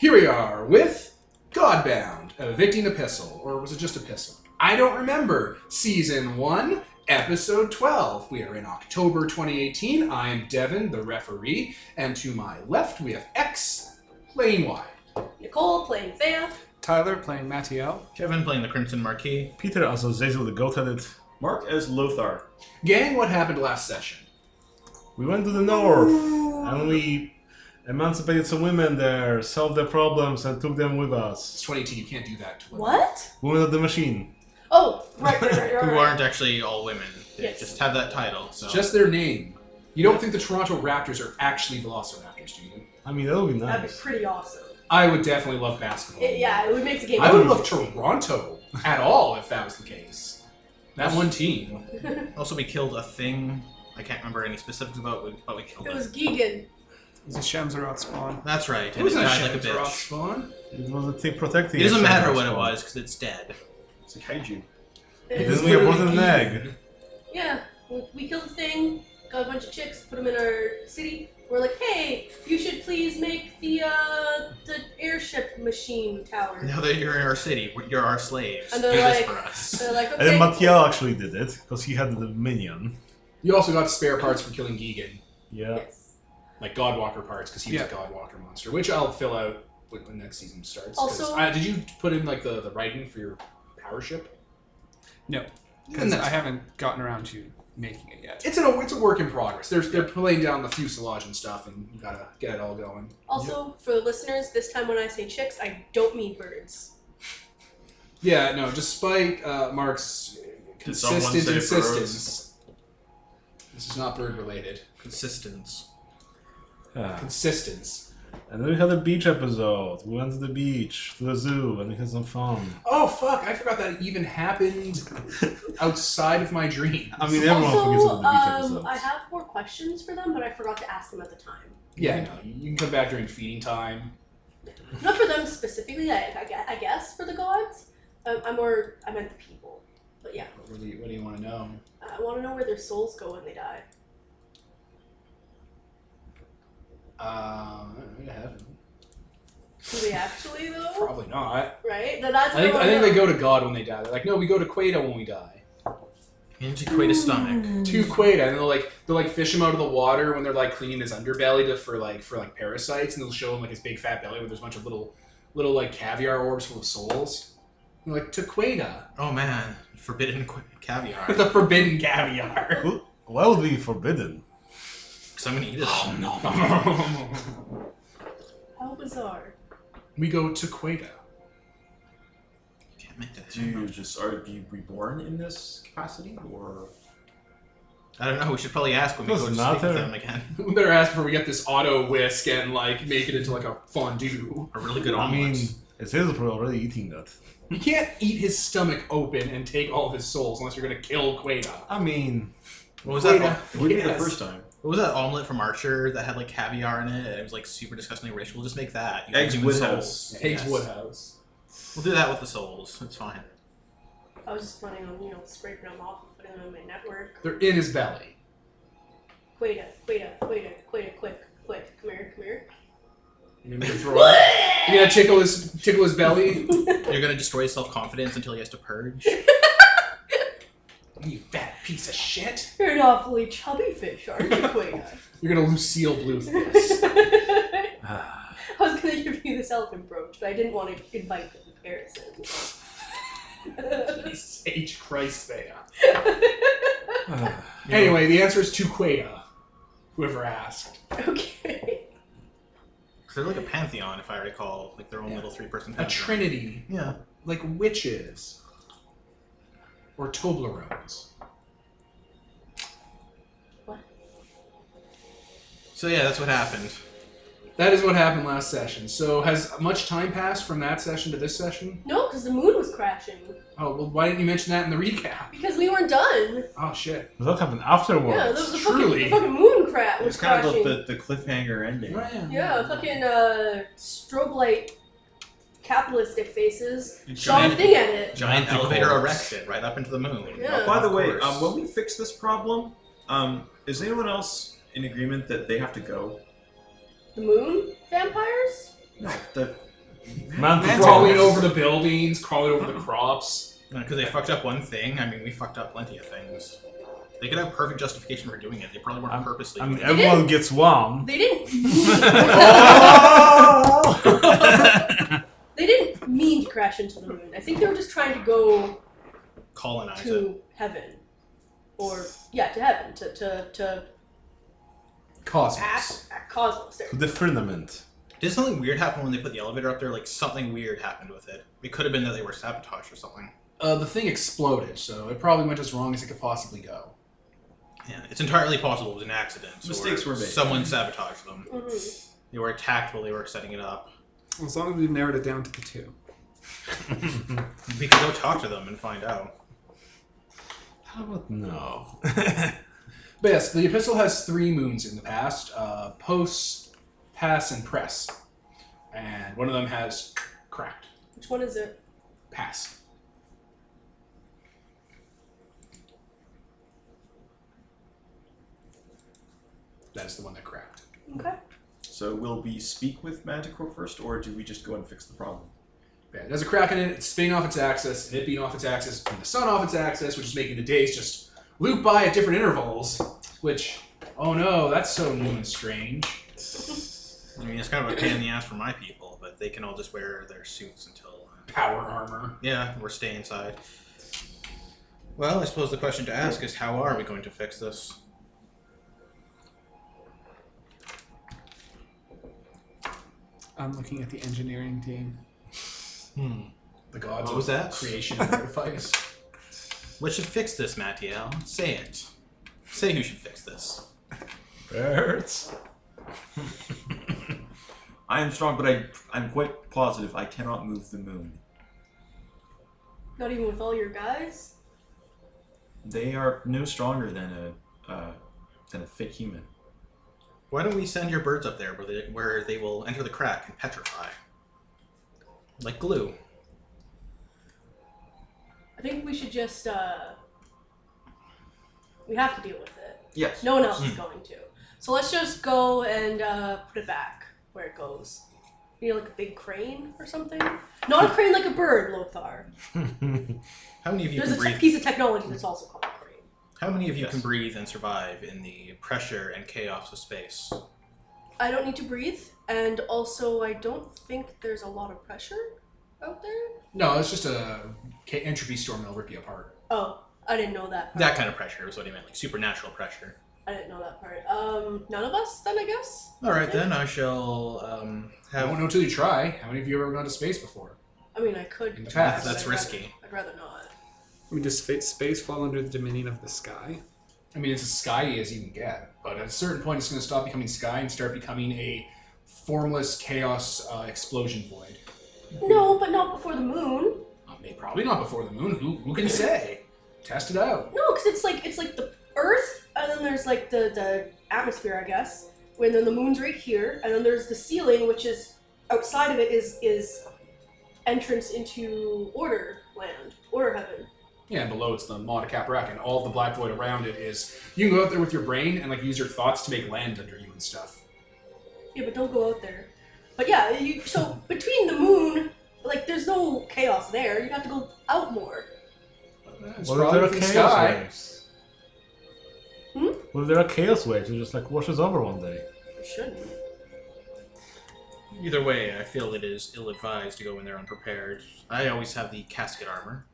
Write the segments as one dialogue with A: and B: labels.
A: Here we are with Godbound, a Evicting Epistle, or was it just Epistle? I don't remember. Season 1, Episode 12. We are in October 2018. I am Devin, the referee, and to my left we have X, Lane Y.
B: Nicole playing Thea.
C: Tyler playing Mattiel.
D: Kevin playing the Crimson Marquis.
E: Peter as Azazel the Goatheaded. Mark as Lothar.
A: Gang, what happened last session?
E: We went to the north and we emancipated some women there, solved their problems, and took them with
A: It's
E: us.
A: 2018, you can't do that to women.
B: What?
E: Women of the Machine.
B: Oh, right, right, right, right.
D: Who
B: right.
D: aren't actually all women. They
B: Yes.
D: just have that title. So
A: It's just their name. You don't think the Toronto Raptors are actually Velociraptors, do you?
E: I mean, that would be
B: That'd be
E: nice.
B: pretty awesome.
A: I would definitely love basketball.
B: It- yeah, it would make the game.
A: I would love Toronto at all if that was the case. That one team.
D: also we killed a thing. I can't remember any specifics about, it, but we killed
B: It
D: it.
B: was Gigan.
C: The Shemzeroth spawn.
D: That's right.
A: It
D: And it
A: was not
D: died like a
A: Shepherds Rock
D: bitch.
A: Spawn.
E: It was a thing protecting
D: It doesn't
E: each
D: matter
E: other,
D: what it
E: so-
D: was because it's dead.
E: It's a kaiju.
B: It-
E: Didn't we abort an
A: literally
E: egg?
B: Yeah, we, we killed a thing, got a bunch of chicks, put them in our city. We're like, hey, you should please make the uh, the airship machine tower.
D: Now that you're in our city, you're our slaves.
B: And
D: Do
B: they're like-
D: this for us.
B: They're like,
E: And then
B: okay.
E: Mattiel actually did it, because he had the minion.
A: You also got spare parts for killing Gigan,
E: Yeah.
B: yes.
A: like Godwalker parts, because he was
C: Yeah.
A: a Godwalker monster, which I'll fill out when, when next season starts. 'cause
B: Also-
A: I- did you put in like the the writing for your power ship?
C: No,
A: Then
C: because
A: that's-
C: I haven't gotten around to making it yet.
A: It's an it's a work in progress. There's they're playing down the fuselage and stuff, and you gotta get it all going.
B: Also, for the listeners, this time when I say chicks, I don't mean birds.
A: Yeah, no. Despite uh, Mark's
D: Did someone
A: consistent
D: say
A: insistence, this is not bird related.
D: Consistence.
E: Yeah.
A: Consistence.
E: And then we had a beach episode. We went to the beach, to the zoo, and we had some fun.
A: Oh fuck! I forgot that even happened outside of my dream.
E: I mean, everyone forgets
B: also,
E: about the beach
B: um,
E: episodes.
B: I have more questions for them, but I forgot to ask them at the time.
A: Yeah, no, you can come back during feeding time.
B: Not for them specifically, I, I, gue- I guess for the gods. Um, I'm more, I meant the people. But yeah,
A: What, do you, what do you want to know?
B: I want to know where their souls go when they die.
A: Um, I don't know,
B: Do they actually though?
A: probably not.
B: Right? Then that's
A: I think,
B: what
A: I
B: wanna
A: think they
B: know.
A: go to God when they die. They're like, no, we go to Queda when we die.
D: Antiquated
B: Mm.
D: stomach.
A: To Queda, and they'll like they'll like fish him out of the water when they're like cleaning his underbelly to, for like for like parasites, and they'll show him like his big fat belly where there's a bunch of little little like caviar orbs full of souls. And they're like to Queda,
D: Oh man, forbidden qu- caviar.
A: the forbidden caviar.
E: Who- Why would we be forbidden?
D: Because I'm gonna eat it.
A: Oh,
D: all.
A: no.
B: How bizarre.
A: we go to Queda.
D: Can't make that
F: Do you
D: happen.
F: just are you reborn in this capacity, or
D: I don't know. We should probably ask when we
E: Does
D: go to
E: it
D: sleep with
E: matter?
D: them again.
A: We better ask before we get this auto whisk and like make it into like a fondue.
D: A really good
E: I
D: omelet.
E: mean, it's probably already eating that.
A: You can't eat his stomach open and take all of his souls unless you're gonna kill Queda.
E: I mean,
D: what was that?
A: Queda,
F: would it be the
A: yes.
F: first time?
D: What was that omelet from Archer that had like caviar in it? and It was like super disgustingly rich. We'll just make that. You
F: Eggs
D: human
F: Woodhouse.
D: souls.
A: Eggs
D: Yes.
A: Woodhouse.
D: We'll do that with the souls. It's fine.
B: I was just planning on, you know, scraping them off and putting them in my network.
A: They're in his belly.
B: Queta, Queta, Queta, Queta, quick, quick. Come here, come here.
A: You're gonna, throw it- You're gonna tickle his tickle his belly.
D: You're gonna destroy his self confidence until he has to purge.
A: you fat piece of shit.
B: You're an awfully chubby fish, aren't you, Queta?
A: You're gonna Lucille Bluth this.
B: I
E: ah,
B: was gonna give you this elephant brooch, but I didn't want to invite the comparison.
A: Jesus H Christ there.
E: ah.
A: Anyway, the answer is to Queda. Whoever asked.
B: okay.
D: Cause they're like a pantheon, if I recall, like their own
A: Yeah.
D: little three person
A: A
D: pantheon.
A: trinity,
D: Yeah.
A: like witches. Or Toblerones.
D: So yeah, that's what happened.
A: That is what happened last session. So has much time passed from that session to this session?
B: No, because the moon was crashing.
A: Oh well, why didn't you mention that in the recap?
B: Because we weren't done.
A: Oh shit!
E: Does that happen
B: Yeah,
E: afterwards?
B: the, the, fucking,
A: truly-
B: the fucking moon crash
F: It
B: was
F: was kind
B: crashing.
F: of the, the, the cliffhanger ending.
B: yeah, fucking uh, strobe light capitalistic faces
F: You
B: shot a
D: tried-
B: thing at it.
D: Giant
F: Manticores.
D: elevator erection right up into the moon.
B: Yeah.
F: By the
D: Of
F: way,
D: course.
F: um, when we fix this problem, um, is anyone else in agreement that they have to go?
B: The moon vampires?
F: No, the
E: Mantis.
A: Crawling over the buildings, crawling over the crops.
D: Because they fucked up one thing. I mean, we fucked up plenty of things. They could have perfect justification for doing it. They probably weren't purposely.
E: I mean,
D: doing it.
E: everyone gets one.
B: They didn't. they didn't mean to crash into the moon. I think they were just trying to go
D: colonize it.
B: to heaven, or yeah, to heaven, to to to
A: Cosmos.
B: at, at cosmos. There.
E: To the firmament.
D: Did something weird happen when they put the elevator up there? Like something weird happened with it. It could have been that they were sabotaged or something.
A: Uh, the thing exploded, so it probably went as wrong as it could possibly go.
D: Yeah, it's entirely possible it was an accident. or
F: Mistakes were made.
D: Someone sabotaged them.
B: Mhm.
D: They were attacked while they were setting it up.
C: As long as we've narrowed it down to the two.
D: We could go talk to them and find out.
E: How about no?
A: But yes, the epistle has three moons in the past: uh, post, pass, and press. And one of them has cracked.
B: Which one is it?
A: Pass. That's the one that cracked.
B: Okay.
F: So will we speak with Manticore first, or do we just go and fix the problem?
A: Yeah, it has a crack in it. It's spinning off its axis, and it being off its axis, and the sun off its axis, which is making the days just loop by at different intervals. Which, oh no, that's so new and strange.
D: I mean, it's kind of a pain in the ass for my people, but they can all just wear their suits until. Uh,
A: Power armor.
D: yeah, we're staying inside. Well, I suppose the question to ask is how are we going to fix this?
C: I'm looking at the engineering team.
D: Hmm.
A: The gods
D: What was
A: of
D: that?
A: creation and artifice.
D: What should fix this, Mattiel? Say it. Say who should fix this.
E: Birds.
F: I am strong, but I I'm quite positive I cannot move the moon.
B: Not even with all your guys.
F: They are no stronger than a uh, than a thick human.
D: Why don't we send your birds up there where they, where they will enter the crack and petrify? Like glue.
B: I think we should just. uh... We have to deal with it.
F: Yes.
B: No one else
D: Hmm.
B: is going to. So let's just go and uh, put it back where it goes. You know, like a big crane or something. Not a crane like a bird, Lothar.
D: How many of you
B: There's a
D: can
B: te-
D: breathe?
B: piece of technology that's also called a crane.
D: How many of you can
F: Yes.
D: breathe and survive in the pressure and chaos of space?
B: I don't need to breathe, and also I don't think there's a lot of pressure out there.
A: No, it's just a ca- entropy storm that'll rip you apart.
B: Oh, I didn't know that. Part.
D: That kind of pressure is what he meant, like supernatural pressure.
B: I didn't know that part. Um, none of us then, I guess.
D: All right then, I shall um,
A: I won't
D: have.
A: know until you try. How many of you have ever gone to space before?
B: I mean, I could.
A: In the
B: but
A: past.
D: That's
B: I'd rather-
D: risky.
B: I'd rather not.
C: I mean, does fa- space fall under the dominion of the sky?
A: I mean, it's as skyy as you can get, but at a certain point, it's going to stop becoming sky and start becoming a formless chaos uh, explosion void.
B: No, but not before the moon.
A: Uh, may- probably not before the moon. Who, who can say? Test it out.
B: No, because it's like it's like the Earth, and then there's like the the atmosphere, I guess. When then the moon's right here, and then there's the ceiling, which is outside of it is is entrance into order land, order heaven.
A: Yeah, and below it's the Maud of Caprak, and all the black void around it is. You can go out there with your brain and like use your thoughts to make land under you and stuff.
B: Yeah, but don't go out there. But yeah, you so between the moon, like there's no chaos there. You have to go out more.
A: It's
E: What if
A: probably
E: there are
A: from
E: chaos
A: sky.
E: waves?
B: Hmm?
E: What if there are chaos waves? It just like washes over one day.
B: You shouldn't.
D: Either way, I feel it is ill-advised to go in there unprepared. I always have the casket armor.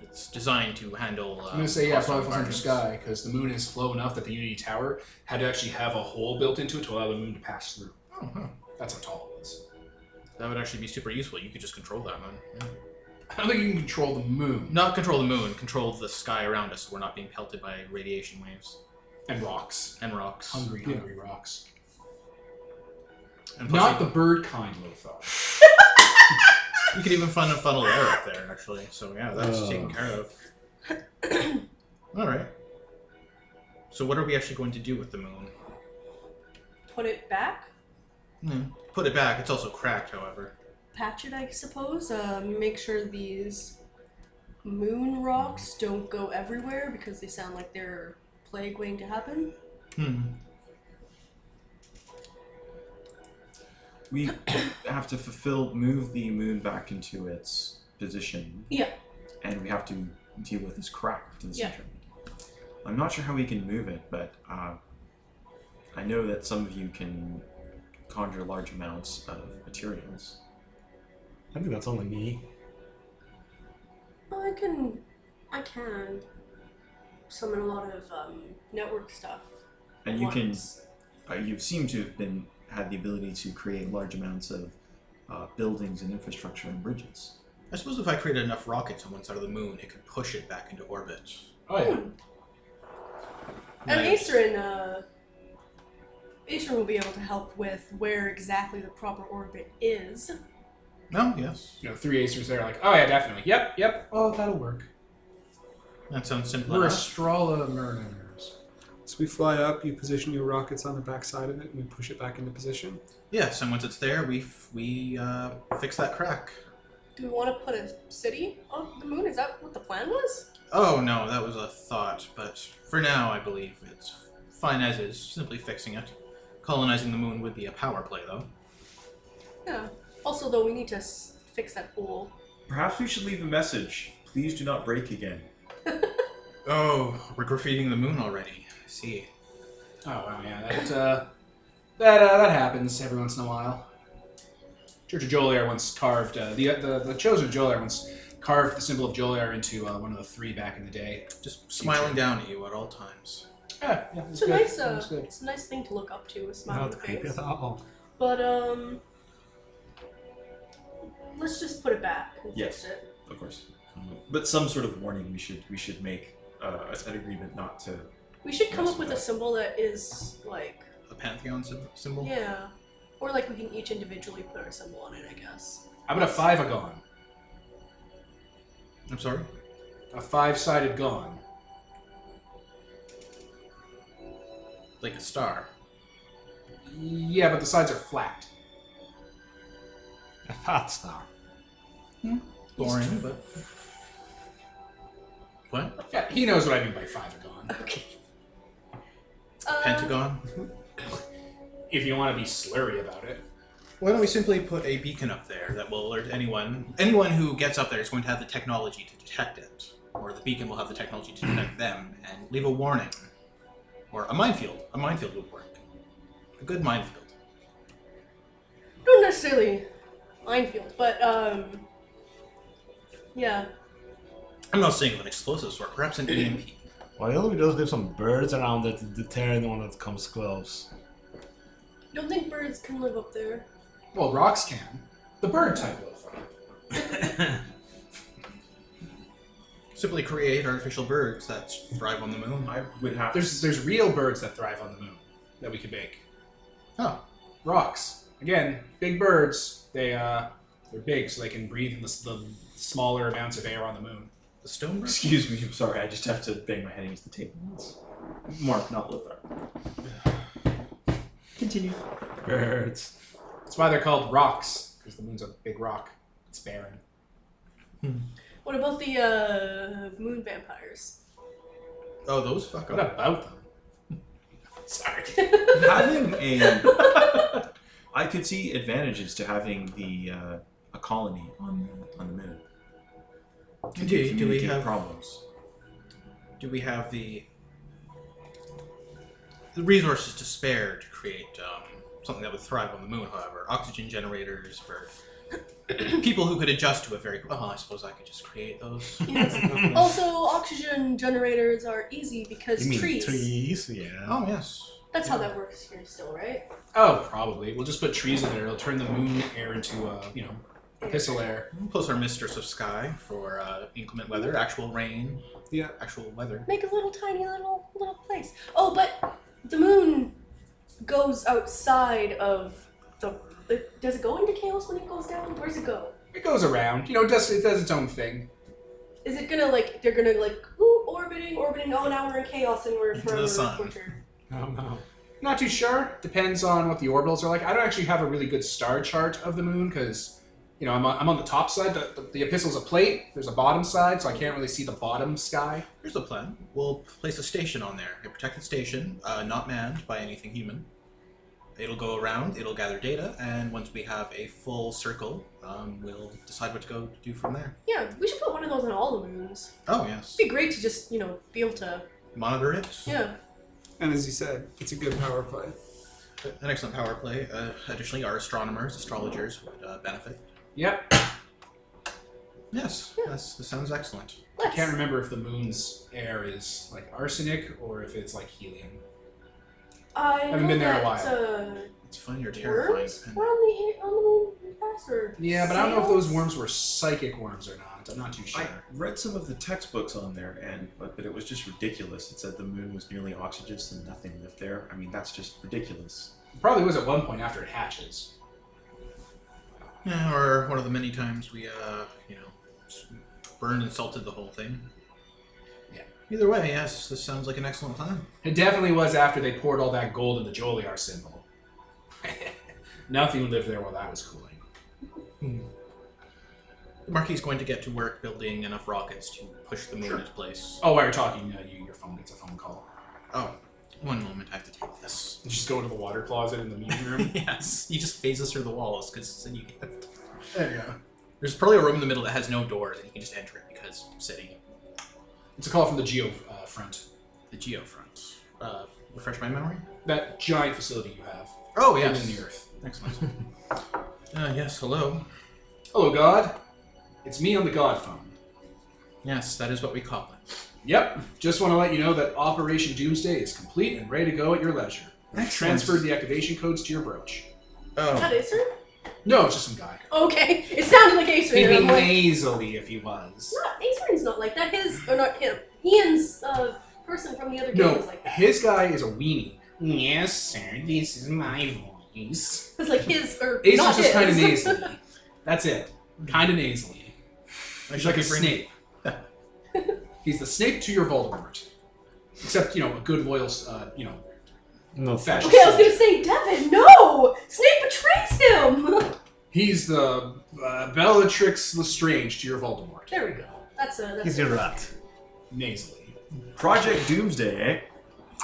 D: It's designed to handle. Um,
A: I'm gonna say yeah,
D: hostile
A: probably falls under
D: environments.
A: sky because the moon is low enough that the Unity Tower had to actually have a hole built into it to allow the moon to pass through.
D: Oh, huh.
A: That's how tall it is.
D: That would actually be super useful. You could just control that one. Yeah.
A: I don't think you can control the moon
D: Not control the moon, control the sky around us so we're not being pelted by radiation waves
A: and rocks.
D: and rocks.
A: Hungry, hungry rocks.
D: and plus
A: Not
D: you,
A: the bird kind, Lothar.
D: you could even fun funnel air up there, actually. So, yeah, that's
E: Oh.
D: taken care of. All right. So, what are we actually going to do with the moon?
B: Put it back,
D: Hmm. Put it back. It's also cracked, however.
B: patch it, I suppose. Um, make sure these moon rocks don't go everywhere because they sound like they're plague
A: Hmm.
B: waiting to happen.
D: Hmm.
F: we have to fulfill move the moon back into its position.
B: Yeah.
F: And we have to deal with this crack to the
B: Yeah.
F: center. I'm not sure how we can move it, but uh, I know that some of you can conjure large amounts of materials.
E: I think that's only me.
B: I can, I can summon a lot of um, network stuff.
F: And you can
B: once.
F: uh, you seem to have been had the ability to create large amounts of uh, buildings and infrastructure and bridges.
D: I suppose if I created enough rockets on one side of the moon, it could push it back into orbit.
A: Oh yeah.
B: And
D: Nice.
B: Acerin, uh, Acerin will be able to help with where exactly the proper orbit is.
D: No, yes.
A: You know, three acers there, like, oh yeah, definitely. Yep, yep. Oh, that'll work.
D: That sounds simple
A: We're
D: enough.
A: astrolomer nerds.
C: So we fly up, you position your rockets on the backside of it, and we push it back into position.
D: Yes, and once it's there, we f- we uh, fix that crack.
B: Do we want to put a city on the moon? Is that what the plan was?
D: Oh no, that was a thought, but for now, I believe it's fine as is. Simply fixing it. Colonizing the moon would be a power play, though.
B: Yeah. Also, though, we need to s- fix that hole.
F: Perhaps we should leave a message. Please do not break again.
D: Oh, we're graffitiing the moon already. I see.
A: Oh wow, yeah, that uh, that uh, that happens every once in a while. Church of Joliar once carved uh, the, the the chosen Joliar once carved the symbol of Joliar into uh, one of the three back in the day.
D: Just smiling down at you at all times.
A: Yeah, Ah, yeah, it's
B: It's a
A: good.
B: nice, uh,
A: it's good.
B: it's a nice thing to look up to. A smile on
C: Not
B: the
C: creepy
B: face.
C: at all.
B: But um, let's just put it back and
F: Yes.
B: fix it.
F: Of course. But some sort of warning we should we should make uh, an agreement not to.
B: We should come
F: Yes,
B: up with a
F: that-
B: symbol that is like,
D: The pantheon sym- symbol.
B: yeah, or like we can each individually put our symbol on it. I guess.
A: How about a five a gone?
D: I'm sorry.
A: A five sided gone.
D: Like a star.
A: Yeah, but the sides are flat.
E: A fat star.
D: Boring, but. What?
A: Yeah, he knows what I mean by five a gone.
B: Okay. Uh,
D: Pentagon?
A: If you want to be slurry about it.
D: Why don't we simply put a beacon up there that will alert anyone? Anyone who gets up there is going to have the technology to detect it, or the beacon will have the technology to detect them and leave a warning, or a minefield. A minefield would work. A good minefield.
B: Not necessarily minefield, but um, yeah.
D: I'm not saying an explosive sort, perhaps an E EMP.
E: Why don't we just leave some birds around that to deter anyone that comes close?
B: Don't think birds can live up there.
A: Well, rocks can. The bird type will.
D: Simply create artificial birds that thrive on the moon.
F: I would have.
A: There's there's real birds that thrive on the moon that we can make.
D: Oh.
A: Rocks. Again, big birds. They uh they're big so they can breathe in the, s- the smaller amounts of air on the moon.
D: The stone bird?
F: Excuse me. I'm sorry. I just have to bang my head against the table. It's Mark, not Lothar. Continue.
E: Birds.
A: That's why they're called rocks because the moon's a big rock. It's barren.
B: What about the uh, moon vampires?
D: Oh, those fuck
A: What
D: up.
A: about them? Sorry.
F: having a, I could see advantages to having the uh, a colony on the, on the moon. Can
D: Do- do we
F: communicate
D: have-
F: problems?
D: Do we have the the resources to spare to create um, something that would thrive on the moon? However, oxygen generators for people who could adjust to it very well. I suppose I could just create those.
B: Yes. also, oxygen generators are easy because
E: You mean
B: trees.
E: trees? Yeah.
D: oh yes.
B: That's how that works here, still, right?
A: Oh, probably. We'll just put trees in there. It'll turn the moon air into uh, you know, epistle air.
D: Plus our mistress of sky for uh, inclement weather, actual rain.
C: Yeah.
D: Actual weather.
B: Make a little tiny little little place. Oh, but the moon goes outside of the. It, does it go into chaos when it goes down? Where does it go?
A: It goes around. You know, it does it does its own thing.
B: Is it gonna like they're gonna like ooh orbiting orbiting? Oh, now we're in chaos and we're
D: Into the
B: forever
D: sun.
B: tortured.
C: I don't know.
A: Not too sure. Depends on what the orbitals are like. I don't actually have a really good star chart of the moon because, you know, I'm on, I'm on the top side. The, the, the epistle's a plate. There's a bottom side, so I can't really see the bottom sky.
D: Here's a plan. We'll place a station on there, a protected station, uh, not manned by anything human, It'll go around, it'll gather data, and once we have a full circle, um, we'll decide what to go do from there.
B: Yeah, we should put one of those on all the moons.
D: Oh, yes.
B: It'd be great to just, you know, be able to.
D: Monitor it.
B: Yeah.
C: And as you said, it's a good power play.
D: An excellent power play. Uh, additionally, our astronomers, astrologers would uh, benefit.
A: Yep.
D: Yes,
B: Yeah.
D: yes, this sounds excellent.
A: I
B: Let's.
A: can't remember if the moon's air is like arsenic or if it's like helium.
B: I
A: Haven't
B: know
A: been there in a
B: that,
D: It's funny, you're
B: Uh,
D: terrifying.
B: worms were on the on the moon past or
A: Yeah, but I don't know if those
B: sails?
A: worms were psychic worms or not. I'm not too sure.
F: I read some of the textbooks on there, and but, but it was just ridiculous. It said the moon was nearly oxygenous and nothing lived there. I mean, that's just ridiculous.
A: Probably was at one point after it hatches.
D: Yeah, or one of the many times we, uh, you know, s- burned and salted the whole thing.
A: Yeah.
D: Either way, yes, this sounds like an excellent time.
A: It definitely was after they poured all that gold in the Joliar symbol. Nothing lived there while that was cooling.
D: Marky's going to get to work building enough rockets to push the moon into place.
A: Oh, while you're talking, uh, you, your phone gets a phone call.
D: Oh, one moment, I have to take this.
A: You just go into the water closet in the meeting room.
D: yes, you just phase us through the walls because then you get.
A: there you go.
D: There's probably a room in the middle that has no doors and you can just enter it because city,
A: It's a call from the Geo uh, front.
D: the geo front. Uh, refresh my memory.
A: That giant facility you have.
D: Oh
A: hidden
D: yes,
A: in the earth.
D: excellent. uh, yes, hello.
A: Hello, God. It's me on the God phone.
D: Yes, that is what we call it.
A: Yep. Just want to let you know that Operation Doomsday is complete and ready to go at your leisure. I've transferred the activation codes to your brooch.
B: Is that
D: Oh,
B: Acer?
A: No, it's just some guy.
B: Okay, it sounded like Acer.
A: He'd
B: and
A: be
B: I'm like,
A: nasally if he was.
B: not Acerin's not like that. His or not him. Ian's uh, person from the other game
A: No,
B: was like that.
A: his guy is a weenie. Yes, sir. This is my voice.
B: It's like his or
A: Ace
B: not
A: is just kind of
B: his.
A: nasally. That's it. Kind of nasally.
D: I
A: He's
D: should
A: like
D: be
A: a
D: bringing-
A: Snape. He's the Snape to your Voldemort, except you know a good loyal, uh, you know,
E: No.
A: fascist.
B: Okay, I was
A: soldier.
B: gonna say Devin. No, Snape betrays him.
A: He's the uh, Bellatrix Lestrange to your Voldemort,
B: there we go. That's a that's
E: He's
B: a-
E: your rat.
A: nasally.
F: Project Doomsday, eh?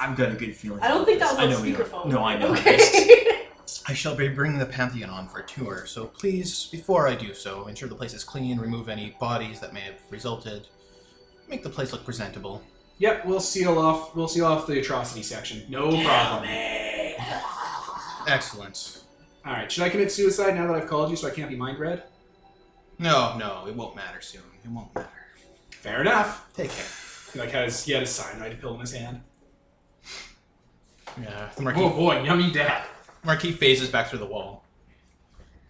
F: I've got a good feeling.
B: I don't think that
F: about
B: was
F: this.
B: on speakerphone.
F: I know we are. No, I know.
B: Okay.
D: I shall be bringing the Pantheon on for a tour, so please, before I do so, ensure the place is clean, remove any bodies that may have resulted, make the place look presentable.
A: Yep, we'll seal off. We'll seal off the atrocity section. No problem.
D: Excellent.
A: All right. Should I commit suicide now that I've called you, so I can't be mind read?
D: No, no, it won't matter soon. It won't matter.
A: Fair enough.
D: Take care.
A: He like has he had a cyanide pill in his hand.
D: Yeah, the Marquis,
A: Oh boy, yummy dad.
D: Marquis phases back through the wall.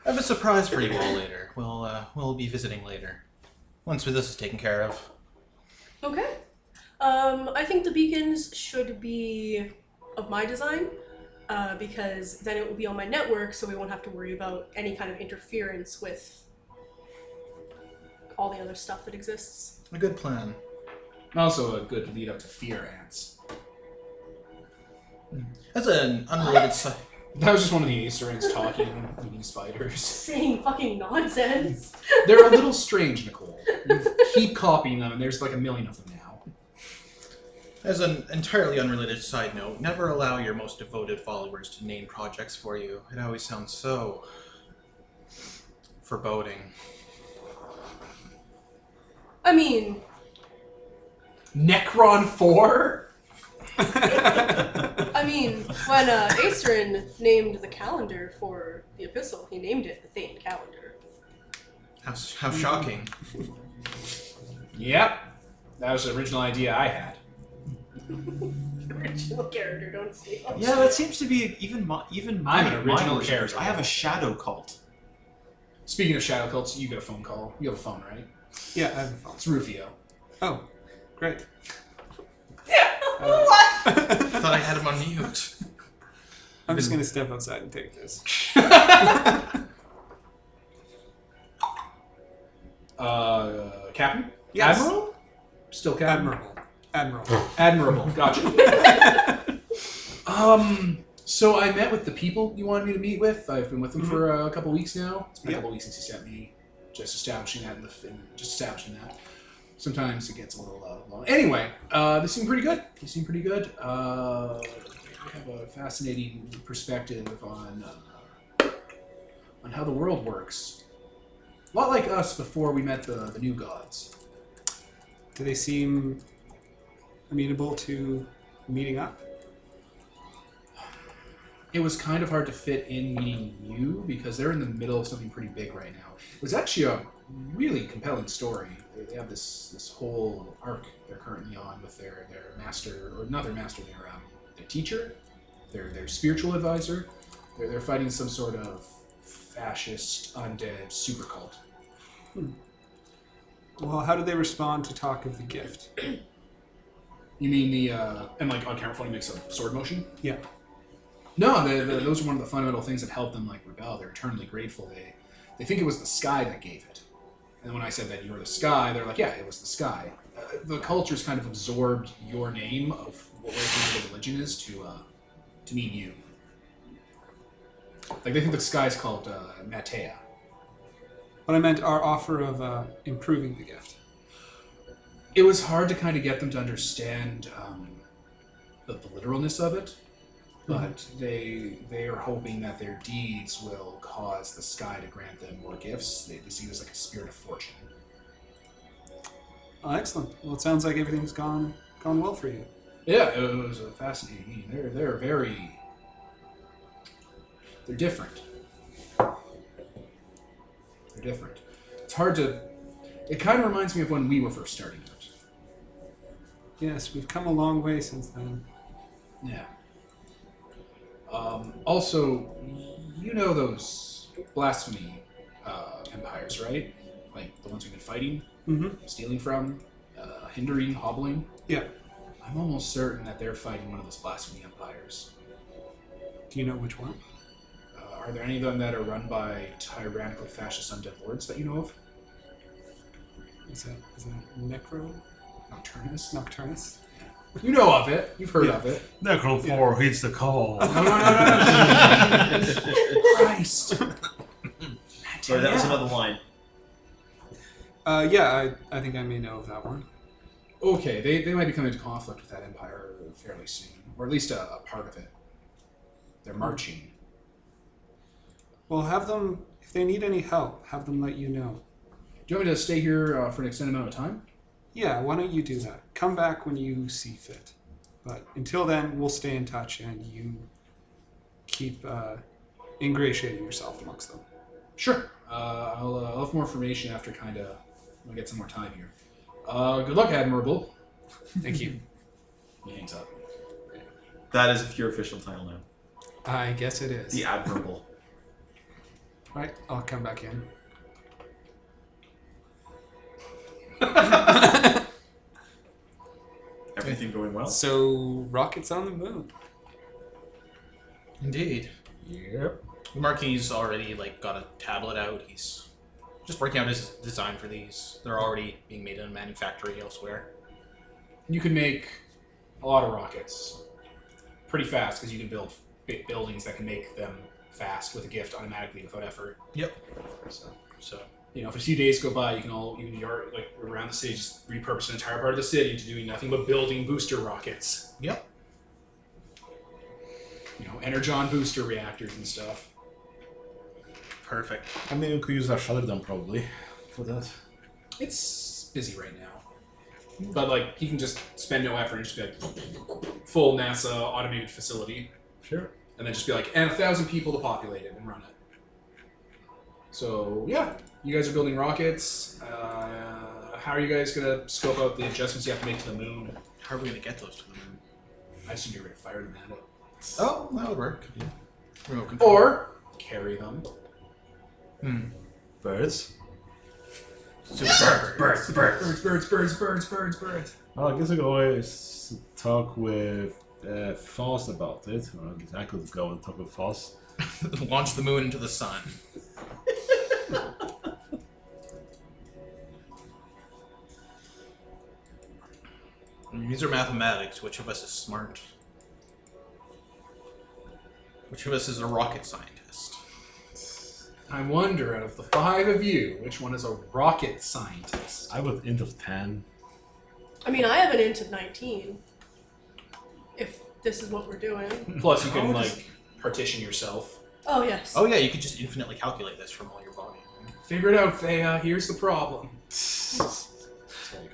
D: I have a surprise for you all later. We'll, uh, we'll be visiting later. Once this is taken care of.
B: okay. Um, I think the beacons should be of my design, uh, because then it will be on my network, so we won't have to worry about any kind of interference with all the other stuff that exists.
D: A good plan.
A: And also a good lead up to fear ants.
D: That's an unrelated side.
A: That was just one of the Easter eggs talking and eating spiders.
B: Saying fucking nonsense.
A: They're a little strange, Nicole. You keep copying them, and there's like a million of them now.
D: As an entirely unrelated side note, never allow your most devoted followers to name projects for you. It always sounds so foreboding.
B: I mean,
A: Necron Four.
B: I mean, when uh, Acerin named the calendar for the epistle, he named it the Thane calendar.
D: How, s- how shocking.
A: Yep, that was the original idea I had.
B: Original character, don't steal.
F: Yeah, that seems to be even my, even my
A: I'm an original
F: my listeners.
A: character.
F: I have a shadow cult.
A: Speaking of shadow cults, you got a phone call. You have a phone, right?
C: Yeah, I have a phone.
A: It's Rufio.
C: Oh, great.
B: what?
D: I thought I had him on mute.
C: I'm just gonna step outside and take this.
A: Uh, Captain.
C: Yes.
A: Admiral. Still Captain.
C: Admirable. Admirable.
A: Admirable. Gotcha. um. So I met with the people you wanted me to meet with. I've been with them for uh, a couple weeks now. It's been a
C: Yep.
A: couple weeks since you sent me. Just establishing that, in the, in, just establishing that. Sometimes it gets a little uh, long. Anyway, uh, they seem pretty good. They seem pretty good. Uh, have a fascinating perspective on uh, on how the world works. A lot like us before we met the, the new gods.
C: Do they seem amenable to meeting up?
A: It was kind of hard to fit in meeting you because they're in the middle of something pretty big right now. It was actually a really compelling story. They- They have this this whole arc they're currently on with their their master or not their master, their um, their teacher, their their spiritual advisor. They're they're fighting some sort of fascist undead super cult.
C: Well, how did they respond to talk of the gift?
A: You mean the uh, and like on camera phone he makes a sword motion?
C: Yeah.
A: No, the, the, those are one of the fundamental things that helped them like rebel. They're eternally grateful. They they think it was the sky that gave it. And when I said that you were the sky, they're like, yeah, it was the sky. Uh, the culture's kind of absorbed your name of what their thinking of religion is to uh, to mean you. Like they think the sky's called uh, Matea.
C: What I meant our offer of uh, improving the gift.
A: it was hard to kind of get them to understand um, the, the literalness of it, but they they are hoping that their deeds will cause the sky to grant them more gifts. They, they see it as like a spirit of fortune.
C: Oh, excellent. Well, it sounds like everything's gone gone well for you.
A: Yeah, it, it was a fascinating meeting. They're they're very they're different. They're different. It's hard to. It kind of reminds me of when we were first starting out.
C: Yes, we've come a long way since then.
A: Yeah. Um, also, you know those blasphemy uh, empires, right? Like the ones we've been fighting,
C: Mm-hmm.
A: stealing from, uh, hindering, hobbling.
C: Yeah.
A: I'm almost certain that they're fighting one of those blasphemy empires.
C: Do you know which one?
A: Uh, are there any of them that are run by tyrannical fascist undead lords that you know of?
C: Is that is that Necro
A: Nocturnus?
C: Nocturnus?
A: You know of it. You've heard of it.
E: Necron 4 hits the call.
A: No, no, no, no, no. Christ.
F: Sorry, that was
A: Yeah.
F: another line.
C: Uh, yeah, I, I think I may know of that one.
A: Okay, they, they might be coming into conflict with that empire fairly soon, or at least a, a part of it. They're marching.
C: Well, have them if they need any help, have them let you know.
A: Do you want me to stay here uh, for an extended amount of time?
C: Yeah, why don't you do that? Come back when you see fit. But until then, we'll stay in touch, and you keep uh, ingratiating yourself amongst them.
A: Sure. Uh, I'll, uh, I'll have more information after kind of I get some more time here. Uh, good luck, Admirable.
C: Thank you.
A: He hangs up.
F: That is if your official title now.
C: I guess it is.
F: The Admirable.
C: Right, I'll come back in.
F: Everything going well?
C: So, rockets on the moon.
D: Indeed.
E: Yep.
D: The Marquis already like got a tablet out. He's just working out his design for these. They're already being made in a manufactory elsewhere.
A: You can make a lot of rockets pretty fast because you can build big buildings that can make them fast with a gift automatically without effort.
D: Yep.
A: So.
D: So
A: you know, if a few days go by, you can all you can yard, like around the city, just repurpose an entire part of the city to doing nothing but building booster rockets.
D: Yep.
A: You know, energon booster reactors and stuff.
D: perfect.
E: I mean, you could use a Shatterdam probably for that.
A: It's busy right now, but like he can just spend no effort and just be like full NASA automated facility,
E: Sure.
A: and then just be like, and a thousand people to populate it and run it. So yeah, you guys are building rockets. Uh, how are you guys gonna scope out the adjustments you have to make to the moon?
D: How are we gonna get those to the moon?
A: I assume you're gonna fire them at it.
D: Oh, that would work. Remote control.
A: Or carry them.
D: Hmm.
E: Birds?
D: So birds, birds, birds.
A: Birds, birds, birds, birds, birds, birds.
E: Well, I guess I could always talk with uh, Foss about it. Or I guess I could go and talk with Foss.
D: Launch the moon into the sun. I mean, These are mathematics. Which of us is smart? Which of us is a rocket scientist?
A: I wonder, out of the five of you, which one is a rocket scientist?
E: I would int of 10.
B: I mean, I have an int of 19. If this is what we're doing.
A: Plus, you can
D: How
A: like
D: does-
A: partition yourself.
B: Oh yes.
D: Oh yeah, you could just infinitely calculate this from all your body.
A: Figure it out, Thea. Here's the problem.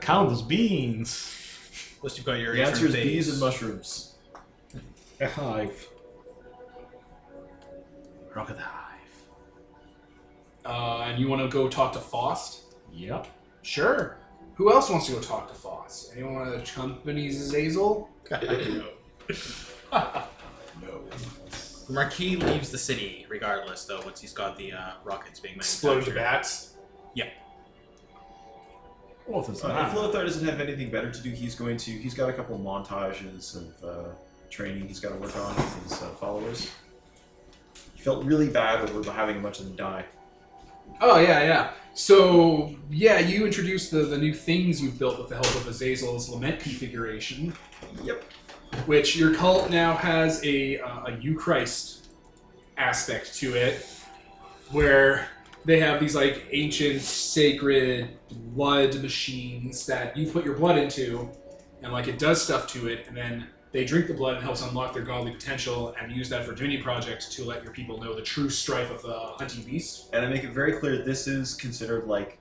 E: Count those beans.
D: Unless you've got your
F: The answer is
D: different
F: bees
D: days.
F: and mushrooms.
E: A hive.
F: Rock of the hive.
A: Uh, and you want to go talk to Faust?
E: Yep.
A: Sure. Who else wants to go talk to Foss? Anyone want to accompany Zazel? no.
D: The Marquis leaves the city regardless, though, once he's got the uh, rockets being
A: Explode the
D: manufactured.
A: bats.
E: Well, if it's
D: Ah.
F: Uh,
E: not.
F: If Lothar doesn't have anything better to do, he's going to. He's got a couple of montages of uh, training he's got to work on with his uh, followers. He felt really bad over having a bunch of them die.
A: Oh yeah, yeah. So yeah, you introduced the, the new things you've built with the help of Azazel's lament configuration,
F: Yep.
A: which your cult now has a uh, a Eucharist aspect to it, where they have these like ancient sacred blood machines that you put your blood into, and like it does stuff to it, and then they drink the blood and helps unlock their godly potential, and use that for divinity project to let your people know the true strife of the hunting beast.
F: And I make it very clear this is considered like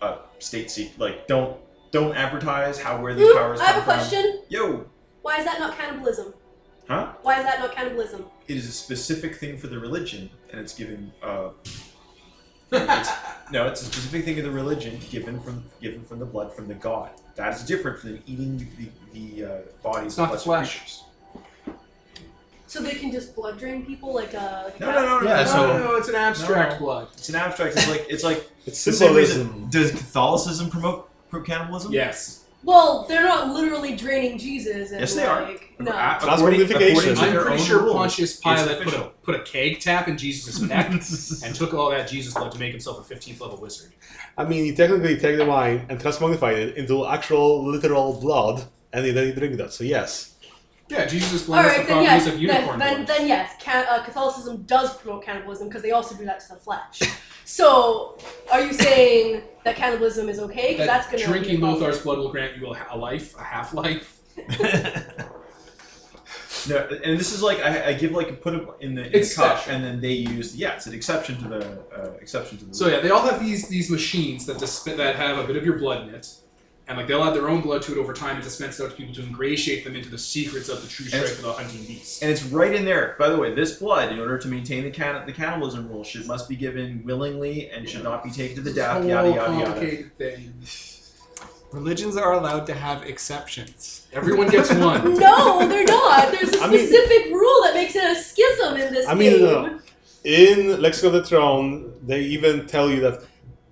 F: a state secret. Like don't don't advertise how where these
B: Hmm,
F: powers
B: I
F: come
B: have a
F: from.
B: question.
F: Yo,
B: Why is that not cannibalism?
F: huh?
B: Why is that not cannibalism?
F: It is a specific thing for the religion, and it's given. Uh, it's- no, it's a specific thing of the religion given from given from the blood from the god. That is different than eating the the uh, bodies.
A: It's not
F: of
A: the
F: lesser
A: flesh.
F: creatures.
B: So they can just blood drain people like uh like a
F: No,
B: rat?
F: no, no, no.
D: Yeah,
F: no,
D: so-
F: no,
A: no,
F: no.
A: no, Oh, it's an abstract
F: No.
A: blood.
F: it's an abstract. It's like it's like
E: It's
F: the same
E: symbolism.
F: reason. Does Catholicism promote pro cannibalism?
A: Yes.
B: Well, they're not literally draining Jesus. And
F: Yes, they are.
B: like,
F: Ac-
B: No.
F: ac-
E: That's
F: according-
E: mortification.
F: according to
E: I'm
A: I'm
F: their
A: pretty
F: own
A: sure
F: rules.
A: Pontius
F: It's
A: Pilate put a,
F: official.
A: put a keg tap in Jesus' neck and took all that Jesus blood to make himself a 15th level wizard.
E: I mean, you technically take the wine and transmogrify it into actual literal blood, and then you drink that. So yes,
A: Yeah, Jesus' blood is
B: All
A: the
B: right, then
A: problem
B: yes,
A: of
B: then,
A: unicorn
B: then,
A: blood.
B: then yes, can, uh, Catholicism does promote cannibalism because they also do that to the flesh. so, are you saying that cannibalism is okay? Because
A: That
B: that's gonna
A: drinking
B: be a problem.
A: Lothar's blood will grant you a, ha- a life, a half life.
F: No, and this is like I, I give like a put up in the, in
A: It's
F: the cup,
A: special.
F: and then they use yeah, it's an exception to the uh, exception to the.
A: So yeah, they all have these these machines that disp- that have a bit of your blood in it, and like they'll add their own blood to it over time and dispense it out to people to ingratiate them into the secrets of the true
F: And
A: strength
F: it's-
A: of the hunting beast.
F: And it's right in there. By the way, this blood, in order to maintain the can- the cannibalism rule, should must be given willingly and should not be taken to the death.
A: Whole
F: Yada yada yada.
A: complicated thing.
C: Religions are allowed to have exceptions.
A: Everyone gets one.
B: No, they're not. There's a
E: I mean-
B: specific rule that makes it a schism in this
E: I mean,
B: game.
E: no. in Lexic of the Throne, they even tell you that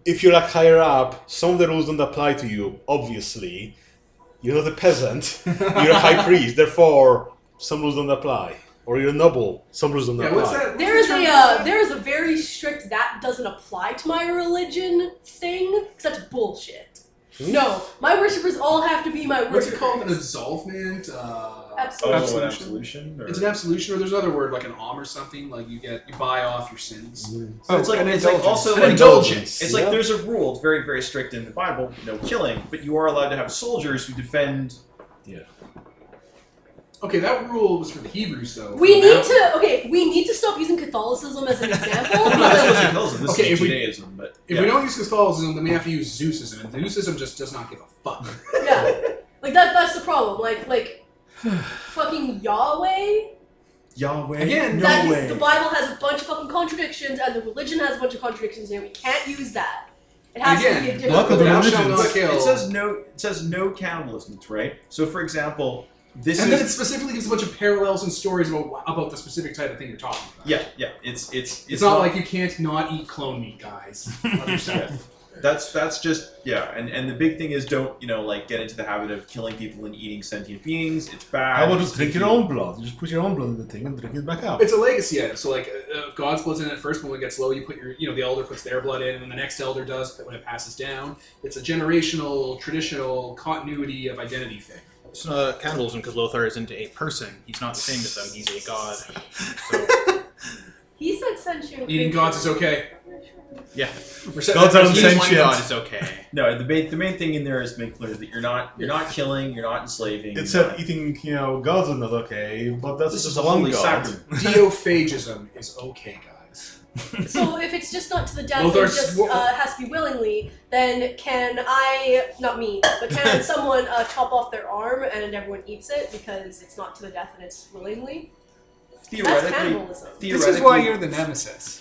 E: if you're like higher up, some of the rules don't apply to you. Obviously, you're not a peasant. You're a high priest. Therefore, some rules don't apply. Or you're a noble. Some rules don't
A: Yeah,
E: apply.
A: what's that? what's
B: There is
A: the
B: a
A: term?
B: uh, there is a very strict that doesn't apply to my religion thing. 'cause that's bullshit.
F: Hmm?
B: No, my worshippers all have to be my
A: What's
B: worshippers.
A: it called? An absolvement? Uh,
B: Absolutely.
F: Oh,
C: Absolution.
F: an absolution. Or...
A: it's an absolution, or there's another word like an om or something. Like you get you buy off your sins.
F: So it's like
C: Oh, an
F: it's like
C: indulgence.
F: also
E: An
F: like
E: indulgence,
F: It's
E: yeah.
F: like there's a rule, it's very very strict in the Bible, no killing, but you are allowed to have soldiers who defend.
A: Okay, that rule was for the Hebrews
F: Oh.
A: though.
B: We
A: For
B: need
A: now-
B: to okay. We need to stop using Catholicism as an example. because-
F: Catholicism, this
A: Okay,
F: is
A: if we-
F: Judaism, but
A: If
F: yeah.
A: we don't use Catholicism, then we have to use Zeusism, and Zeusism just does not give a fuck.
B: yeah, like that. That's the problem. Like like fucking Yahweh.
F: Yahweh,
A: Again,
F: no
B: that,
F: way.
B: The Bible has a bunch of fucking contradictions, and the religion has a bunch of contradictions, and we can't use that. It has to be a
A: Again,
B: different.
F: Look at the
A: Thou
B: religion.
A: shalt
F: But
A: not kill.
F: It says no. It says no cannibalism. That's right. So, for example, this
A: and
F: is
A: then it specifically gives a bunch of parallels and stories about about the specific type of thing you're talking about.
F: yeah, yeah. It's it's
A: It's, not like you can't not eat clone meat, guys. Love yourself.
F: that's that's just yeah. And and the big thing is don't you know like get into the habit of killing people and eating sentient beings. It's bad.
E: How about just drink your own blood? You just put your own blood in the thing and drink it back up.
A: It's a legacy item. So, like, uh, uh, God's blood's in it first. When it gets low, you put your, you know, the elder puts their blood in, and then the next elder does when it passes down. It's a generational, traditional continuity of identity thing.
D: It's not cannibalism because Lothar isn't a person. He's not the same as them. He's a god. So
B: He said sentient.
A: Eating
B: creatures.
A: gods is okay.
B: I'm not sure.
D: Yeah.
A: We're setting
E: God's
A: up-
E: own
D: Each
E: sentient.
D: one god is okay.
F: No, the main, the main thing in there is make clear that you're not you're not killing, you're not enslaving.
E: It
F: you're
E: said
A: e-
F: not-
E: eating, you know, gods are not okay, but that's
F: this is a
E: just one
F: holy
E: god.
F: sacrament.
A: Deophagism is okay, guys.
B: So if it's just not to the death,
A: Well,
B: it
A: there's-
B: just
A: well-
B: uh, has to be willingly. Then can I, not me, but can someone uh, chop off their arm and everyone eats it because it's not to the death and it's willingly? That's
F: Theoretically,
B: cannibalism.
C: This
F: theoretically,
C: is why you're the nemesis.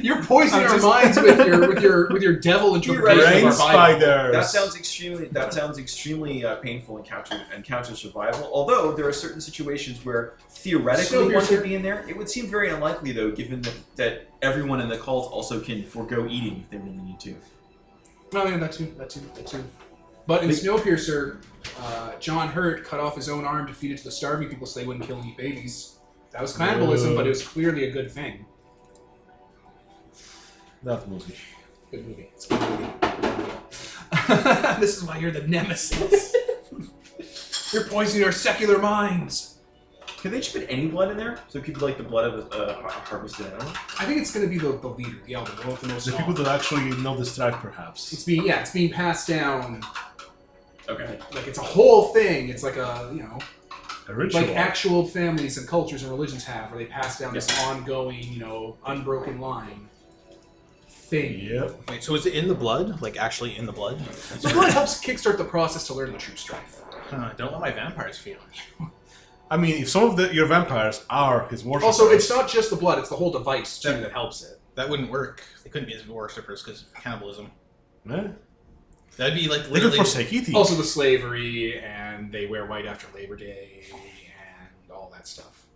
A: You're poisoning
C: I'm
A: our
C: just-
A: minds with your with your with your devil interpretation
F: right.
A: of
E: Brain
A: our Bible.
E: spiders.
F: That sounds extremely. That sounds extremely uh, painful and counter and counter survival. Although there are certain situations where
A: So
F: theoretically
A: you're
F: one could
A: ser-
F: be in there. It would seem very unlikely, though, given that, that everyone in the cult also can forego eating if they really need to.
A: No, I mean that too, that too, that too. But in Snowpiercer, uh, John Hurt cut off his own arm to feed it to the starving people so they wouldn't kill any babies. That was cannibalism,
E: Ooh.
A: but it was clearly a good thing.
E: That movie.
A: Good movie. It's a good movie. this is why you're the nemesis. you're poisoning our secular minds.
F: Could they just put any blood in there? So people like the blood of a, a har- harvested animal.
A: I think it's going to be the, the leader, the elder, the one with the most.
E: The people
A: knowledge.
E: that actually know this tribe, perhaps.
A: It's being yeah, it's being passed down.
F: Okay.
A: Like it's a whole thing. It's like a you know.
E: A ritual.
A: like actual families and cultures and religions have, where they pass down this ongoing, you know, unbroken line thing.
E: Yep.
D: Wait, so is it in the blood? Like actually in the blood?
A: So blood helps kickstart the process to learn the true strength.
D: Huh, don't let my vampires feed on you.
E: I mean, if some of the, your vampires are his worshippers.
A: Also, it's not just the blood; it's the whole device too that helps it.
D: That wouldn't work. They couldn't be his worshippers because of cannibalism.
E: Eh?
D: That'd be like
E: They could
D: literally.
E: forsake E eating.
A: Also, the slavery, and they wear white after Labor Day, and all that stuff.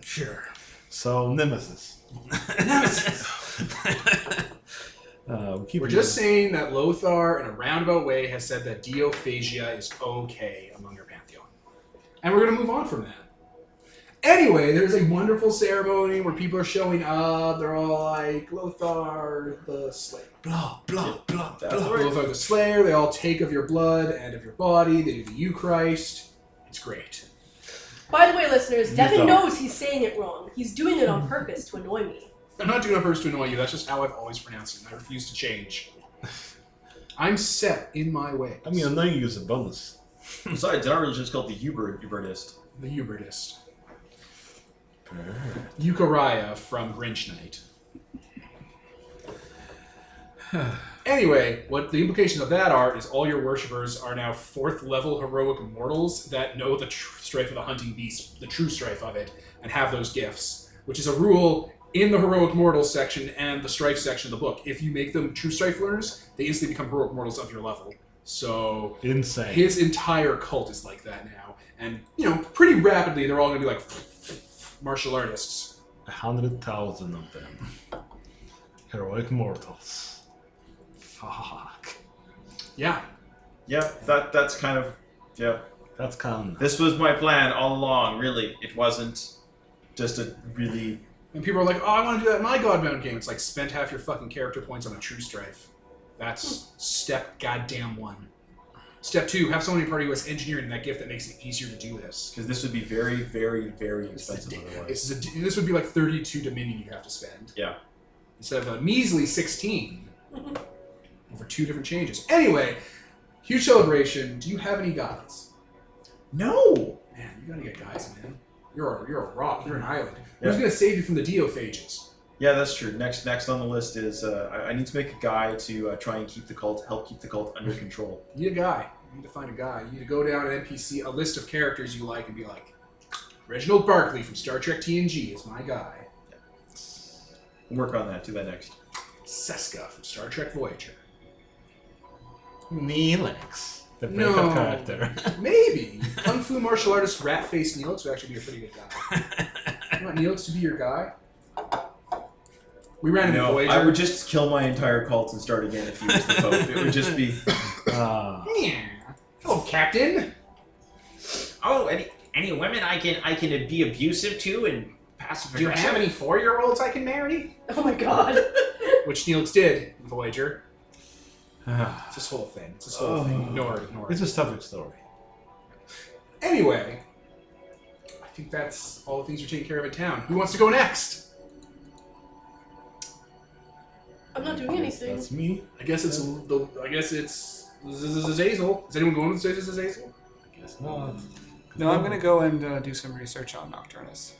D: Sure.
E: So, Nemesis. Uh, we keep
A: We're just saying that Lothar, in a roundabout way, has said that deophagia is okay among your pantheon. And we're going to move on from that. Anyway, there's a wonderful ceremony where people are showing up. They're all like, Lothar the Slayer.
E: blah, blah, blah,
F: That's
E: blah.
F: right.
A: Lothar the Slayer. They all take of your blood and of your body. They do the Eucharist. It's great.
B: By the way, listeners,
E: You
B: Devin
E: thought-
B: knows he's saying it wrong. He's doing it on purpose to annoy me.
A: I'm not doing it on purpose to annoy you. That's just how I've always pronounced it, and I refuse to change. I'm set in my way.
E: I mean, annoying you is a bonus.
F: Besides, our religion's called the Uber Ubernist.
A: the Hubertist. Eucharia from Grinch Night. anyway, what the implications of that are is all your worshippers are now fourth level heroic mortals that know the tr- strife of the hunting beast, the true strife of it, and have those gifts, which is a rule in the heroic mortals section and the strife section of the book. If you make them true strife learners, they instantly become heroic mortals of your level. So
E: Insane.
A: his entire cult is like that now, and you know, pretty rapidly they're all gonna be like martial artists.
E: A hundred thousand of them. Heroic mortals. Fuck.
A: Yeah,
F: Yeah, that that's kind of yeah.
E: That's kind
F: This was my plan all along. Really, it wasn't just a really
A: and people are like, "Oh, I want to do that in my Godbound game." It's like spend half your fucking character points on a True Strife. That's step goddamn one. Step two: have someone in your party who has engineering that gift that makes it easier to do this.
F: because this would be very, very, very
A: This is a
F: expensive
A: d-
F: otherwise.
A: This, is a d this would be like thirty-two Dominion you have to spend.
F: Yeah.
A: instead of a measly 16 over two different changes. Anyway, huge celebration. Do you have any guys?
F: No.
A: Man, you gotta get guys, man. You're a, you're a rock. You're an island. Who's
F: Mm. Yeah.
A: gonna save you from the deophages?
F: Yeah, that's true. Next, next on the list is uh, I, I need to make a guy to uh, try and keep the cult, help keep the cult under control.
A: You need a guy. You need to find a guy. You need to go down an NPC, a list of characters you like, and be like, Reginald Barkley from Star Trek TNG is my guy.
F: We'll work on that. Do that next.
A: Seska from Star Trek Voyager.
E: of. Neelix. The
A: No.
E: breakup character.
A: Maybe kung fu martial artist rat face Neelix would actually be a pretty good guy. you want Neelix to be your guy? We ran into
F: No,
A: Voyager.
F: I would just kill my entire cult and start again if he was the pope. It would just be
E: Ah.
A: Yeah. Hello, Captain.
F: oh, any any women I can I can be abusive to and passive
A: Do you have any four-year-olds I can marry?
B: Oh my god.
A: Which Neelix did in Voyager.
E: Ah.
A: It's this whole thing. It's this whole thing.
E: Oh.
A: Ignore it. Ignore it.
E: It's a subject story.
A: Anyway, I think that's all the things you're taking care of in town. Who wants to go next?
B: I'm not doing anything.
E: That's me.
A: I guess it's the. I guess it's Zazel. Is anyone going to Zazel? I guess not.
C: No, I'm gonna go and uh, do some research on Nocturnus.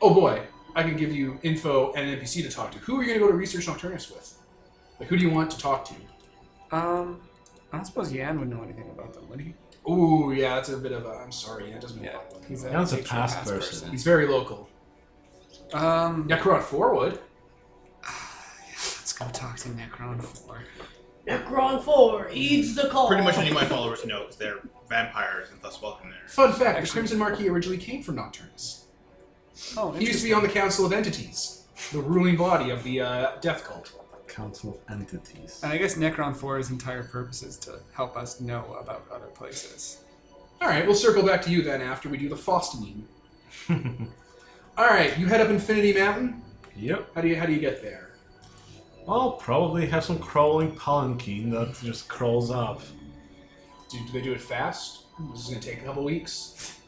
A: Oh boy, I can give you info and an NPC to talk to. Who are you going to go to research Nocturnus with? Like, who do you want to talk to?
C: Um, I don't suppose Yan would know anything about them, would he?
A: Ooh, yeah, that's a bit of a. I'm sorry, that doesn't mean a lot.
C: He's
E: Yan's a
C: picture
E: past person.
A: He's very local.
C: Um,
A: Necron Forward.
C: let's go talk to Necron Four.
B: Necron 4 heeds the call.
D: Pretty much any of my followers know because they're vampires and thus welcome there.
A: Fun fact:
C: Actually-
A: the Crimson Marquis originally came from Nocturnus.
C: Oh,
A: He used to be on the Council of Entities, the ruling body of the uh, Death Cult.
E: Council of entities.
C: And I guess Necron 4's entire purpose is to help us know about other places.
A: All right, we'll circle back to you then after we do the Fostamine. All right, you head up Infinity Mountain.
E: Yep.
A: How do you how do you get there?
E: I'll probably have some crawling palanquin that just crawls up.
A: Do, do they do it fast?
E: Hmm.
A: This is gonna take a couple weeks.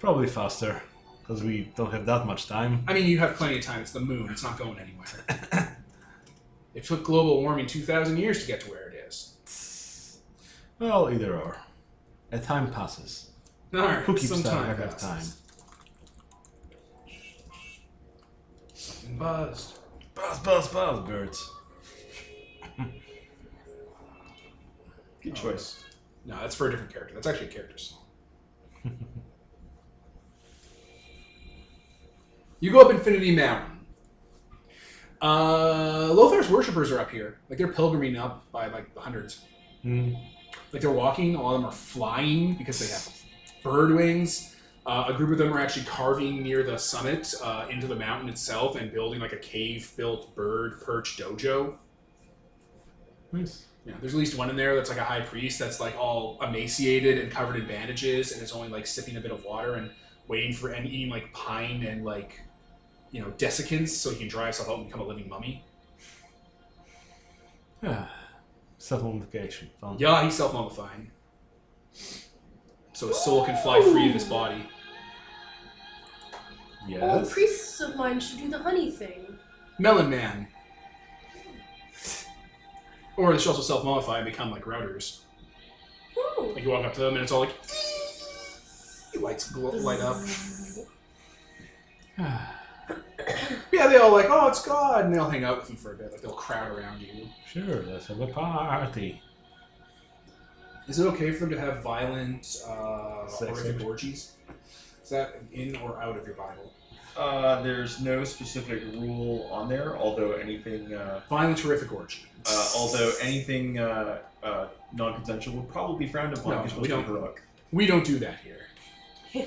E: Probably faster, because we don't have that much time.
A: I mean, you have plenty of time. It's the moon. It's not going anywhere. it took global warming two thousand years to get to where it is.
E: Well, either or. A time passes.
A: All right,
E: Who keeps
A: some
E: time?
A: time
E: I have time.
A: passes. Something buzzed.
E: Buzz, buzz, buzz, birds.
F: Good choice.
A: No, that's for a different character. That's actually a character song. you go up Infinity Mountain. Uh, Lothar's worshippers are up here. Like they're pilgriming up by like the hundreds.
E: Hmm.
A: Like they're walking. A lot of them are flying because they have bird wings. Uh, a group of them are actually carving near the summit uh, into the mountain itself and building like a cave-built bird perch dojo.
E: Nice.
A: Yeah, there's at least one in there that's like a high priest that's like all emaciated and covered in bandages and is only like sipping a bit of water and waiting for and eating like pine and like you know desiccants so he can dry himself out and become a living mummy.
E: Yeah. Self-modification. Fun.
A: Yeah, he's self mummifying, so his soul can fly free of his body.
B: All
E: Yes.
B: priests of mine should do the honey thing.
A: Melon Man, or they should also self mummify and become like routers.
B: Oh.
A: Like you walk up to them and it's all like lights glow, light up.
E: Ah,
A: Yeah, they all like, oh, it's God, and they'll hang out with you for a bit. Like they'll crowd around you.
E: sure, let's have a party.
A: Is it okay for them to have violent, uh,
E: Sex
A: horrific
E: orgy.
A: orgies? Is that in or out of your Bible?
F: Uh, there's no specific rule on there, although anything, uh,
A: Violent, horrific orgy.
F: uh, although anything uh, uh, non-consensual would probably be frowned upon
A: No,
F: because
A: we
F: we're
A: don't.
F: heroic.
A: We don't do that here.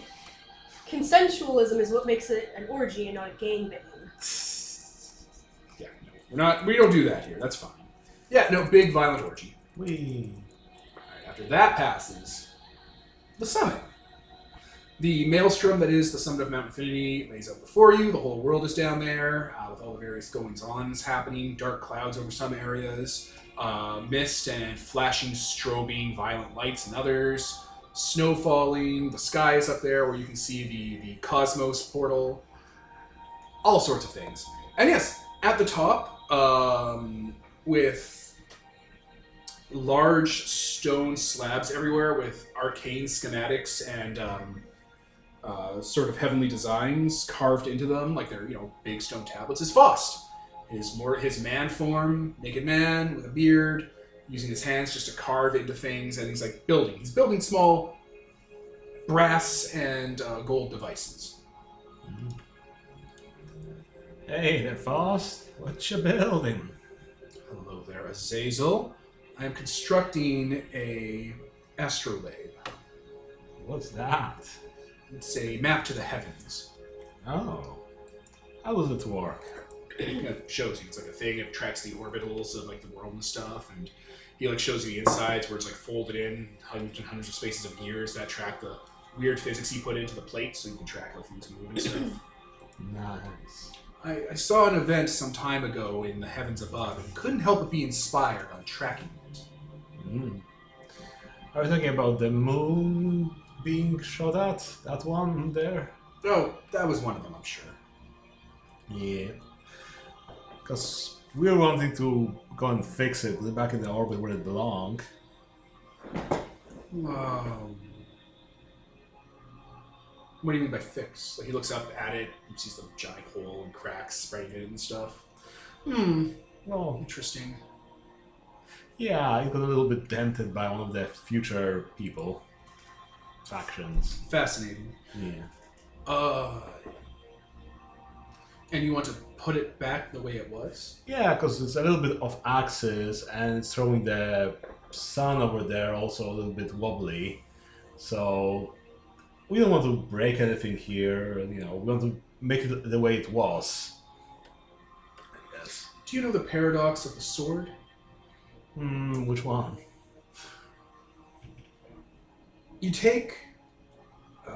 B: Consensualism is what makes it an orgy and not a gangbang.
A: Yeah, no, we're not. We don't do that here. That's fine. Yeah, no, big violent orgy.
E: We.
A: All right, after that passes, the summit. The maelstrom that is the summit of Mount Infinity lays out before you. The whole world is down there uh, with all the various goings ons happening, dark clouds over some areas, uh, mist and flashing, strobing, violent lights in others, snow falling, the sky is up there where you can see the, the cosmos portal, all sorts of things. And yes, at the top, um, with large stone slabs everywhere with arcane schematics and um, uh, sort of heavenly designs carved into them, like they're you know big stone tablets. Is Fost, his more his man form, naked man with a beard, using his hands just to carve into things, and he's like building. He's building small brass and uh, gold devices.
E: Hey, they're fast. What you building?
A: Hello there, Azazel. I am constructing a astrolabe.
E: What's that?
A: It's a map to the heavens.
E: Oh. How does it work?
A: it kind of shows you. It's like a thing. It tracks the orbitals of like the world and stuff, and he like shows you the insides where it's like folded in hundreds and hundreds of spaces of years that track the weird physics he put into the plate, so you can track how things move and stuff.
E: Nice.
A: I, I saw an event some time ago in the heavens above, and couldn't help but be inspired on tracking it.
G: Hmm.
E: Mm. Are we talking about the moon being shot at? That one there?
A: Oh, that was one of them, I'm sure.
E: Yeah. Because
G: We're wanting to go and fix it, put it back in the orbit where it belongs.
A: Um, what do you mean by fix? Like he looks up at it and sees the giant hole and cracks spreading in it and stuff. Hmm,
G: Well,
A: interesting.
G: yeah, it got a little bit dented by one of the future people. Factions.
A: Fascinating.
G: Yeah.
A: Uh, and you want to put it back the way it was?
G: Yeah, because it's a little bit off axis and it's throwing the sun over there also a little bit wobbly. So we don't want to break anything here. You know, we want to make it the way it was. I guess.
A: Do you know the paradox of the sword?
G: Hmm, which one?
A: You take uh,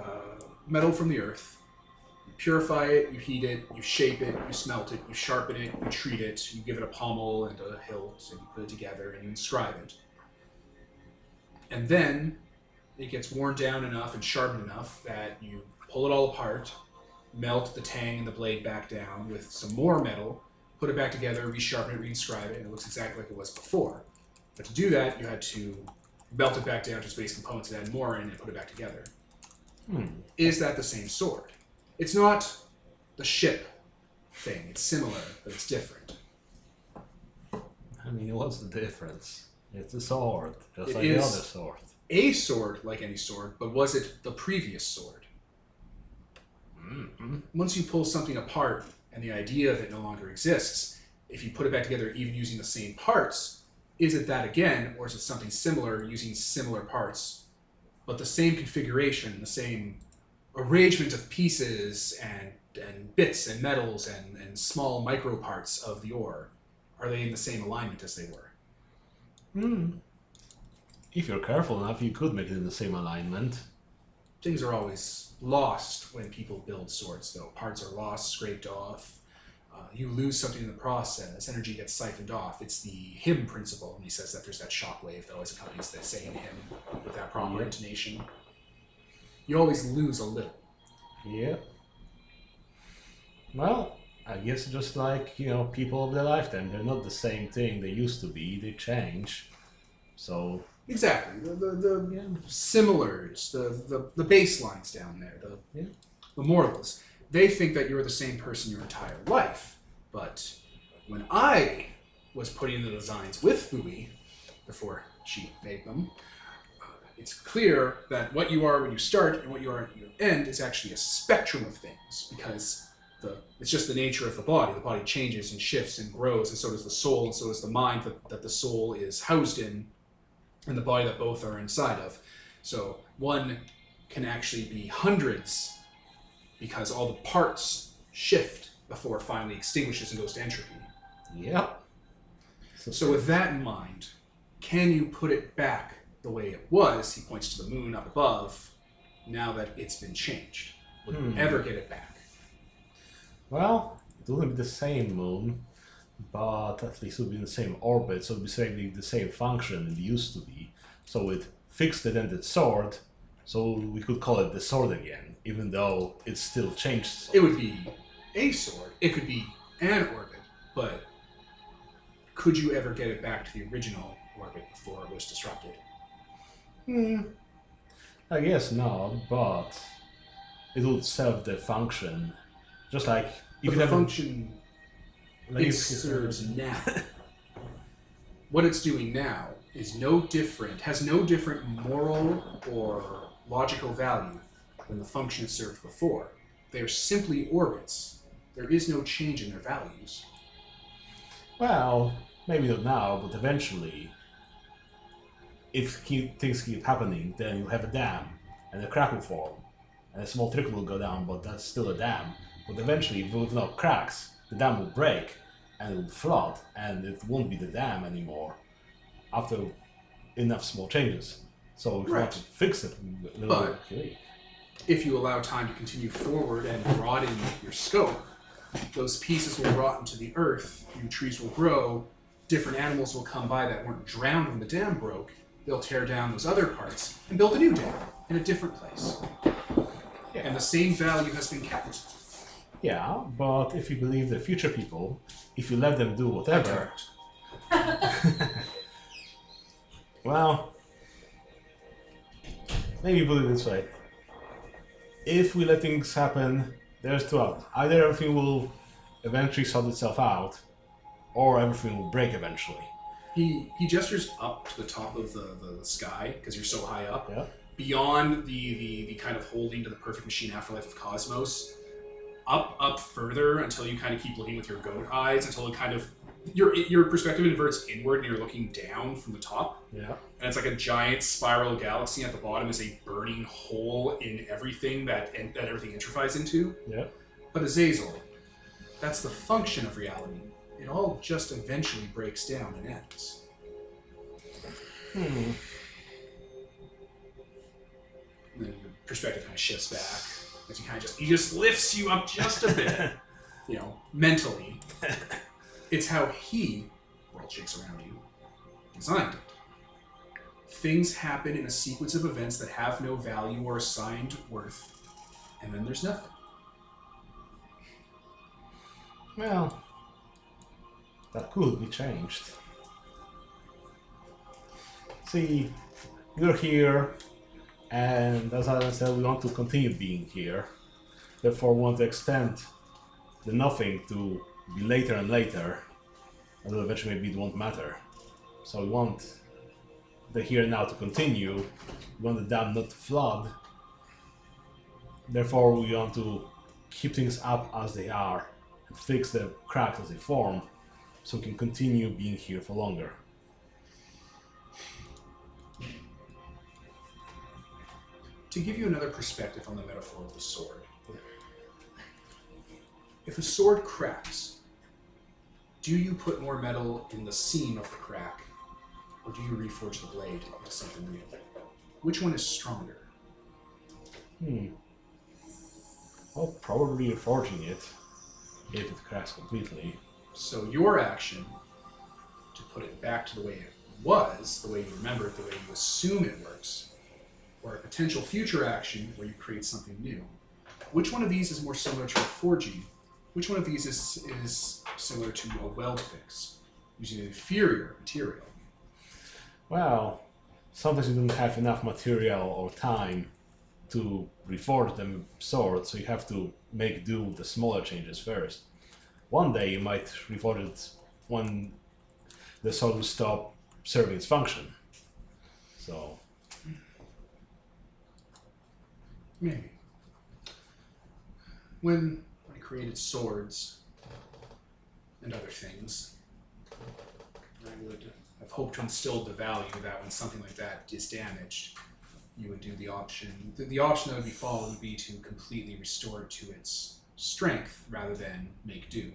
A: metal from the earth, you purify it, you heat it, you shape it, you smelt it, you sharpen it, you treat it, you give it a pommel and a hilt, and you put it together and you inscribe it. And then it gets worn down enough and sharpened enough that you pull it all apart, melt the tang and the blade back down with some more metal, put it back together, resharpen it, reinscribe it, and it looks exactly like it was before. But to do that, you had to melt it back down to its base components and add more in and put it back together.
G: Hmm.
A: Is that the same sword? It's not the ship thing. It's similar, but it's different.
G: I mean, what's the difference? It's a sword, just
A: It
G: like
A: is-
G: the other sword.
A: A sword, like any sword, but was it the previous sword?
G: mm
A: Once you pull something apart and the idea of it no longer exists, if you put it back together even using the same parts, is it that again, or is it something similar using similar parts, but the same configuration, the same arrangement of pieces and, and bits and metals and, and small micro parts of the ore? Are they in the same alignment as they were?
G: Hmm. If you're careful enough, you could make it in the same alignment.
A: things are always lost when people build swords though parts are lost scraped off uh, you lose something in the process energy gets siphoned off it's the him principle and he says that there's that shockwave that always accompanies the saying him with that proper
G: Yeah.
A: intonation you always lose a little
G: Yep. Well, I guess just like, you know, people of their lifetime, they're not the same thing they used to be, they change. So,
A: exactly the, the, the
G: yeah.
A: similars the, the, the baselines down there the,
G: Yeah.
A: the mortals they think that you're the same person your entire life but when i was putting the designs with fui before she made them uh, it's clear that what you are when you start and what you are at your end is actually a spectrum of things because the, it's just the nature of the body. The body changes and shifts and grows, and so does the soul, and so does the mind that, that the soul is housed in, and the body that both are inside of. So one can actually be hundreds because all the parts shift before it finally extinguishes and goes to entropy.
G: Yep.
A: So with that in mind, can you put it back the way it was? He points to the moon up above. Now that it's been changed, would you
G: Hmm.
A: ever get it back?
G: Well, it wouldn't be the same moon, but at least it would be in the same orbit, so it would be saving the same function it used to be. So it fixed it ended sword, so we could call it the sword again, even though it still changed.
A: It would be a sword. It could be an orbit, but could you ever get it back to the original orbit before it was disrupted?
G: Hmm. I guess not, but it would serve the function. Just like
A: But
G: if you
A: the
G: have
A: function
G: like
A: it
G: if-
A: serves now. what it's doing now is no different, has no different moral or logical value than the function it served before. They are simply orbits. There is no change in their values.
G: Well, maybe not now, but eventually, if keep, things keep happening, then you'll have a dam, and a crack will form, and a small trickle will go down, but that's still a dam. But eventually, with no cracks, the dam will break, and it will flood, and it won't be the dam anymore after enough small changes. So if you
A: Right.
G: want to fix it, a little
A: But-
G: bit-
A: If you allow time to continue forward and broaden your scope, those pieces will rot into the earth, new trees will grow, different animals will come by that weren't drowned when the dam broke. They'll tear down those other parts and build a new dam in a different place.
G: Yeah.
A: And the same value has been kept.
G: Yeah, but if you believe the future people, if you let them do whatever, well, maybe put it this way: if we let things happen, there's two out. Either everything will eventually sort itself out, or everything will break eventually.
A: He he gestures up to the top of the, the, the sky because you're so high up.
G: Yeah.
A: Beyond the, the the kind of holding to the perfect machine afterlife of Cosmos, up up further until you kind of keep looking with your goat eyes until it kind of your your perspective inverts inward and you're looking down from the top
G: Yeah.
A: and it's like a giant spiral galaxy. At the bottom is a burning hole in everything that and, that everything interfies into.
G: Yeah.
A: But Azazel, that's the function of reality. It all just eventually breaks down and ends.
G: Hmm.
A: And then your perspective kind of shifts back as you kind of just he just lifts you up just a bit, you know, mentally. It's how he world shakes around you designed it. Things happen in a sequence of events that have no value or assigned worth, and then there's nothing.
G: Well, that could be changed. See, you're here, and as I said, we want to continue being here. Therefore, we want to extend the nothing to be later and later, although eventually maybe it won't matter. So we want the here and now to continue. We want the dam not to flood. Therefore, we want to keep things up as they are and fix the cracks as they form so we can continue being here for longer.
A: To give you another perspective on the metaphor of the sword, if a sword cracks, do you put more metal in the seam of the crack, or do you reforge the blade into something new? Which one is stronger?
G: Hmm. Well, probably forging it if it cracks completely.
A: So your action to put it back to the way it was, the way you remember it, the way you assume it works, or a potential future action where you create something new. Which one of these is more similar to a forging? Which one of these is, is similar to a weld fix using an inferior material?
G: Well, sometimes you don't have enough material or time to reforge the sword, so you have to make do with the smaller changes first. One day you might reforge it when the sword will stop serving its function. So,
A: Maybe. When I created swords and other things, I would have hoped to instill the value that when something like that is damaged, you would do the option. The, the option that would be followed would be to completely restore it to its strength rather than make do.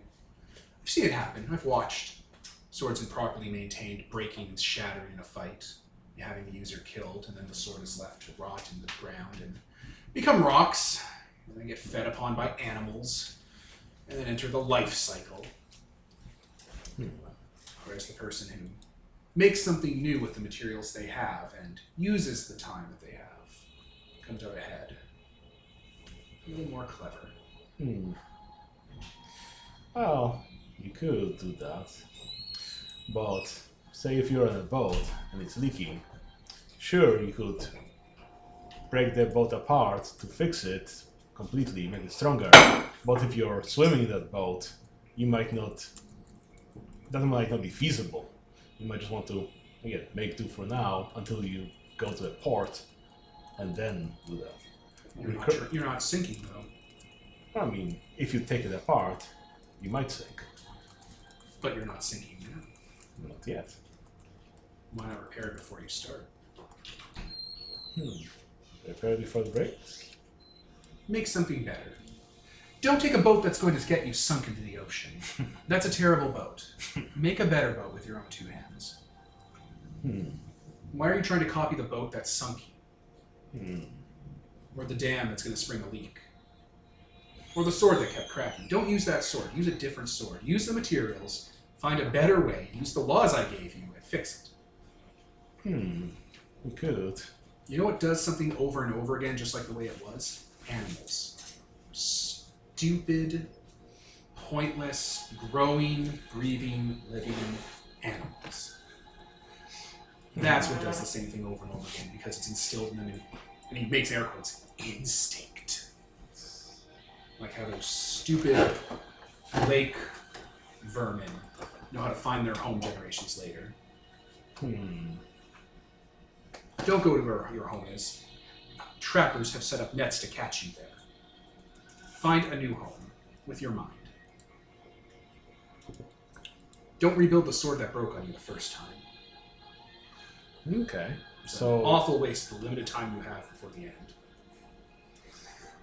A: I've seen it happen. I've watched swords improperly maintained breaking and shattering in a fight, having the user killed, and then the sword is left to rot in the ground and become rocks, and then get fed upon by animals, and then enter the life cycle. Hmm. Whereas the person who makes something new with the materials they have and uses the time that they have comes out ahead. A little more clever.
G: hmm. Well, you could do that. But, say if you're on a boat and it's leaking, sure, you could break the boat apart to fix it completely, make it stronger. But if you're swimming in that boat, you might not. That might not be feasible. You might just want to, again, make do for now until you go to a port and then do that.
A: You're not,
G: Recur-
A: tr- you're not sinking, though.
G: I mean, if you take it apart, you might sink.
A: But you're not sinking now.
G: Not yet.
A: Why not repair it before you start?
G: Hmm. Prepare before the breaks.
A: Make something better. Don't take a boat that's going to get you sunk into the ocean. That's a terrible boat. Make a better boat with your own two hands.
G: Hmm.
A: Why are you trying to copy the boat that sunk you,
G: Hmm.
A: or the dam that's going to spring a leak, or the sword that kept cracking? Don't use that sword. Use a different sword. Use the materials. Find a better way. Use the laws I gave you and fix it.
G: Hmm. We could.
A: You know what does something over and over again, just like the way it was? Animals. Stupid stupid, pointless, growing, breathing, living animals. That's what does the same thing over and over again because it's instilled in them, in- and he makes air quotes, instinct. Like how those stupid lake vermin know how to find their home generations later.
G: Hmm.
A: Don't go to where your home is. Trappers have set up nets to catch you there. Find a new home with your mind. Don't rebuild the sword that broke on you the first time.
G: Okay.
A: It's
G: So
A: an awful waste of the limited time you have before the end.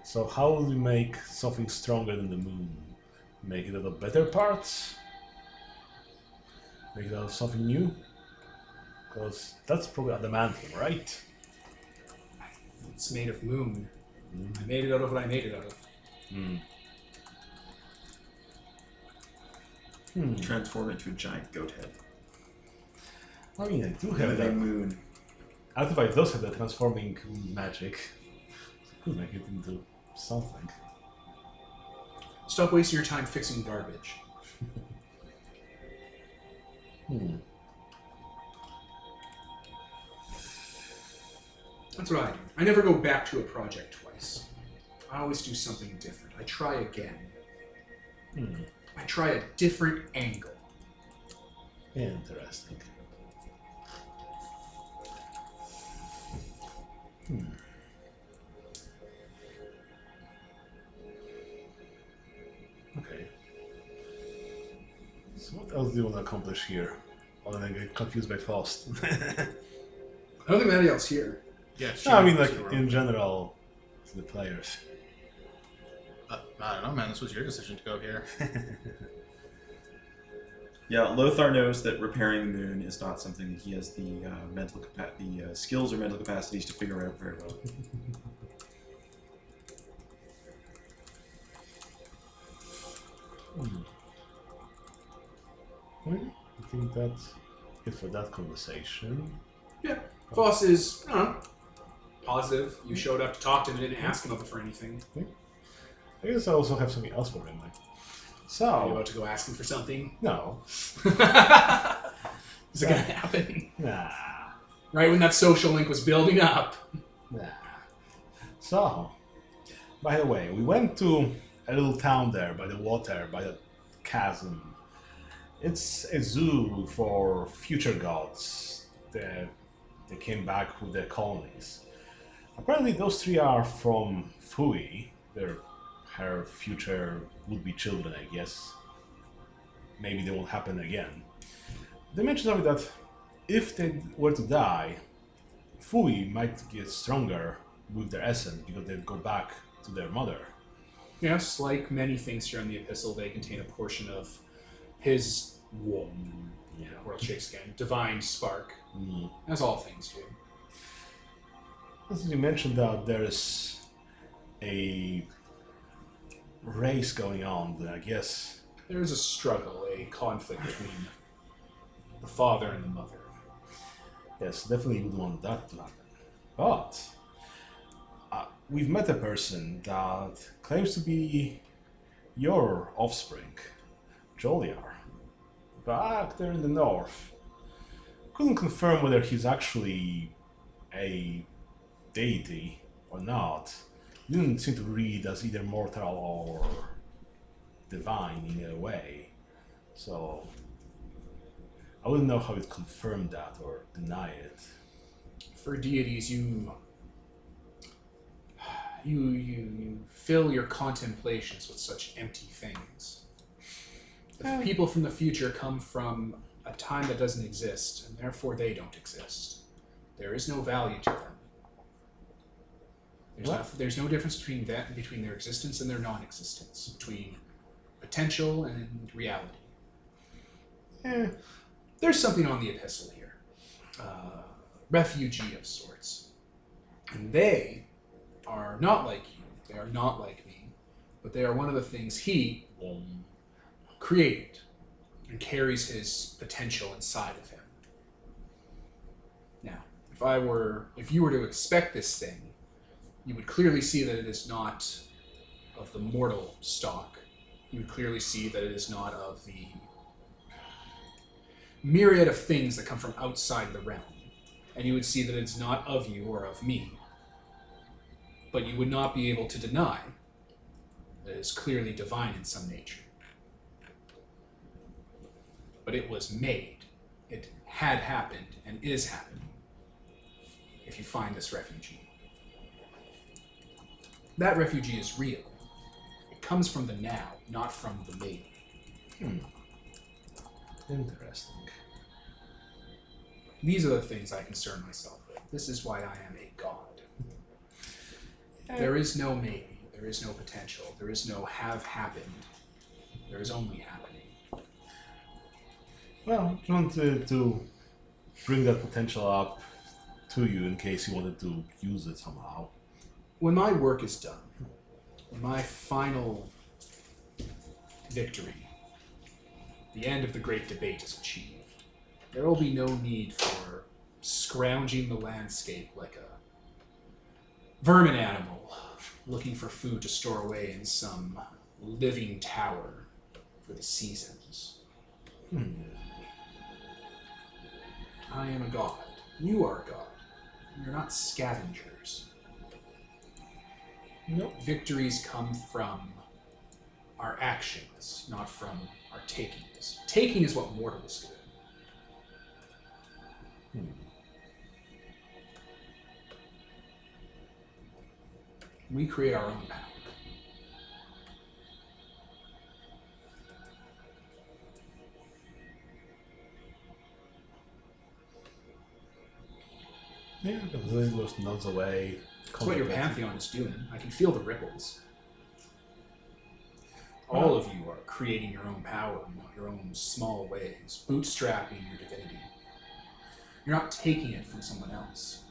G: So how will we make something stronger than the moon? Make it out of better parts? Make it out of something new? Because that's probably adamantium, right?
A: It's made of moon. I made it out of what I made it out of.
G: Hmm. Hmm.
F: Transform into a giant goat head.
G: I mean, I do have
F: With a
G: that.
F: moon.
G: Artifact does have that transforming magic. So could make it into something.
A: Stop wasting your time fixing garbage.
G: Hmm.
A: That's what I do. I never go back to a project twice. I always do something different. I try again.
G: Hmm.
A: I try a different angle.
G: Interesting. Hmm. Okay. So what else do you want to accomplish here? Other than get confused by Faust.
A: I don't think anybody else here.
D: Yeah,
G: no, I mean, like in general, to the players.
D: Uh, I don't know, man. This was your decision to go here.
G: Hmm.
F: Yeah, Lothar knows that repairing the moon is not something that he has the uh, mental capa- the uh, skills or mental capacities to figure out very well.
G: Hmm. Well, Hmm, I think that's it for that conversation.
A: Foss is, I don't know, positive. You showed up to talk to him and didn't ask him for anything.
G: I guess I also have something else for him. Like,
A: Are you
G: so
A: about to go ask him for something?
G: no,
A: is it gonna happen?
G: nah.
A: Right when that social link was building up.
G: Nah. So, by the way, we went to a little town there by the water, by the chasm. It's a zoo for future gods that they came back with their colonies. Apparently, those three are from Fui. Their her future would be children, I guess. Maybe they won't happen again. They mentioned something that if they were to die, Fui might get stronger with their essence because they go back to their mother.
A: Yes, like many things here in the epistle, they contain a portion of his womb,
G: Yeah.
A: world shakes again, divine spark,
G: Mm.
A: as all things do.
G: As you mentioned that there's a race going on, then I guess.
A: There is a struggle, a conflict between the father and the mother.
G: Yes, definitely would want that to happen. But uh, we've met a person that claims to be your offspring, Joliar, back there in the north. Couldn't confirm whether he's actually a deity or not. Didn't seem to read as either mortal or divine in a way. So I wouldn't know how it confirmed that or deny it.
A: For deities, you you you, you fill your contemplations with such empty things. The people from the future come from a time that doesn't exist, and therefore they don't exist. There is no value to them. There's,
G: What?
A: noth- there's no difference between that between their existence and their non-existence, between potential and reality.
G: Eh,
A: there's something on the epistle here uh, refugee of sorts and they are not like you they are not like me but they are one of the things he um, created and carries his potential inside of him now if i were if you were to expect this thing you would clearly see that it is not of the mortal stock, you would clearly see that it is not of the myriad of things that come from outside the realm. And you would see that it's not of you or of me. But you would not be able to deny that it is clearly divine in some nature. But it was made, it had happened, and is happening. If you find this refugee, that refugee is real. It comes from the now, not from the made.
G: Interesting.
A: These are the things I concern myself with. This is why I am a god. There is no maybe. There is no potential. There is no have happened. There is only happening.
G: Well, I wanted to bring that potential up to you in case you wanted to use it somehow.
A: When my work is done, when my final victory, the end of the great debate is achieved, there will be no need for scrounging the landscape like a vermin animal looking for food to store away in some living tower for the seasons. Hmm. I am a god. You are a god. You're not scavengers. Nope. Victories come from our actions, not from our takings. Taking is Hmm. what mortals do. We create our own power.
G: Yeah, because it goes nuns away.
A: That's what your pantheon is doing. I can feel the ripples. All of you are creating your own power in your own small ways, bootstrapping your divinity. You're not taking it from someone else.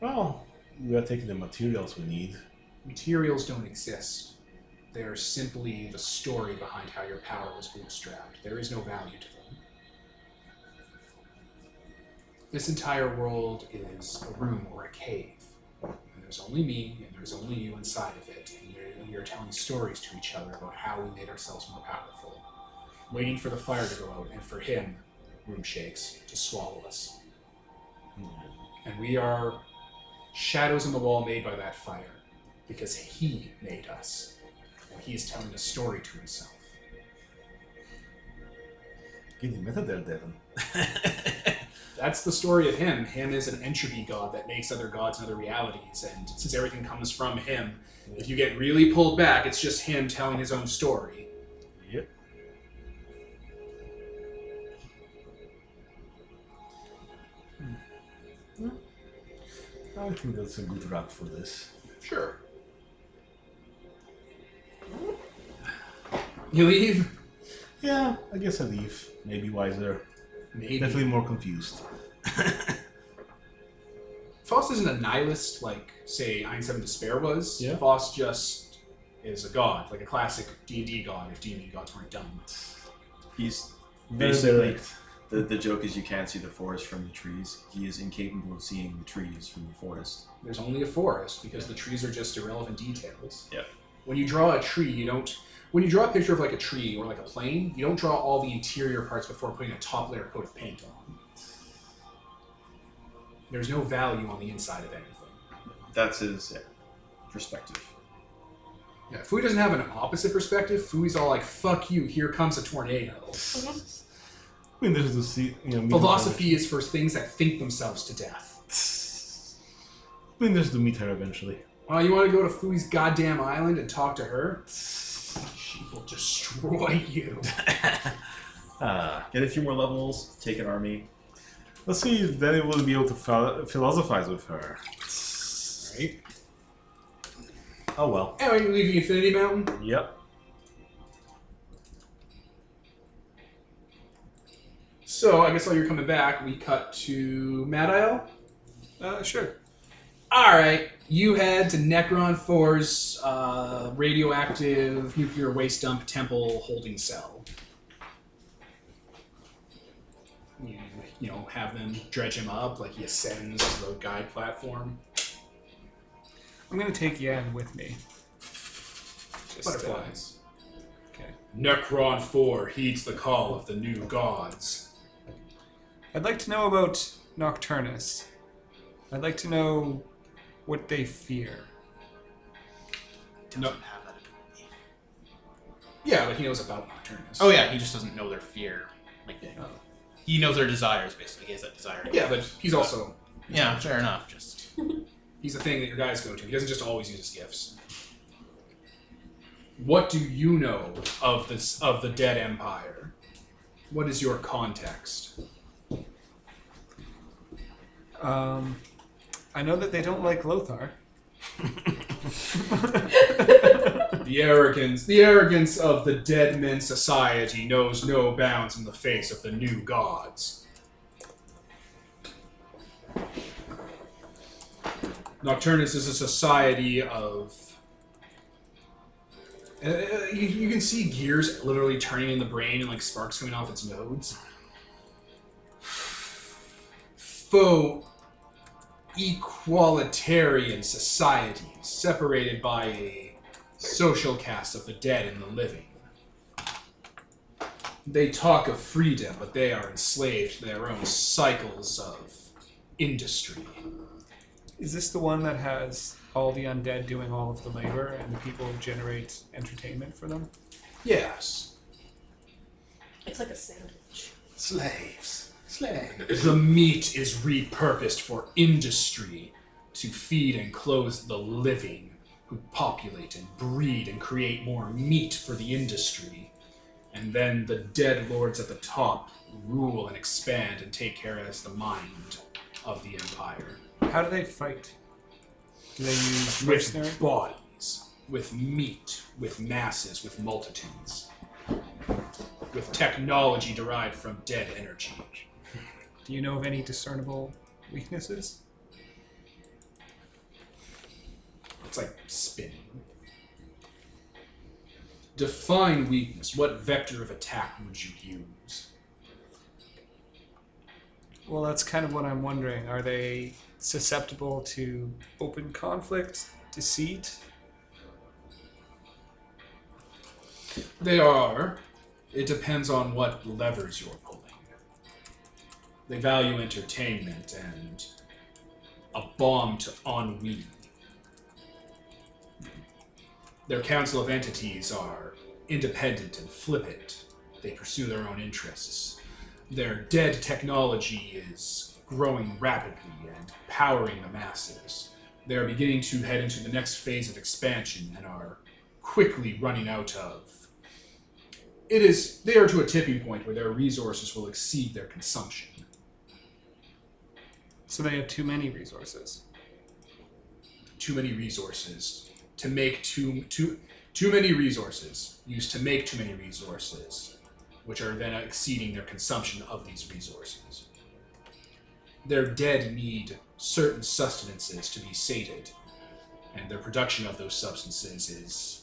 G: Well, we are taking the materials we need.
A: Materials don't exist. They are simply the story behind how your power was bootstrapped. There is no value to them. This entire world is a room or a cave. And there's only me, and there's only you inside of it. And you're- and we are telling stories to each other about how we made ourselves more powerful. Waiting for the fire to go out, and for him, room shakes, to swallow us. And we are shadows on the wall made by that fire because he made us and he is telling a story to himself
G: Getting meta there, Devon.
A: that's the story of him him is an entropy god that makes other gods and other realities and since everything comes from him if you get really pulled back it's just him telling his own story
G: Yep. Hmm. I think that's a good wrap for this.
A: sure you leave
G: Yeah, I guess I leave. Maybe wiser.
A: maybe
G: Definitely more confused.
A: Foss isn't a nihilist like, say, Einstein Despair was.
G: Yeah.
A: Foss just is a god, like a classic D and D god. If D and D gods weren't dumb,
F: He's
G: Very
F: basically
G: direct.
F: the, the joke is you can't see the forest from the trees. He is incapable of seeing the trees from the forest.
A: there's only a forest because the trees are just irrelevant details.
F: Yeah.
A: When you draw a tree, you don't. When you draw a picture of like a tree or like a plane, you don't draw all the interior parts before putting a top layer coat of paint on. There's no value on the inside of anything.
F: That's his yeah, perspective.
A: Yeah, Fui doesn't have an opposite perspective. Fui's all like, "Fuck you! Here comes a tornado."
G: I mean, there's the sea. You know, meat and
A: Philosophy is for things that think themselves to death.
G: harvest. I mean, there's the meet her eventually.
A: Oh, you want to go to Fui's goddamn island and talk to her? She will destroy you.
G: Ah,
F: Get a few more levels, take an army.
G: let's see if Danny will be able to phil- philosophize with her.
A: Right?
G: Oh well.
A: Anyway, you're leaving Infinity Mountain.
G: Yep.
A: So I guess while you're coming back, we cut to Mad Isle.
C: Uh, sure.
A: All right, you head to Necron 4's uh, radioactive nuclear waste dump temple holding cell. You, you know, have them dredge him up like he ascends to the guide platform.
C: I'm gonna take Yan with me.
A: Just,
C: Butterflies.
A: uh, okay. Necron 4 heeds the call of the new gods.
C: I'd like to know about Nocturnus. I'd like to know what they fear.
D: Doesn't
A: No.
D: have that ability.
A: Yeah, but he knows about Nocturnus.
D: Oh yeah, he just doesn't know their fear. Like he knows their desires basically. He has that desire.
A: Yeah, but he's also
D: yeah, fair enough. Just
A: he's the thing that your guys go to. He doesn't just always use his gifts. What do you know of this of the Dead Empire? What is your context?
C: Um, I know that they don't like Lothar.
A: The arrogance the arrogance of the dead men society knows no bounds in the face of the new gods. Nocturnus is a society of Uh, you, you can see gears literally turning in the brain and like sparks coming off its nodes. Faux equalitarian society separated by a social caste of the dead and the living. They talk of freedom, but they are enslaved to their own cycles of industry.
C: Is this the one that has all the undead doing all of the labor and the people generate entertainment for them?
A: Yes.
B: It's like a sandwich.
A: Slaves. Slaves. The meat is repurposed for industry to feed and clothe the living who populate and breed and create more meat for the industry. And then the dead lords at the top rule and expand and take care as the mind of the empire.
C: How do they fight? Do they use mercenary?
A: With bodies, with meat, with masses, with multitudes, with technology derived from dead energy.
C: Do you know of any discernible weaknesses?
A: It's like spinning. Define weakness. What vector of attack would you use?
C: Well, that's kind of what I'm wondering. Are they susceptible to open conflict, deceit?
A: They are. It depends on what levers you're pulling. They value entertainment and a bomb to ennui. Their council of entities are independent and flippant. They pursue their own interests. Their dead technology is growing rapidly and powering the masses. They are beginning to head into the next phase of expansion and are quickly running out of it is they are to a tipping point where their resources will exceed their consumption.
C: So they have too many resources.
A: Too many resources to make too too too many resources used to make too many resources, which are then exceeding their consumption of these resources. Their dead need certain sustenances to be sated, and their production of those substances is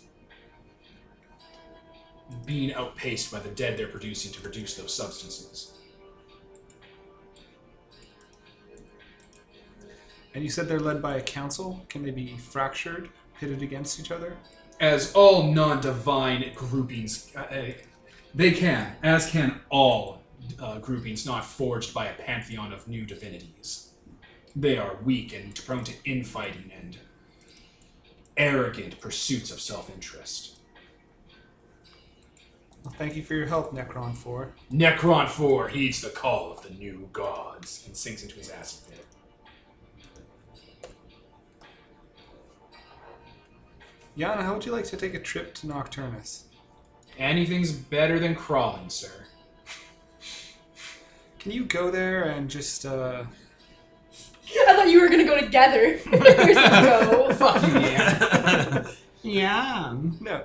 A: being outpaced by the dead they're producing to produce those substances.
C: And you said they're led by a council? Can they be fractured, pitted against each other?
A: as all non-divine groupings uh, uh, they can as can all uh, groupings not forged by a pantheon of new divinities they are weak and prone to infighting and arrogant pursuits of self-interest
C: Well, thank you for your help, Necron 4.
A: necron 4 heeds the call of the new gods and sinks into his acid pit
C: Yana, how would you like to take a trip to Nocturnus?
A: anything's better than crawling sir
C: Can you go there and just, uh,
B: I thought you were gonna go together. Here's a go.
A: fuck you man
C: no.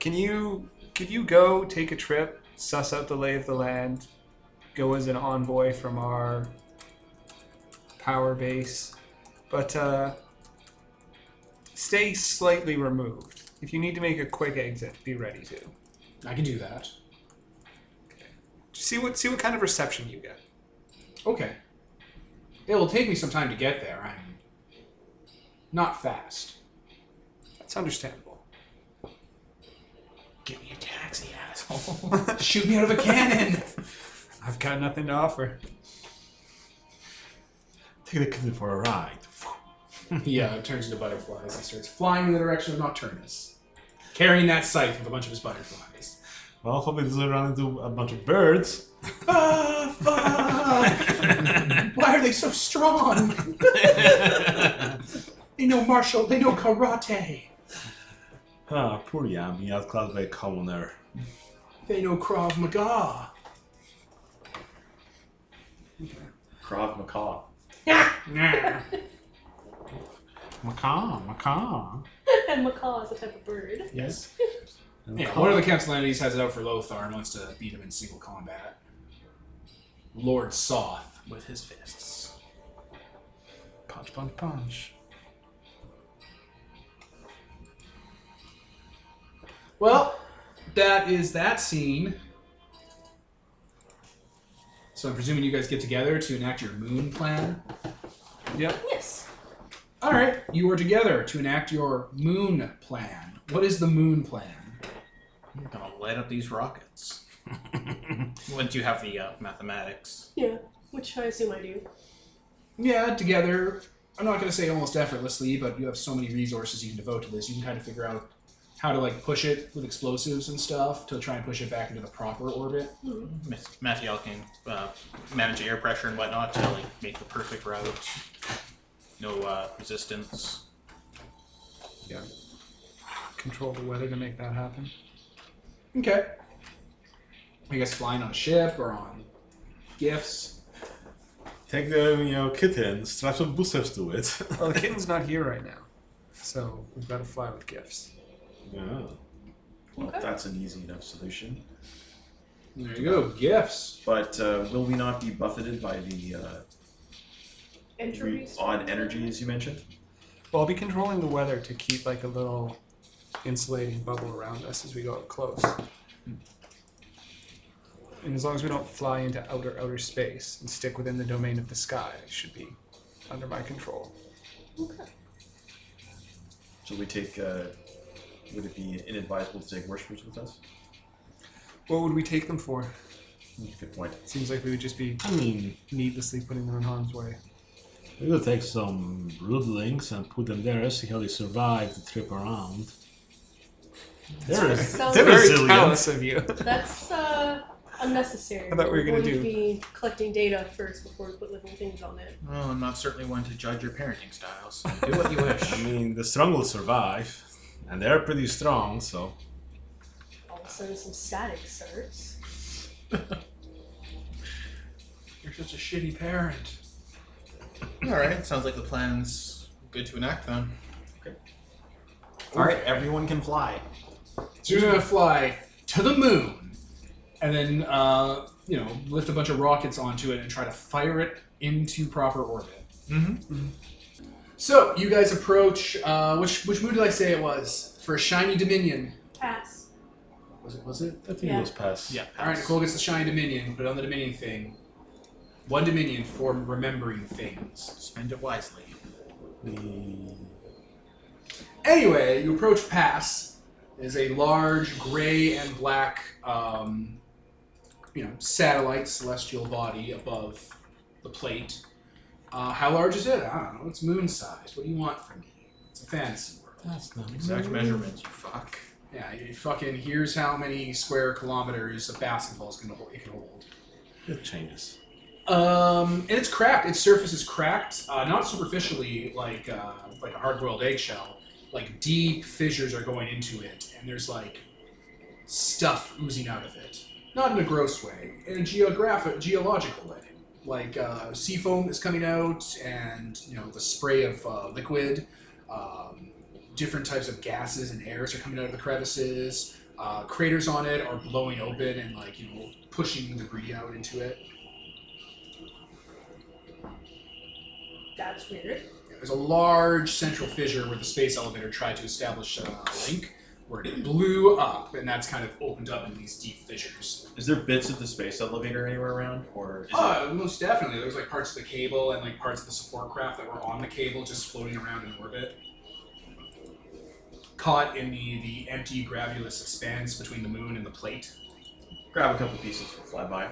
C: Can you, could you go take a trip, suss out the lay of the land, go as an envoy from our power base, but, uh, stay slightly removed. If you need to make a quick exit, be ready to.
A: i can do that
C: Just see what, see what kind of reception you get.
A: Okay. It will take me some time to get there. I'm not fast.
C: That's understandable.
D: asshole. Shoot me out of a cannon.
C: I've got nothing to offer.
G: Take the kitten for a ride.
A: yeah, it uh, turns into butterflies and starts flying in the direction of Nocturnus, carrying that scythe with a bunch of his butterflies.
G: Well, hope it doesn't run into a bunch of birds.
A: Ah, fuck! Why are they so strong? They know martial. They know karate.
G: Ah, poor Yam, he outclassed by a commoner.
A: They know Krav Maga.
F: Krav Maga.
G: Macaw, macaw.
B: and macaw is a type of bird.
A: Yes. Yeah, one of the council entities has it out for Lothar and wants to beat him in single combat. Lord Soth with his fists. Punch, punch, punch. Well, that is that scene. So I'm presuming you guys get together to enact your moon plan.
B: Yes.
A: All right, you are together to enact your moon plan. What is the moon plan?
D: I'm gonna light up these rockets. Once you have the uh, mathematics.
B: Yeah. Which I assume I do.
A: yeah, together. I'm not going to say almost effortlessly, but you have so many resources you can devote to this. You can kind of figure out how to like push it with explosives and stuff to try and push it back into the proper orbit.
D: Miss- Matthew can uh, manage air pressure and whatnot to like make the perfect route. No uh, resistance.
C: Control the weather to make that happen.
A: Okay. I guess flying on a ship or on gifts.
G: Take the you know kitten, strap some boosters to it.
C: Well, the kitten's not here right now, so we've got to fly with gifts.
G: yeah.
F: Well,
B: Okay.
F: that's an easy enough solution.
A: There you go, gifts.
F: But uh, will we not be buffeted by the uh, re-
B: Entropy.
F: odd energy as you mentioned?
C: Well, I'll be controlling the weather to keep like a little insulating bubble around us as we go up close. And as long as we don't fly into outer outer space and stick within the domain of the sky, it should be under my control.
B: Okay.
F: Shall we take? Uh, would it be inadvisable to take worshippers with us?
C: What would we take them for?
F: Good point.
C: Seems like we would just be
G: I mean,
C: needlessly putting them in harm's way.
G: we could take some broodlings and put them there, see how they survive the trip around. They're,
B: sounds
G: they're
B: very
G: resilient.
C: callous of you.
B: That's uh, unnecessary.
C: I thought we were gonna
B: going
C: do-
B: to be collecting data first before we put living things on it.
D: Well, I'm not certainly one to judge your parenting styles. do what you wish.
G: I mean, the strong will survive, and they're pretty strong, so.
B: All of a sudden, some static starts.
A: You're such a shitty parent.
D: All right, sounds like the plan's good to enact then.
F: All right, everyone can fly.
A: So you're gonna fly to the moon, and then uh, you know lift a bunch of rockets onto it and try to fire it into proper orbit. Mm-hmm.
D: Mhm.
A: So you guys approach. Uh, which which moon did I say it was for Shiny Dominion?
B: Pass.
A: Was it? Was it?
G: I think
B: Yeah.
G: it was past.
A: All right, Nicole gets the Shiny Dominion, but on the Dominion thing, one Dominion for remembering things.
D: Spend it wisely.
A: Anyway, you approach Pass. It is a large gray and black, um, you know, satellite celestial body above the plate. Uh, how large is it? I don't know. It's moon sized. What do you want from me? It's a fantasy world.
G: That's not
D: Exact measurements, you fuck.
A: Yeah, you fucking. Here's how many square kilometers a basketball is gonna hold. It can hold.
G: It changes.
A: Um, and it's cracked. Its surface is cracked, uh, not superficially like uh, like a hard-boiled eggshell. Like deep fissures are going into it, and there's like stuff oozing out of it. Not in a gross way, in a geographic, geological way. Like uh, sea foam is coming out, and you know the spray of uh, liquid. Um, different types of gases and airs are coming out of the crevices. Uh, craters on it are blowing open and like you know pushing debris out into it.
B: That's weird.
A: There's a large central fissure where the space elevator tried to establish a link, where it blew up, and that's kind of opened up in these deep fissures.
F: Is there bits of the space elevator anywhere around, or is it,
A: Oh, most definitely. There's like parts of the cable and like parts of the support craft that were on the cable just floating around in orbit, caught in the the empty gravulous expanse between the moon and the plate.
F: Grab a couple pieces and fly by.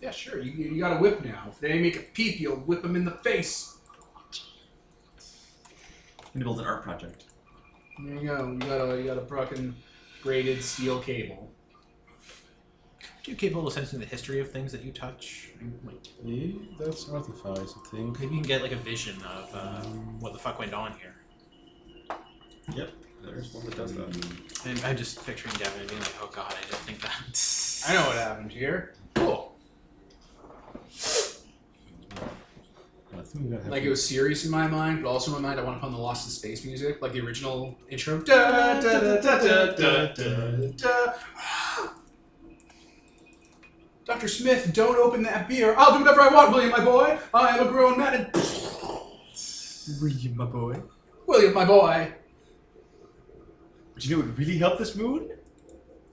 A: Yeah, sure. You, you got a whip now. If they make a peep, you'll whip them in the face.
F: I'm gonna build an art project.
A: There you go. You got a you got a fucking braided steel cable.
D: Are you capable of sensing the history of things that you touch? Like,
G: Eh, that's artifice, I think.
D: maybe you can get like a vision of uh, what the fuck went on here.
F: Yep, there's one that does that.
D: I'm, I'm just picturing Devin being like, "Oh God, I didn't think that."
A: I know what happened here. Cool.
G: I think I have
A: Like it was serious in my mind, but also in my mind, I want to put on the Lost in Space music, like the original intro. Da, da, da, da, da, da, da, da. Dr. Smith, don't open that beer. I'll do whatever I want, William, my boy. I am a grown man and
F: William, my boy.
A: William, my boy.
F: But you know what would really help this mood?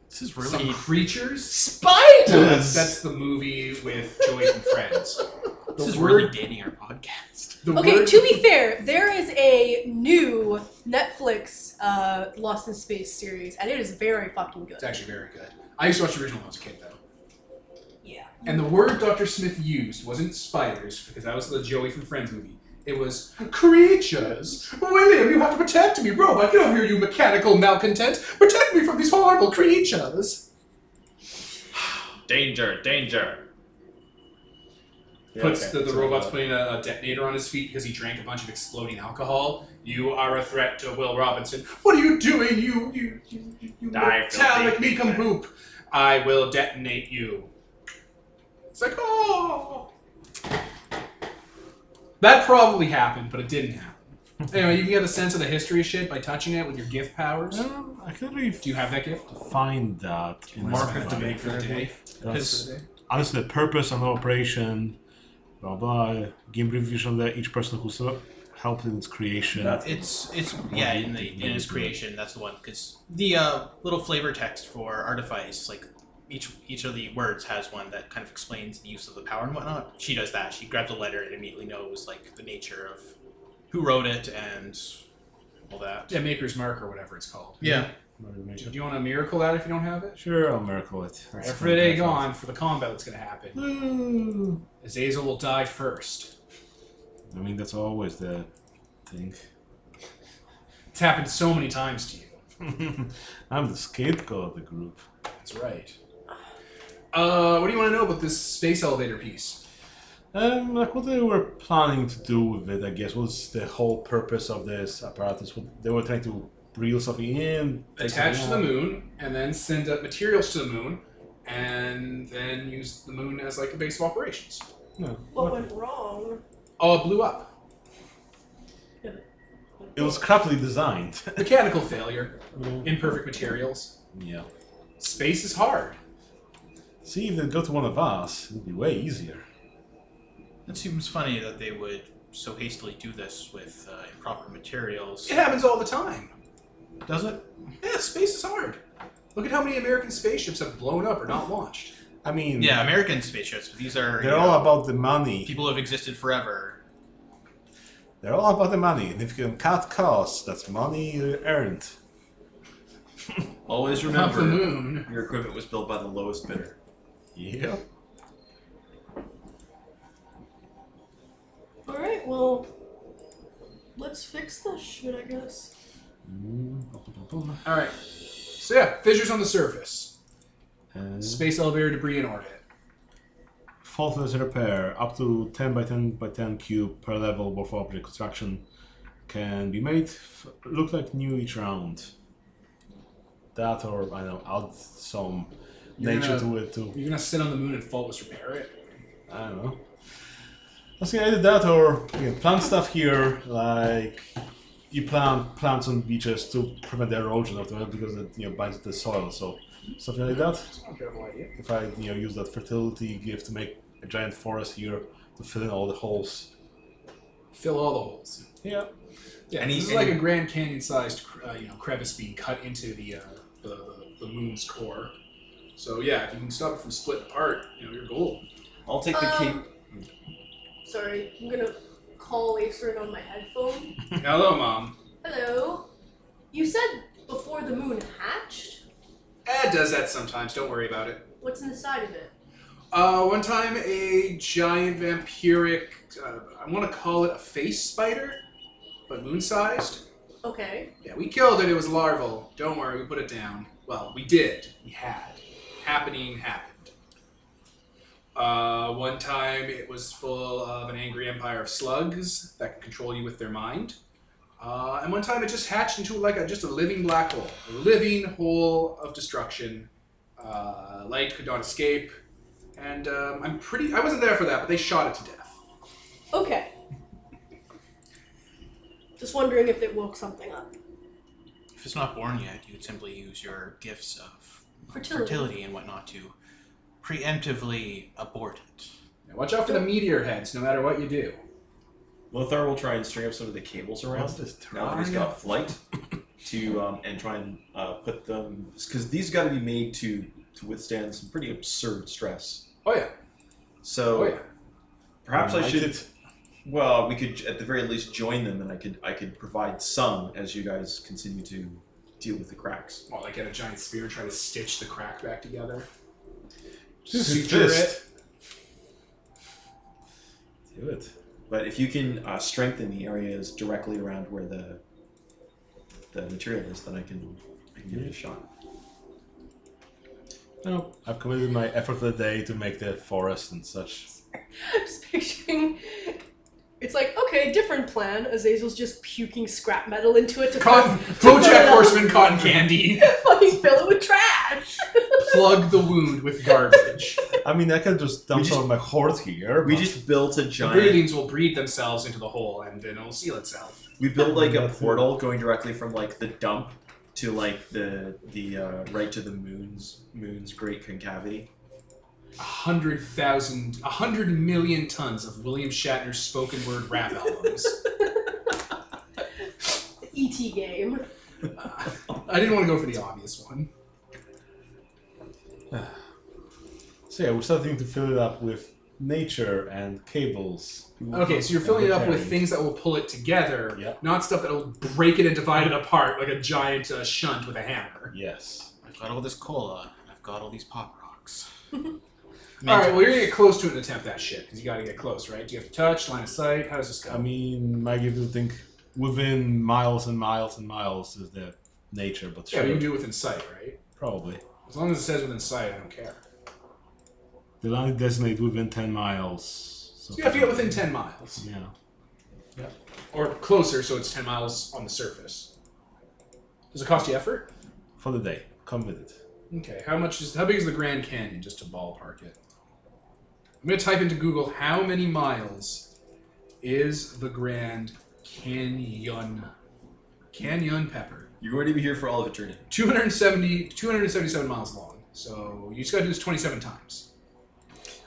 D: This is
A: Some
D: really
A: creatures.
F: Spiders!
A: That's, that's the movie with Joyce and Friends. The
D: this is
A: word,
D: really dating our podcast.
A: the
B: Okay,
A: word-
B: to be fair, there is a new Netflix uh, Lost in Space series, and it is very fucking good.
A: It's actually very good. I used to watch the original when I was a kid, though.
B: Yeah.
A: And the word Dr. Smith used wasn't spiders, because that was the Joey from Friends movie. It was creatures. William, you have to protect me, robot. Get over here, you mechanical malcontent. Protect me from these horrible creatures.
F: Danger, danger.
A: Puts the, the robot's putting a, a detonator on his feet because he drank a bunch of exploding alcohol. You are a threat to Will Robinson. What are you doing? You you you you, you
F: Die,
A: metallic
F: filthy
A: me come poop. I will detonate you. It's like oh. That probably happened, but it didn't happen. Anyway, you can get a sense of the history of shit by touching it with your gift powers.
G: Um, I can't really
A: Do you have that gift?
G: find that. In
A: Mark
G: my
A: has to
G: mind.
A: make for today.
G: That's- Honestly, the purpose and the operation, blah blah. Game reviews on that each person who so- helped in its creation.
F: That's-
D: It's it's yeah in the in his creation that's the one because the uh, little flavor text for artifice like each each of the words has one that kind of explains the use of the power and whatnot. She does that. She grabs a letter and immediately knows like the nature of who wrote it and all that.
A: Yeah, Maker's Mark or whatever it's called.
D: Yeah.
A: Do you want a miracle out if you don't have it?
G: Sure, I'll miracle it. That's
A: Every day
G: fantastic.
A: gone for the combat that's going to happen.
G: Ooh.
A: Azazel will die first.
G: I mean, that's always the thing.
A: It's happened so many times to you.
G: I'm the scapegoat of the group.
A: That's right. Uh, what do you want to know about this space elevator piece?
G: Um, like what they were planning to do with it, I guess, was the whole purpose of this apparatus. What They were trying to reel something in, take
A: Attach to
G: something
A: the
G: out.
A: moon, and then send up materials to the moon, and then use the moon as like a base of operations.
G: No.
B: What went wrong?
A: Oh, it blew up.
G: It was crappily designed.
A: Mechanical failure.
G: yeah.
A: Imperfect materials. Space is hard.
G: See, if they go to one of us, it'd be way easier.
D: It seems funny that they would so hastily do this with uh, improper materials.
A: It happens all the time.
D: Does it?
A: Yeah, space is hard. Look at how many American spaceships have blown up or not launched.
G: I mean,
D: Yeah, American spaceships. These are you
G: they're all
D: know,
G: about the money.
D: people who have existed forever.
G: They're all about the money, and if you can cut costs, that's money earned.
F: Always
A: Not the
F: remember,
A: moon.
F: your equipment was built by the lowest bidder.
G: Yeah.
B: All right, well, let's fix this shit, I guess.
A: All right. So yeah, fissures on the surface.
G: Uh,
A: Space elevator debris in orbit.
G: Faultless repair up to 10 by 10 by 10 cube per level worth of object construction can be made. F- look like new each round. That or I don't know, add some
A: You're
G: nature
A: gonna-
G: to it too.
A: You're gonna sit on the moon and faultless repair it.
G: I don't know. Let's get either that or you can plant stuff here, like you plant plants on beaches to prevent the erosion of them because it you know binds the soil. So something like that.
A: That's not a terrible idea.
G: if I you know use that fertility gift to make a giant forest here to fill in all the holes.
A: Fill all the holes.
G: Yeah.
A: Yeah,
F: Any-
A: this is like a Grand Canyon-sized, cre- uh, you know, crevice being cut into the, uh, the the moon's core. So yeah, if you can stop it from splitting apart, you know, you're gold.
F: I'll take the cape.
B: Um, sorry, I'm gonna call Acer on my headphone.
A: Hello, mom.
B: Hello. You said before the moon hatched?
A: Eh, it does that sometimes. Don't worry about it.
B: What's in the side of it?
A: Uh, one time, a giant vampiric, uh, I want to call it a face spider, but moon sized.
B: Okay.
A: Yeah, we killed it. It was larval. Don't worry, we put it down. Well, we did. We had. Happening happened. Uh, one time, it was full of an angry empire of slugs that could control you with their mind. Uh, and one time, it just hatched into like a, just a living black hole, a living hole of destruction. Uh, light could not escape, and um, I'm pretty. I wasn't there for that, but they shot it to death.
B: Okay. Just wondering if it woke something up.
D: If it's not born yet, you'd simply use your gifts of
B: Fertility.
D: and whatnot to preemptively abort it.
A: Now watch out for the meteor heads, no matter what you do.
F: Lothar will try and string up some of the cables around.
G: What's this
F: now that he's
G: drawing?
F: got flight to um, and try and uh, put them because these got to be made to to withstand some pretty absurd stress.
A: Oh yeah,
F: So
A: oh yeah.
F: perhaps I
G: Like
F: should.
G: it.
F: Well, we could at the very least join them, and I could I could provide some as you guys continue to deal with the cracks.
A: While they get a giant spear and try to stitch the crack back together.
F: Suture it.
G: Do it.
F: But if you can uh, strengthen the areas directly around where the the material is, then I can I can give it a shot.
G: No, I've committed my effort of the day to make the forest and such.
B: I'm just picturing. It's like, okay, different plan. Azazel's just puking scrap metal into it to
A: Cotton,
B: fill it
A: BoJack
B: up.
A: Horseman cotton candy.
B: fucking fill it with trash.
A: Plug the wound with garbage.
G: I mean, I can just dump
F: We
G: some of my hoard here.
F: We
G: but-
F: just built a
A: the
F: giant.
A: breathings will breed themselves into the hole, and then it'll seal itself.
F: We built like a
G: That's it.
F: portal going directly from like the dump to like the the uh, right to the moon's moon's great concavity.
A: A hundred thousand, a hundred million tons of William Shatner's spoken word rap albums.
B: The ET E game.
A: Uh, I didn't want to go for the obvious one.
G: So yeah, we're starting to fill it up with nature and cables.
A: Okay, so you're
G: And
A: filling it up with
G: repairing.
A: things that will pull it together,
G: Yep.
A: not stuff that will break it and divide it apart like a giant uh, shunt with a hammer.
G: Yes.
D: I've got all this cola, and I've got all these pop rocks.
A: All right, well, you're gonna get close to it and attempt that shit because you got to get close, right? Do you have to touch, line of sight? How does this go?
G: I mean, my gift would think within miles and miles and miles is the nature, but
A: yeah,
G: sure,
A: but you can do it within sight, right?
G: probably.
A: As long as it says within sight, I don't care.
G: They only designate within ten miles. So
A: So you have to get within ten miles
G: Yeah.
A: or closer, so it's ten miles on the surface. Does it cost you effort?
G: For the day. Come with it.
A: Okay, how much is how big is the Grand Canyon? Just to ballpark it. I'm gonna type into Google how many miles is the Grand Canyon. Canyon Pepper.
F: You're going to be here for all of eternity.
A: 270, 277 miles long. So you just gotta do this 27 times.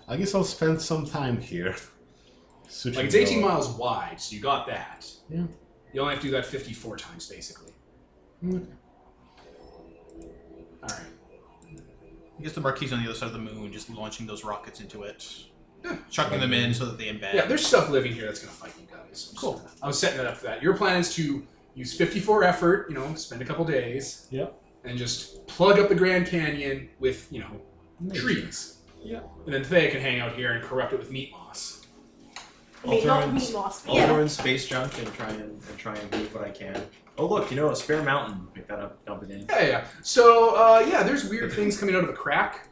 G: I guess I'll spend some time here. Switching
A: Like it's 18
G: over.
A: miles wide, so you got that.
G: Yeah.
A: You only have to do that 54 times, basically.
G: Hmm.
A: All right.
D: I guess the Marquis on the other side of the moon, just launching those rockets into it,
A: Yeah.
D: chucking them in so that they embed.
A: Yeah, there's stuff living here that's gonna fight you guys.
D: Cool.
A: I was setting that up for that. Your plan is to use 54 effort, you know, spend a couple days.
G: Yep.
A: And just plug up the Grand Canyon with, you know,
G: Nature.
A: trees.
G: Yeah.
A: And then Thea can hang out here and corrupt it with meat moss.
B: I mean, not
F: Alterance.
B: meat loss, but
F: I'll
B: yeah.
F: throw in space junk and try and, and try and move what I can. Oh look, you know a spare mountain. Pick that up, dump it in.
A: Yeah, yeah. So, uh, yeah, there's weird things coming out of the crack,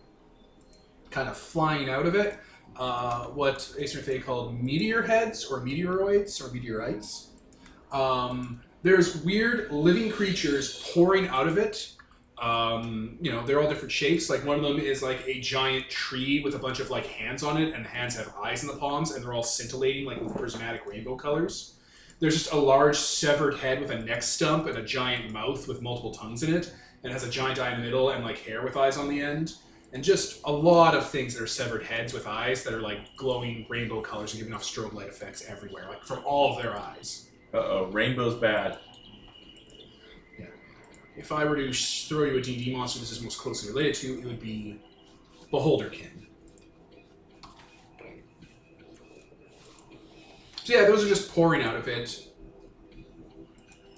A: kind of flying out of it. Uh, what Acer Thea called meteor heads or meteoroids or meteorites. Um, there's weird living creatures pouring out of it. Um, you know, they're all different shapes. Like one of them is like a giant tree with a bunch of like hands on it, and the hands have eyes in the palms, and they're all scintillating like with prismatic rainbow colors. There's just a large severed head with a neck stump and a giant mouth with multiple tongues in it, and has a giant eye in the middle and like hair with eyes on the end, and just a lot of things that are severed heads with eyes that are like glowing rainbow colors and giving off strobe light effects everywhere, like from all of their eyes.
F: Uh oh, rainbow's bad.
A: If I were to sh- throw you a D&D monster this is most closely related to, it would be Beholderkin. So yeah, those are just pouring out of it.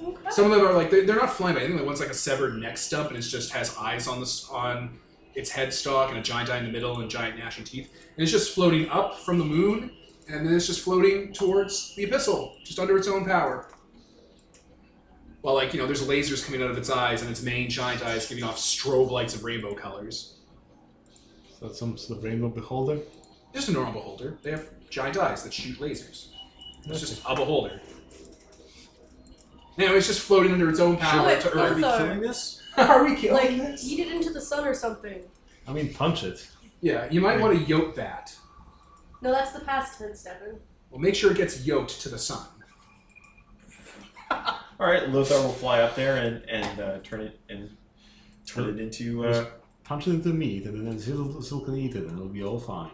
B: Okay.
A: Some of them are like they're, they're not flying by anything. The one's like a severed neck stump, and it just has eyes on this on its headstock and a giant eye in the middle and giant gnashing teeth. And it's just floating up from the moon, and then it's just floating towards the abyssal, just under its own power. While, like, you know, there's lasers coming out of its eyes, and its main giant eye is giving off strobe lights of rainbow colors.
G: Is that some sort of rainbow beholder?
A: Just a normal beholder. They have giant eyes that shoot lasers. It's just a beholder. Now it's just floating under its own power
B: Wait,
A: to
F: Are we
A: Earth.
B: Both are-
F: killing this?
A: Are we killing
B: Like,
A: this?
B: eat it into the sun or something.
G: I mean, punch it.
A: Yeah, you might want to yoke that.
B: No, that's the past tense, Devin.
A: Well, make sure it gets yoked to the sun.
F: All right, Lothar will fly up there and and uh, turn it and turn it into. Uh,
G: Punch it into meat, and then Zil Zil can eat it, and it'll be all fine.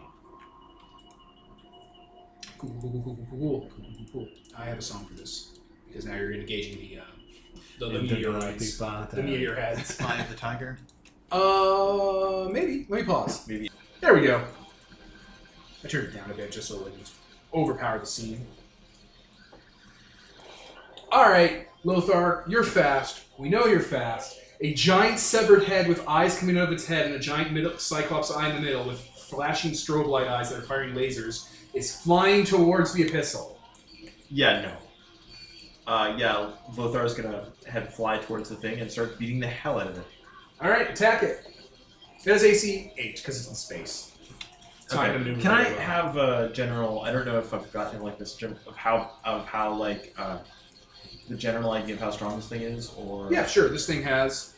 A: Cool, cool, cool, cool, cool, cool, cool, cool, cool. I have a song for this because now you're engaging the uh, the, the meteorites, the
G: meteor.
A: meteor heads.
D: Eye of the tiger.
A: Uh, maybe. Let me pause.
F: Maybe.
A: There we go. I turned it down a bit just so it wouldn't overpower the scene. All right, Lothar, you're fast. We know you're fast. A giant severed head with eyes coming out of its head and a giant middle, cyclops eye in the middle with flashing strobe light eyes that are firing lasers is flying towards the epistle.
F: yeah, no. Uh, yeah, Lothar is gonna head fly towards the thing and start beating the hell out of it.
A: All right, attack it. It has AC 8 because it's in space. It's not gonna
F: Okay.
A: do
F: Can I
A: very well.
F: have a general? I don't know if I've gotten like this gen- of how of how like uh, the general idea of how strong this thing is, or
A: Yeah, sure. This thing has.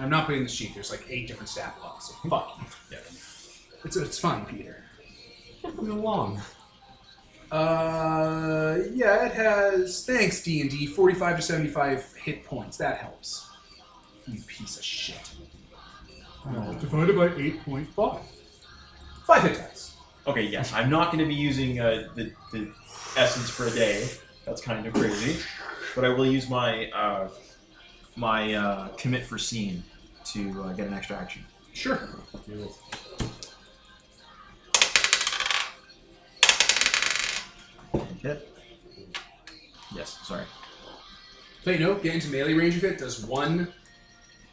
A: I'm not putting this cheat. There's like eight different stat blocks. So fuck you.
F: Yeah.
A: It's, it's fine, Peter.
G: Go on.
A: Uh, yeah, it has. Thanks, D and D. Forty-five to seventy-five hit points. That helps. You piece of shit. divided by eight point five. Five hit dice.
F: Okay, yes, I'm not going to be using uh, the, the essence for a day. That's kind of crazy, but I will use my uh, my uh, commit for scene to uh, get an extra action.
A: Sure.
F: Hit. Yes, sorry.
A: Play no. Get into melee range of it. Does one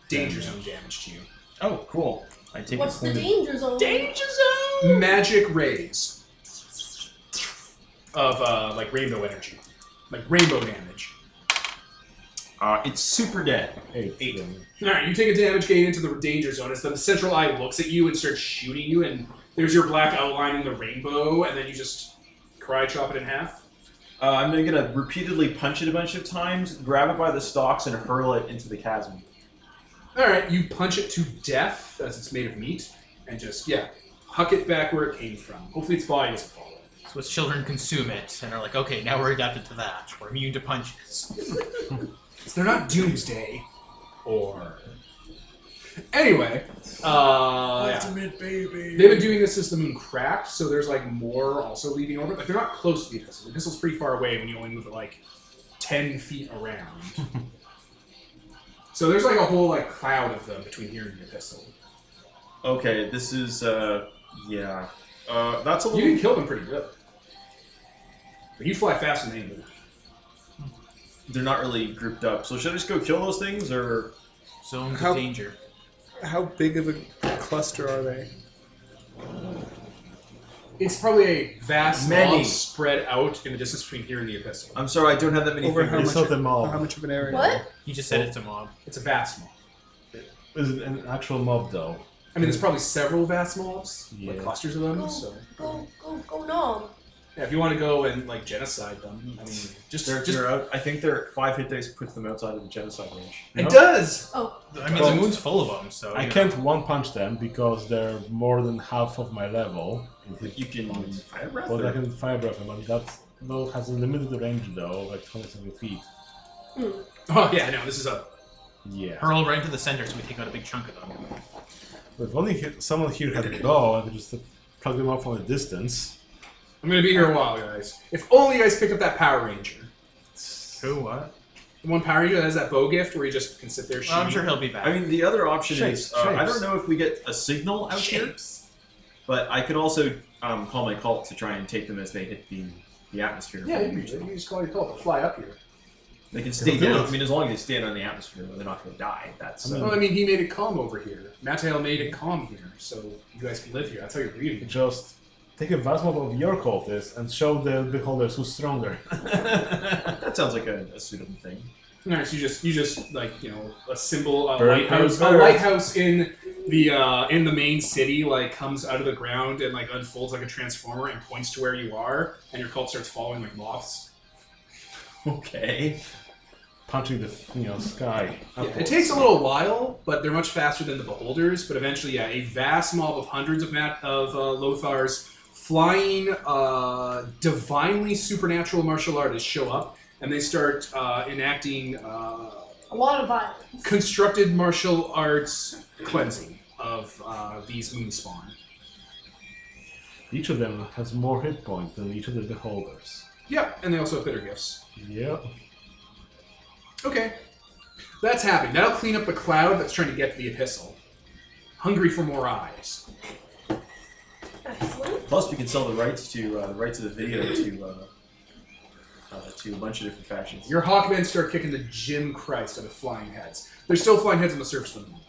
A: danger zone damage to you.
F: Oh, cool. I take
B: What's
F: a
B: the
F: point of-
B: danger zone?
F: danger zone?
A: Magic rays of uh, like rainbow energy, like rainbow damage.
F: Uh, it's super dead.
G: Eight.
F: Eight.
G: then.
A: All right, you take a damage gain into the danger zone. As the central eye looks at you and starts shooting you, and there's your black outline in the rainbow, and then you just cry chop it in half.
F: Uh, I'm then gonna repeatedly punch it a bunch of times, grab it by the stalks, and hurl it into the chasm.
A: All right, you punch it to death as it's made of meat, and just yeah, huck it back where it came from. Hopefully, its body doesn't fall.
D: So its children consume it and are like, okay, now we're adapted to that. We're immune to punches.
A: So they're not doomsday. Or anyway, uh, yeah.
G: baby.
A: They've been doing this since the moon cracked, so there's like more also leaving orbit, but they're not close to the epistle. The epistle's pretty far away when you only move it like ten feet around. so there's like a whole like cloud of them between here and the epistle.
F: Okay, this is uh, yeah. Uh, that's a
A: You
F: little.
A: can kill them pretty good. But you fly faster than they do.
F: they're not really grouped up. So should I just go kill those things, or
D: Zones
C: How-
D: of danger.
C: How big of a cluster are they?
A: It's probably a vast
F: Many. Um,
A: mob spread out in the distance between here and the epistle.
F: I'm sorry, I don't have that many.
C: Over how
F: fingers.
C: much?
G: It's not a mob.
C: How much of an area?
B: What?
D: He just said it's a mob.
A: It's a vast mob.
G: Is it an actual mob though?
A: I mean, there's probably several vast mobs, like
G: Yeah.
A: clusters of them.
B: Go,
A: So
B: go, go, go, nom.
A: yeah, if you want to go and like genocide them, I mean, just
F: They're,
A: just
F: they're out. I think their five hit dice puts them outside of the genocide range.
A: it does.
B: Oh,
D: I mean,
G: Well,
D: the moon's full of them,
A: Oh,
D: so.
G: I
D: you know.
G: can't one punch them because they're more than half of my level.
F: You can fire breath.
G: Well, I
F: or-
G: can fire breath, them, but that though has a limited range though, like 27 feet.
A: Oh yeah, no, this is a
G: Yeah.
D: Hurl right into the center so we take out a big chunk of them.
G: But if only he- someone here had a bow, I could just plug them up from a distance.
A: I'm gonna be here a while, guys. If only you guys picked up that Power Ranger.
D: Who, what?
A: The one Power Ranger that has that bow gift where you just can sit there shooting.
D: Well, I'm sure he'll be back.
F: I mean, the other option is
G: Shapes,
F: uh, I
G: shapes.
F: don't know if we get a signal out here, but I could also um, call my cult to try and take them as they hit the the atmosphere.
A: Yeah, you
F: from the
A: can,
F: region.
A: you can just call your call, but fly up here.
F: They can stay
E: do
F: down.
E: it.
F: I mean, as long as they stand on the atmosphere, they're not going to die. That's
A: Well,
F: uh,
A: I mean, he made it calm over here. Mattel made it calm here, so you guys can live here. That's how you're reading.
G: Just take a Vasmov of your cultist and show the beholders who's stronger.
A: Oh.
F: that sounds like a, a suitable thing.
A: Nice. You just you just like you know a symbol a
G: Bird,
A: lighthouse
G: bird,
A: a
G: bird.
A: lighthouse in the uh, in the main city like comes out of the ground and like unfolds like a transformer and points to where you are and your cult starts following like moths.
F: Okay.
G: Punching the you know sky.
A: Yeah, it
G: upwards.
A: takes a little while, but they're much faster than the beholders. But eventually, yeah, a vast mob of hundreds of mat- of uh, Lothars, flying, uh, divinely supernatural martial artists, show up, and they start uh, enacting uh,
B: A lot of violence.
A: constructed martial arts cleansing of uh, these moonspawn.
G: Each of them has more hit points than each of the beholders.
A: Yep, and they also have bitter gifts.
G: Yep.
A: Okay, that's happening. That'll clean up the cloud that's trying to get to the epistle. Hungry for more eyes.
B: Excellent.
F: Plus, we can sell the rights to uh, the rights of the video to uh, uh, to a bunch of different factions.
A: Your Hawkmen start kicking the Jim Christ out of flying heads. They're still flying heads on the surface of the moon.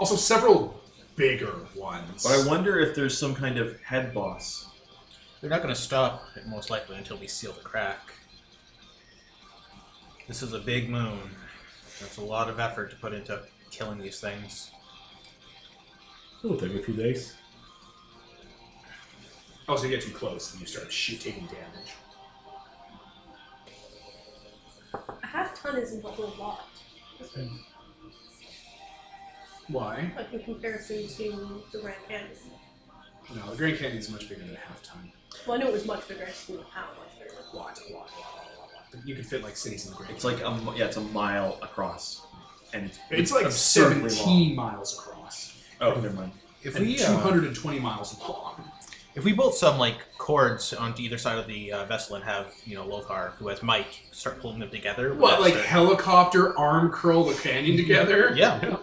A: Also, several bigger ones.
F: but I wonder if there's some kind of head boss.
D: They're not going to stop, most likely, until we seal the crack. This is a big moon. That's a lot of effort to put into killing these things.
G: It'll take a few days.
A: also, you get too close and you start shit taking damage.
B: A half ton isn't a whole lot,
A: Why?
B: like in comparison to the Grand Canyon.
A: No, the Grand Canyon's much bigger than a half ton.
B: Well, I know it was much bigger. I just didn't know how much bigger.
A: Lot, lot, lot, lot, lot, lot. But You can fit like cities in the Grand
F: It's
A: Canyon.
F: like a, mi- yeah, it's a mile across, and it's
A: It's like
F: absurdly
A: 17 miles across
F: Long. Oh, never mind.
D: If
A: and
D: we, uh,
A: 220 miles long.
D: if we bolt some like cords onto either side of the uh, vessel and have you know Lothar, who has Mike, start pulling them together. would
A: What,
D: that
A: like
D: start-
A: helicopter arm curl the canyon together?
D: Yeah.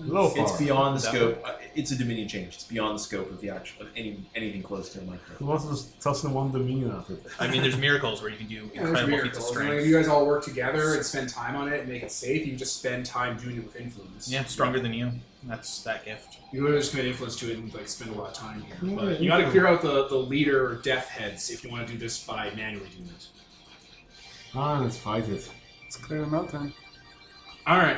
G: Low
F: It's
G: far.
F: beyond the
D: That
F: scope. uh, It's a dominion change. It's beyond the scope of the actual of any anything close to a
G: Who
F: micro.
G: wants to toss in one dominion at it?
D: I mean, there's miracles where you can do
A: Yeah, there's
D: incredible feats of
A: miracles. I mean, if
D: strength.
A: you guys all work together and spend time on it and make it safe, you just spend time doing it with influence.
D: Yeah, stronger than you. That's that gift.
A: You literally just commit influence to it and like spend a lot of time here. But you gotta clear out the, the leader death heads if you wanna do this by manually doing it.
G: Ah, let's fight it.
C: Let's clear them out then.
A: Alright.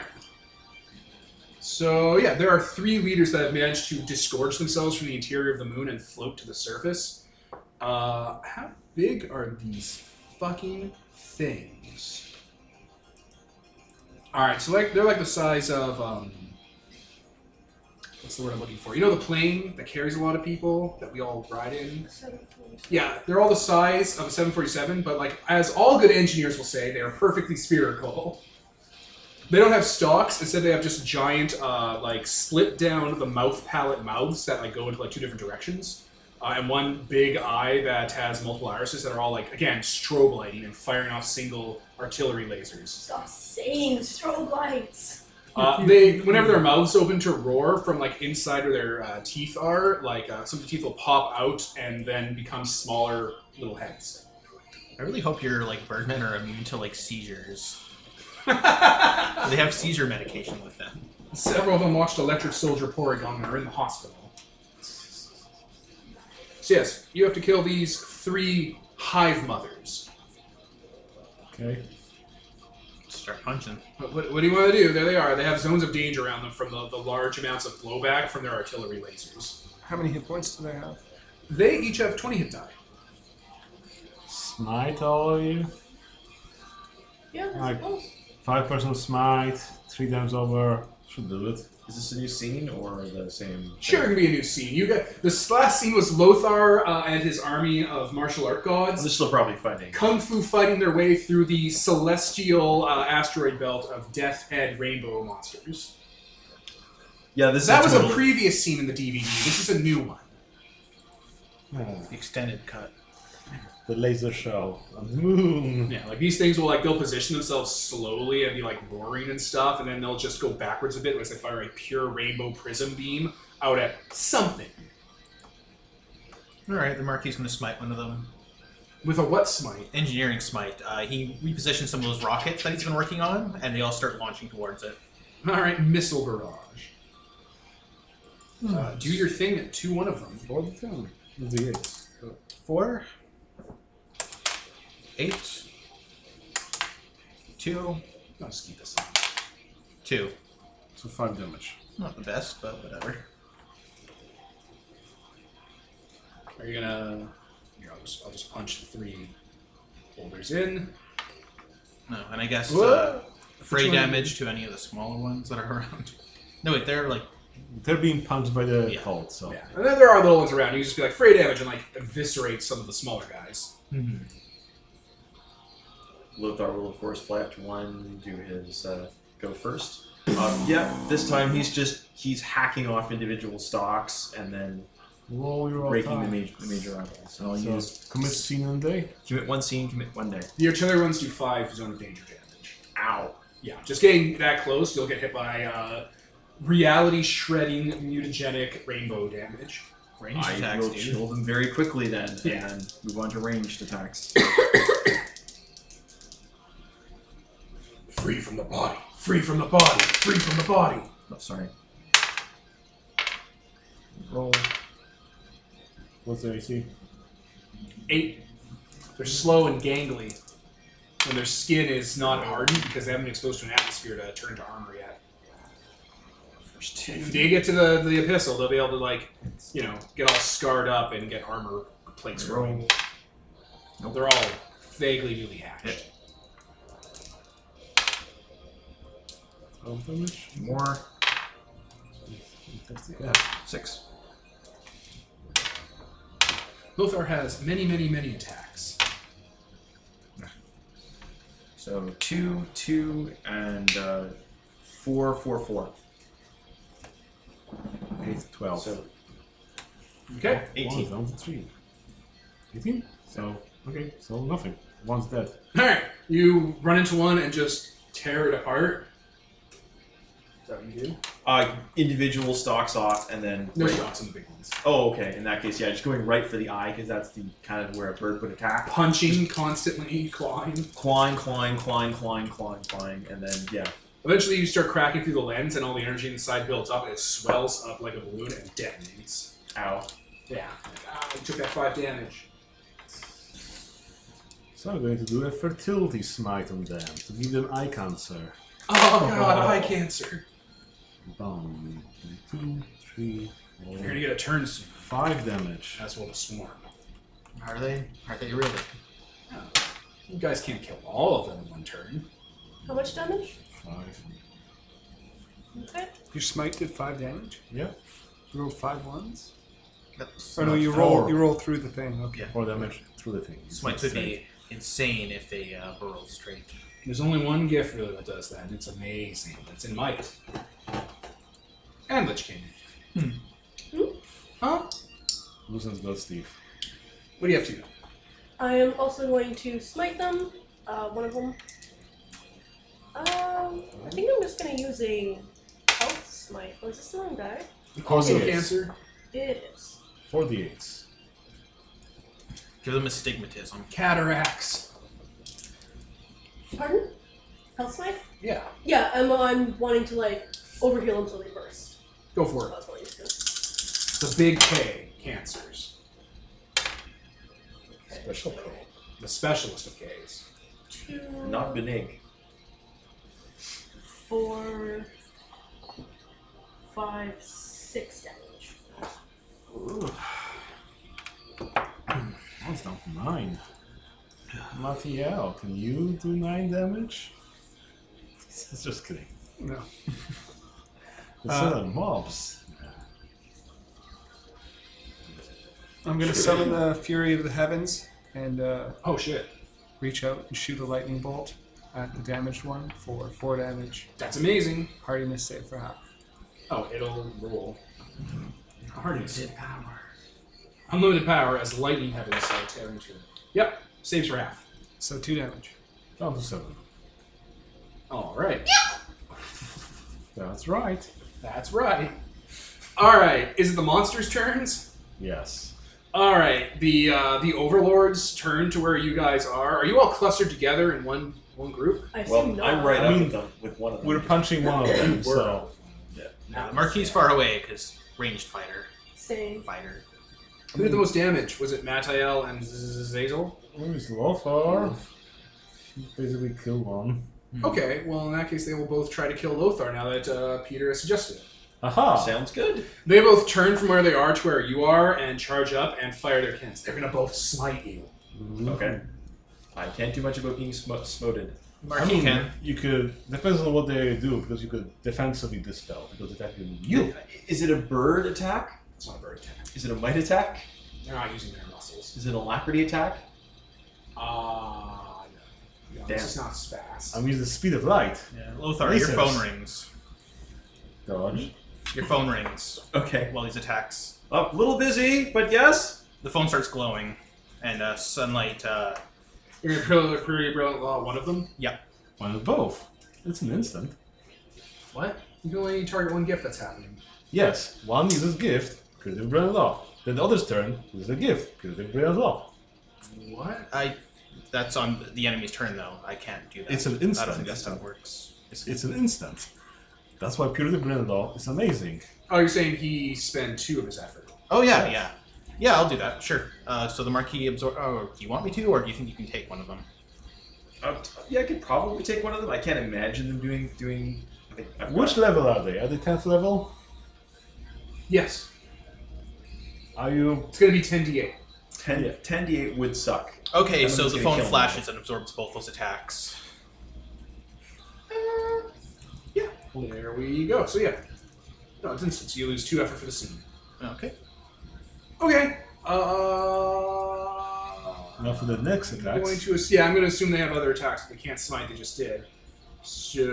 A: So yeah, there are three leaders that have managed to disgorge themselves from the interior of the moon and float to the surface. Uh, how big are these fucking things? All right, so like they're like the size of um, what's the word I'm looking for? You know the plane that carries a lot of people that we all ride in. Yeah, they're all the size of a 747, but like as all good engineers will say, they are perfectly spherical. They don't have stalks. Instead, they have just giant, uh, like split down the mouth palate mouths that like go into like two different directions, uh, and one big eye that has multiple irises that are all like again strobe lighting and firing off single artillery lasers.
B: Stop saying strobe lights.
A: Uh, they, whenever their mouths open to roar from like inside where their uh, teeth are, like uh, some of the teeth will pop out and then become smaller little heads.
D: I really hope your like birdmen are immune to like seizures. They have seizure medication with them.
A: Several of them watched Electric Soldier Porygon and are in the hospital. So yes, you have to kill these three hive mothers.
G: Okay.
D: Start punching.
A: What, what, what do you want to do? There they are. They have zones of danger around them from the, the large amounts of blowback from their artillery lasers.
C: How many hit points do they have?
A: They each have 20 hit die.
G: Smite all of you.
B: Yeah, that's
G: Alright.
B: close.
G: Five person smite, three times over. Should do it.
F: Is this a new scene or the same? thing?
A: Sure, it can be a new scene. You got this last scene was Lothar uh, and his army of martial art gods
F: They're still probably fighting.
A: kung fu fighting their way through the celestial uh, asteroid belt of Death Head Rainbow monsters.
F: Yeah, this
A: That
F: is
A: was a
F: total-
A: previous scene in the DVD. This is a new one.
G: Ah,
D: Extended cut.
G: the laser show. And moon.
A: Yeah, like these things will like they'll position themselves slowly and be like roaring and stuff, and then they'll just go backwards a bit once they fire a pure rainbow prism beam out at something.
D: All right, the Marquis gonna smite one of them.
A: With a what smite?
D: Engineering smite. Uh, he repositioned some of those rockets that he's been working on, and they all start launching towards it.
A: All right, missile barrage. Uh, do your thing at two one of them.
G: All Hmm. the time. The eight.
D: Four, eight, two,
A: I'll just keep this on.
D: two.
G: So five damage.
D: Not the best, but whatever.
A: Are you gonna? Here, I'll just I'll just punch three holders in.
D: No, and I guess uh,
A: Whoa.
D: fray
A: Which one?
D: damage to any of the smaller ones that are around. No, wait, they're like
G: They're being punched by the
D: Yeah.
G: cold, so.
A: Yeah, and then there are little ones around. You can just be like fray damage and like eviscerate some of the smaller guys.
F: Lothar will of course fly up to one, do his uh, go first. Um, yeah, this time he's just he's hacking off individual stocks and then
G: Roll your
F: breaking the
G: attack.
F: major, the major rivals. So I'll
G: So
F: use
G: commit scene and day.
F: commit one scene, commit one day.
A: The artillery ones do five zone of danger damage.
F: Ow!
A: Yeah, just getting that close, you'll get hit by uh, reality shredding mutagenic rainbow damage.
D: ranged
F: I
D: attacks,
F: will
D: dude.
F: kill them very quickly then,
A: Yeah.
F: and move on to ranged attacks.
A: Free from the body. Free from the body. Free from the body.
F: Oh, sorry. Roll.
G: What's the AC?
A: Eight. They're slow and gangly. And their skin is not hardened because they haven't been exposed to an atmosphere to turn into armor yet.
F: First
A: If they get to the, the epistle, they'll be able to like, you know, get all scarred up and get armor plates growing.
F: Nope.
A: They're all vaguely newly hatched.
F: Hit.
G: Twelve damage.
F: More.
G: Yeah.
F: Six.
A: Lothar has many, many, many attacks.
F: So two, two, and uh, four, four, four.
G: Eight, twelve.
F: So
A: Okay.
G: One
F: 18.
G: down to three. Eighteen. So okay. So nothing. One's dead.
A: All right. You run into one and just tear it apart. Is that what you do?
F: Uh, individual stocks off, and then
A: No
F: right-
A: shots on the big ones.
F: Oh, okay. In that case, yeah, just going right for the eye because that's the kind of where a bird would attack.
A: Punching constantly, clawing.
F: Climb, climb, climb, climb, climb, climb, and then yeah,
A: Eventually, you start cracking through the lens, and all the energy inside builds up, and it swells up like a balloon and detonates.
F: ow.
A: Yeah. Like, ah, you took that five damage.
G: So I'm going to do a fertility smite on them to give them eye cancer.
A: Oh god, eye cancer.
G: Boom. Two, three, four,
A: You're gonna get a turn soon.
G: five damage.
A: That's what a swarm.
D: Are they? Are they really?
A: You guys can't kill all of them in one turn.
B: How much damage?
G: Five.
B: Okay.
C: Your smite did five damage.
G: Yeah.
C: You rolled five ones.
D: That's-
C: Oh no, you
G: Four.
C: roll. You roll through the thing. Okay.
G: Four damage through the thing.
D: Smite would be insane if they uh, were all straight.
A: There's only one gift really that does that, and it's amazing. It's in Might. And Lich King. Huh?
G: Lucian's got Steve.
A: What do you have to do?
B: I am also going to smite them. Uh, one of them. Um, I think I'm just gonna use a health smite. Was this the wrong die?
G: Causing
A: Skin cancer.
B: It is.
G: Four d8s.
D: Give them astigmatism.
A: Cataracts.
B: Pardon? Health smite?
A: Yeah.
B: Yeah, I'm, I'm wanting to like overheal until they burst.
A: Go for
B: That's what I used to do.
A: it. The big K cancers.
G: Special pro.
A: The specialist of Ks.
B: Two.
F: Not Benig.
B: Four. Five, six damage.
G: One's down to nine. Mathiel, can you do nine damage? Just kidding.
C: No.
G: It's uh, mobs.
C: I'm gonna summon the fury of the heavens and uh,
A: Oh shit.
C: reach out and shoot a lightning bolt at the damaged one for four damage.
A: That's amazing.
C: Hardiness save for half.
A: Oh, it'll roll. Hardness.
D: Did power.
A: Unlimited power as lightning heavens are tearing to it. Yep. Saves for half.
C: So two damage.
G: Down to seven.
A: Alright.
G: That's right.
A: That's right. Alright. Is it the monster's turns?
G: Yes.
A: All right, the uh, the overlords turn to where you guys are. Are you all clustered together in one one group?
B: I assume
F: Well,
B: not.
F: I'm right
G: I
F: up
G: mean,
F: with, them, with one of them.
G: We're punching one of them, so
D: Now, the Marquis far away because ranged fighter,
B: Same.
D: fighter.
A: Who did the most damage? Was it Matael and Z- Zazel?
G: who's Lothar? Basically, kill one.
A: Okay, well in that case they will both try to kill Lothar now that uh, Peter has suggested it.
G: Aha!
F: Sounds good.
A: They both turn from where they are to where you are and charge up and fire their cannons. They're gonna both smite you.
G: Mm-hmm.
F: Okay. I can't do much about being sm- smoted.
G: I
D: Marquis
G: mean,
D: can.
G: you could depends on what they do because you could defensively dispel because it can you.
F: Is it a bird attack?
A: It's not a bird attack.
F: Is it a might attack?
A: They're not using their muscles.
F: Is it an alacrity attack?
A: Ah, no. no
F: Damn.
A: this is not fast.
G: I'm using the speed of light.
D: Yeah, Lothar,
G: Research.
D: your phone rings.
G: Dodge.
D: Your phone rings
F: Okay.
D: while these attacks.
F: A little busy, but yes.
D: The phone starts glowing, and uh, sunlight. Uh,
A: You're gonna pretty, pretty brilliant law one of them.
G: One of both. It's an instant.
A: What? You can only target one gift that's happening.
G: Yes, one uses gift, creative brilliant law. Then the other's turn uses a gift, creative brilliant law.
A: What?
D: I. That's on the enemy's turn though. I can't do that.
G: It's an
D: I don't
G: instant.
D: think that's how it works.
G: It's, it's an instant. That's why creative brilliant law is amazing.
A: Oh, you're saying he spent two of his effort.
D: Oh yeah, yeah, yeah. I'll do that. Sure. Uh, so the marquee absorb. Oh, do you want me to, or do you think you can take one of them?
F: Uh, yeah, I could probably take one of them. I can't imagine them doing doing. I think I've
G: Which level are they? Are they tenth level?
A: Yes.
G: Are you
A: It's gonna be 10d8.
F: got 10,
G: Yeah.
F: 10 d8 would suck.
D: Okay,
F: That
D: so
F: one's
D: the
F: gonna
D: phone
F: kill him.
D: flashes and absorbs both those attacks.
A: There we go. So yeah. No, it's instant. So you lose two effort for the scene.
D: Okay.
A: Okay. Uh.
G: now for the next
A: I'm going
G: attacks?
A: to ass- yeah, I'm going to assume they have other attacks. They can't smite. They just did. So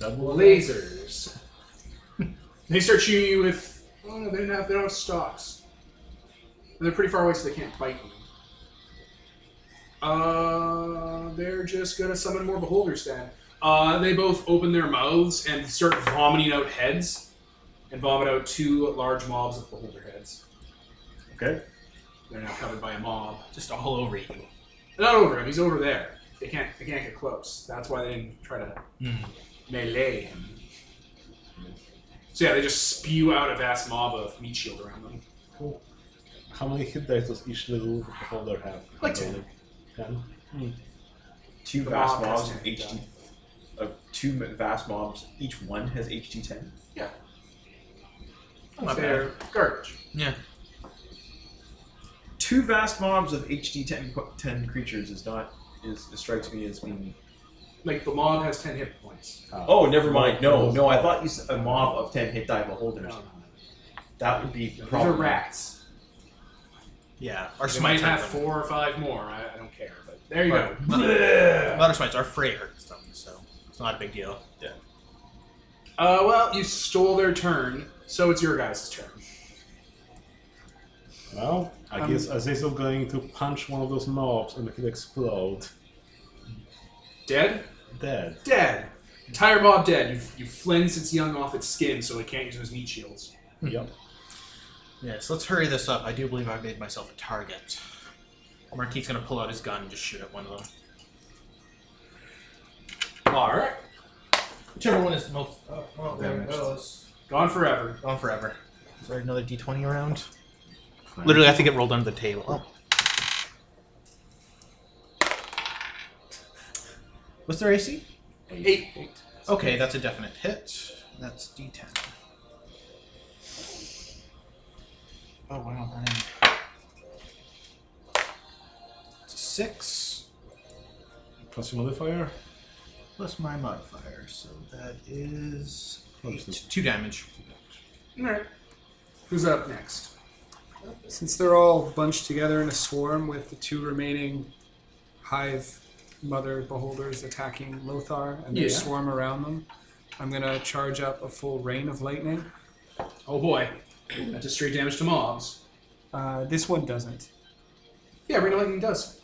G: Double
A: lasers. they start shooting you with. Oh no, they don't have. They don't have stocks. They're pretty far away, so they can't bite you. Uh, they're just gonna summon more beholders then. Uh, they both open their mouths and start vomiting out heads, and vomit out two large mobs of beholder heads.
G: Okay.
A: They're now covered by a mob.
D: Just all over you.
A: Not over him. He's over there. They can't. They can't get close. That's why they didn't try to melee him. So yeah, they just spew out a vast mob of meat shield around them.
G: How many hit dice does each little holder have?
A: Like ten.
G: Ten.
F: Two
A: The
F: vast
A: mob has
F: mobs of
A: 10
F: HD. Of two ma- vast mobs, each one has HD 10.
D: Not bad.
A: They're garbage.
D: Yeah.
F: Two vast mobs of HD 10, qu- 10 creatures is not is it strikes me as being.
A: Like the mob has ten hit points.
F: Oh, never mind. No, no. I thought you said a mob of 10 hit die beholders. That would be
A: These Um, are
F: problematic.
A: rats.
D: Yeah. Our
A: They might
D: smites
A: have
D: hurt them.
A: four or five more. I, I don't care. But there you
D: Right.
A: go.
D: Not our smites. Our fray hurts them, so it's not a big deal.
A: Uh, well, you stole their turn, so it's your guys' turn.
G: Well, I
A: Um,
G: guess Azazel's going to punch one of those mobs and make it explode.
A: Dead.
G: Dead.
A: Dead. Entire mob dead. You've you flensed its young off its skin, so it can't use those meat shields.
G: yep.
D: Yes. Let's hurry this up. I do believe I've made myself a target. Marquis gonna pull out his gun and just shoot at one of them.
A: All right.
D: Whichever one is the most. Oh, well,
G: there it
D: goes.
A: Gone forever.
D: Gone forever. Is there another d20 around? Oh.
G: Fine.
D: Literally, I think it rolled under the table. What's their AC?
A: Eight.
D: Okay, that's a definite hit. That's d10. Oh, wow, man. It's a six
G: Plus your modifier.
D: plus my modifier, so that is
G: Close
D: eight. Two damage.
A: All right. Who's up next?
C: Since they're all bunched together in a swarm with the two remaining hive mother beholders attacking Lothar and they
A: Yeah.
C: swarm around them, I'm gonna charge up a full rain of lightning.
A: Oh boy. That does straight damage to mobs.
C: Uh, this one doesn't.
A: Yeah, Rain of Lightning does.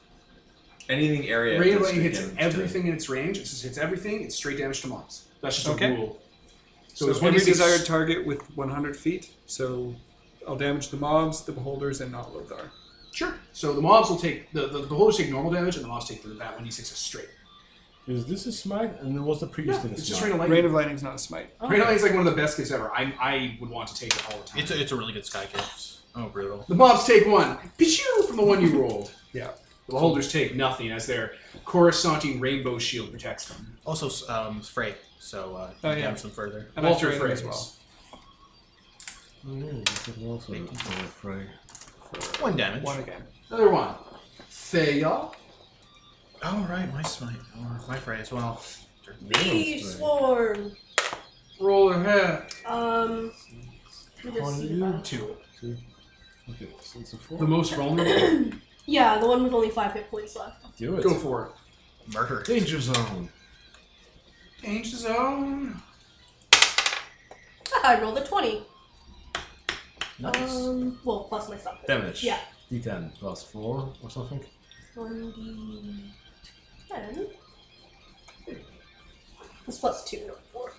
F: Anything area.
A: Rain of
F: that's
A: Lightning hits
F: damage to-
A: everything in its range. It just hits everything. It's straight damage to mobs. That's just
C: Okay.
A: a rule. So,
C: So
A: it's
C: every
A: 26
C: desired target with 100 feet. So I'll damage the mobs, the beholders, and not Lothar.
A: Sure. So the mobs will take the, the, the holders take normal damage, and the mobs take the bat one d six straight.
G: Is this a smite? And then what's the previous
A: Yeah,
G: thing? a
A: it's just
G: smite?
A: rain of lightning.
C: Rain of Lightning's not a smite.
A: Rain of lightning is like one of the best gifts ever. I I would want to take it all the time.
D: It's a, it's a really good sky gift. Oh, brutal.
A: the mobs take one. Pichu from the one you rolled.
C: Yeah.
A: The beholders take nothing as their coruscanting rainbow shield protects them.
D: Also, um, Frey, so uh,
C: Oh,
D: you
C: yeah.
D: damage them further.
C: And
A: Walter
C: I've trained him
A: Frey's.
C: as well.
G: Oh, yeah, this is also a smite, right.
D: One damage.
C: One again.
A: Another one. Thea.
D: Oh, right, my smite. Or my Frey as well.
B: Bee swarm.
A: Roll her hair.
B: Um. let me just see about-
D: Two.
G: Two. Okay, so it's a four.
A: The most vulnerable.
B: Yeah, the one with only five hit points left.
G: Do it.
A: Go for it.
D: Murder.
G: Danger zone.
A: Danger zone.
B: I rolled a twenty.
G: Nice.
B: Um. Well, plus my stuff.
G: Damage.
B: Yeah.
G: D10 plus four or something.
B: One d ten. It's plus two, not four.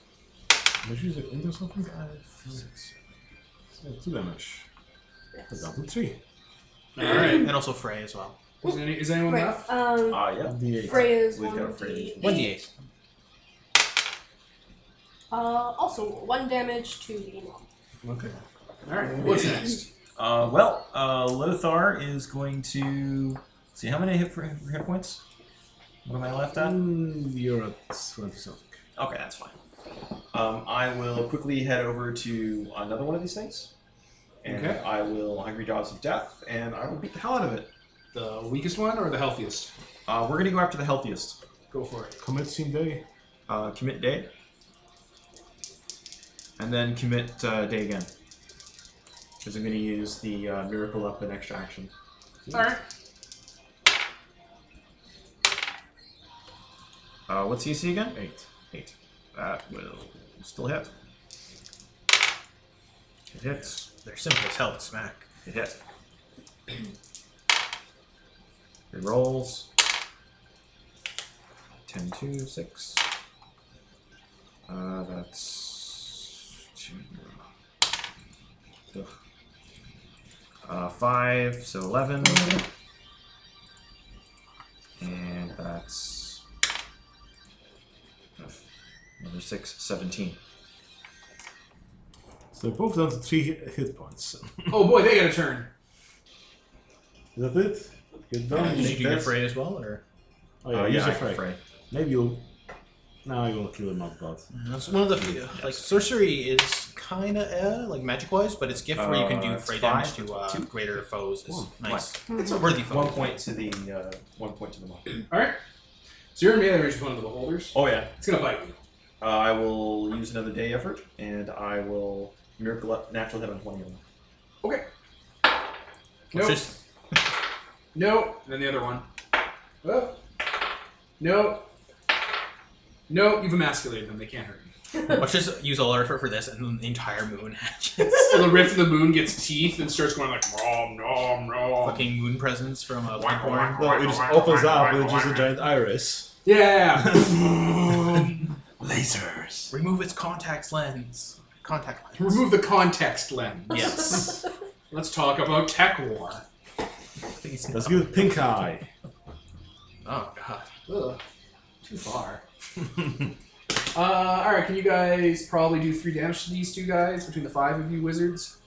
G: Did you use it into something? Five, Uh, six. So two damage. A
B: Yes.
G: double three.
A: All right.
D: And also Frey as well.
A: Is, any, is anyone
B: Right.
A: left?
B: Um.
F: Ah, yeah.
G: D8.
B: Frey is
F: We've got
B: one
F: Frey.
B: d
D: One d8.
B: Uh. Also one damage to the mob.
G: Okay.
A: All right. What's next?
F: Uh, well, uh, Lothar is going to see how many hit, hit points. What am I left at?
G: Um, you're at 20 something.
F: Okay, that's fine. Um, I will quickly head over to another one of these things. And
A: Okay.
F: I will Hungry Jaws of Death, and I will beat the hell out of it.
A: The weakest one or the healthiest?
F: Uh, we're going to go after the healthiest.
A: Go for it.
G: Commencing day.
F: Uh, commit day. And then commit uh, day again. Because I'm going to use the uh, Miracle Up an extra action.
A: All right.
F: Uh, what's EC again?
G: Eight.
F: Eight. That will still hit. It hits.
D: They're simple as hell to smack.
F: It hit. It rolls. 10, 2, 6. Uh, that's. Two. Ugh. Uh, 5, so 11. And that's. Another 6, 17.
G: So they're both down to three hit hit points.
A: Oh boy, they got a turn.
G: Is that it? Get done.
D: Did you
G: make
D: do your
G: that.
D: Frey as well, or?
G: Oh, yeah,
F: Uh,
G: use a
F: yeah, I can
G: fray.
F: fray.
G: Maybe you'll. No, you won't kill him up, but.
D: That's one of the few. Like sorcery is kind of eh, like magic wise, but it's gift where you can
F: Uh,
D: do
F: it's
D: fray damage
F: five,
D: to uh,
F: two.
D: greater foes. Is
G: One.
D: nice. It's a worthy foe.
F: One point to the uh, one point to the mob.
A: All right. So you're in melee range with one of the beholders.
F: Oh yeah.
A: It's gonna bite you.
F: Uh, I will use another day effort, and I will miracle up natural hit on twenty of them.
A: Okay.
D: It's
A: Nope.
D: just
A: Nope. And then the other one. Oh. Nope. Nope. You've emasculated them. They can't hurt you.
D: let's just use all our effort for this, and then the entire moon hatches.
A: So the rift of the moon gets teeth and starts going like nom nom nom.
D: Fucking moon presence from a
A: Whack, whack.
D: Bloodborne.
G: No, it just opens up with just a giant iris.
A: Yeah.
D: Lasers. Remove its contact lens. Contact lens.
A: Remove the context lens.
D: Yes.
A: Let's talk about tech war.
D: Please.
G: Let's give it pink eye.
D: Oh god.
A: Ugh, too far. uh, all right, can you guys probably do three damage to these two guys between the five of you wizards?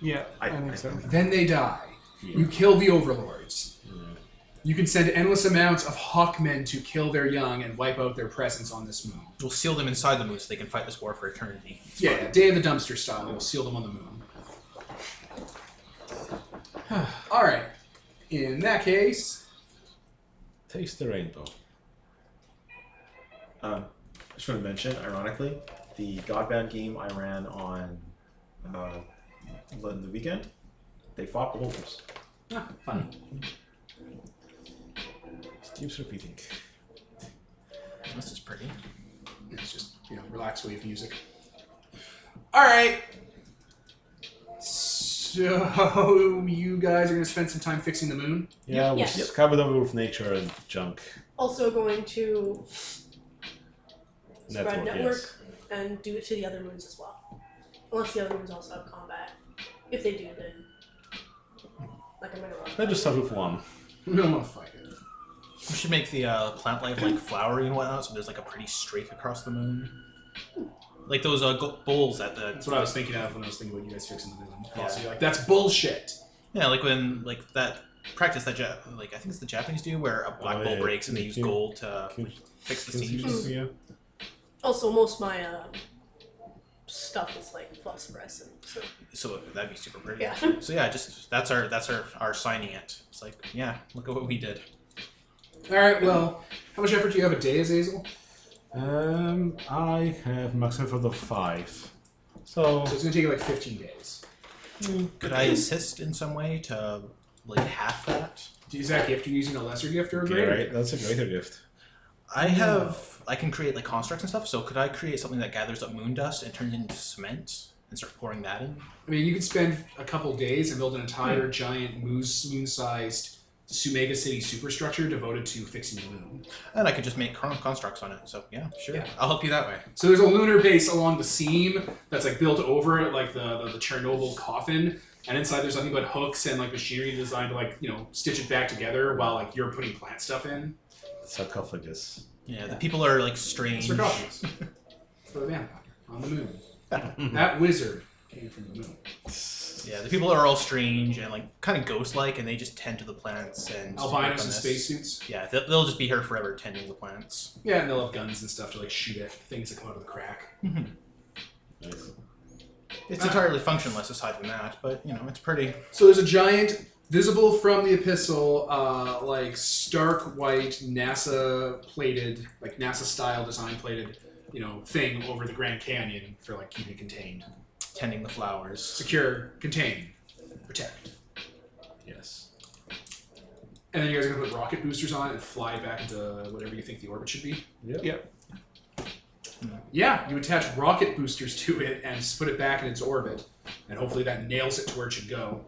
C: Yeah,
F: I-
C: I, think
F: I
C: so.
A: Then they die. You kill the overlords. You can send endless amounts of hawkmen to kill their young and wipe out their presence on this moon.
D: We'll seal them inside the moon so they can fight this war for eternity.
A: Yeah, yeah, Day of the Dumpster style. We'll seal them on the moon. all right. In that case,
G: Taste the rainbow.
F: Um, I just want to mention, ironically, the Godbound game I ran on uh, the the weekend. They fought the holders.
A: ah, fun.
G: It keeps repeating.
D: This is pretty.
A: It's just, you know, relaxed wave music. Alright. So, you guys are going to spend some time fixing the moon?
G: Yeah, we
B: Yes.
G: just covered over with nature and junk.
B: Also going to spread
G: Network,
B: network.
G: yes.
B: and do it to the other moons as well. Unless the other moons also have combat. If they do, then like I'm gonna roll.
E: Let's just start with one.
A: We don't want to fight it.
D: We should make the uh, plant life like flowery and whatnot, so there's like a pretty streak across the moon, like those uh, go- bowls at the
A: That's what I was thinking of when I was thinking about you guys fixing the moon. So you're like, that's bullshit.
D: yeah, like when like that practice that ja- like I think it's the Japanese do where a black
E: Oh,
D: bowl
E: yeah,
D: breaks and they
E: me
D: use
E: too.
D: gold to
E: Can-
D: fix the
E: can you
D: seams.
E: just- yeah.
B: Also, most of my uh, stuff is like phosphorescent. So
D: So that'd be super pretty.
B: yeah,
D: So yeah, just that's our that's our our signing it. It's like yeah, look at what we did.
A: All right, well, how much effort do you have a day, Azazel?
E: Um, I have max effort of five. So
A: So it's going to take you like 15 days.
D: Could I assist in some way to like half that?
A: Do you use that gift? Are you using a lesser gift or a
E: okay,
A: greater?
E: right, that's a greater gift.
D: I have I can create like constructs and stuff. So could I create something that gathers up moon dust and turns it into cement and start pouring that in?
A: I mean, you could spend a couple days and build an entire
E: Hmm.
A: giant moose, moon-sized Sumega City superstructure devoted to fixing the moon.
D: And I could just make con- constructs on it. So yeah, sure.
A: Yeah.
D: I'll help you that way.
A: So there's a lunar base along the seam that's like built over it, like the, the, the Chernobyl coffin. And inside there's nothing but hooks and like machinery designed to like, you know, stitch it back together while like you're putting plant stuff in.
E: Sarcophagus.
D: Yeah, the people are like strange.
A: Sarcophagus. For the vampire on the moon. that wizard came from the moon.
D: Yeah, the people are all strange and like kind of ghost-like, and they just tend to the plants and
A: Albinos
D: work on
A: in
D: this.
A: spacesuits.
D: Yeah, they'll, they'll just be here forever tending the plants.
A: Yeah, and they'll have guns and stuff to like shoot at things that come out of the crack.
E: Nice.
D: It's entirely functionless aside from that, but you know it's pretty.
A: So there's a giant, visible from the epistle, uh, like stark white NASA plated, like NASA style design plated, you know, thing over the Grand Canyon for like keeping it contained,
D: Tending the flowers.
A: secure, contain, protect.
E: Yes.
A: And then you guys are gonna put rocket boosters on it and fly back into whatever you think the orbit should be.
E: Yep.
C: Yep.
A: Yeah, you attach rocket boosters to it and s- put it back in its orbit, and hopefully that nails it to where it should go.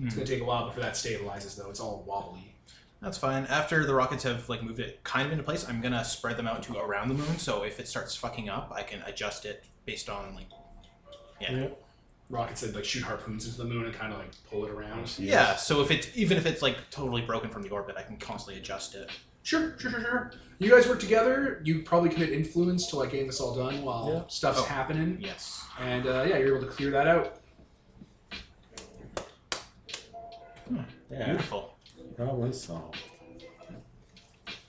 A: It's
D: Hmm.
A: gonna take a while before that stabilizes, though. It's all wobbly.
D: That's fine. After the rockets have like moved it kind of into place, I'm gonna spread them out to around the moon. So if it starts fucking up, I can adjust it based on like yeah.
E: Yeah.
A: Rockets that like shoot harpoons into the moon and kind of like pull it around.
D: Yeah, so if it's even if it's like totally broken from the orbit, I can constantly adjust it.
A: Sure, sure, sure, sure. You guys work together. You probably commit influence to like getting this all done while
E: Yeah.
A: stuff's
D: Oh.
A: happening,
D: Yes.
A: and uh, yeah, you're able to clear that out.
E: Yeah.
D: Beautiful.
E: Probably so.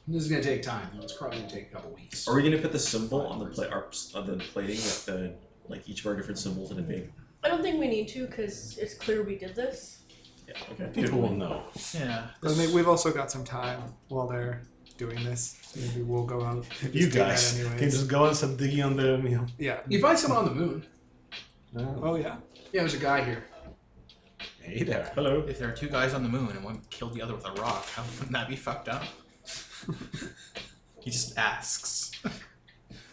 A: This is gonna take time, though. It's probably gonna take a couple weeks.
F: Are we gonna put the symbol on the pla- our, on the plating with the like each of our different symbols in a big?
B: I don't think we need to because it's clear we did this.
F: Yeah. Okay.
E: People will know.
D: Yeah.
C: But they- we've also got some time while they're doing this. Maybe we'll go out. and just
E: You
C: do that
E: guys
C: anyways.
E: can just go and start digging on the. You
C: Yeah.
A: You find someone on the moon.
E: know.
C: Oh yeah.
A: Yeah, there's a guy here.
E: Hey there. Hello.
D: If there are two guys on the moon and one killed the other with a rock, how wouldn't that be fucked up? he just asks.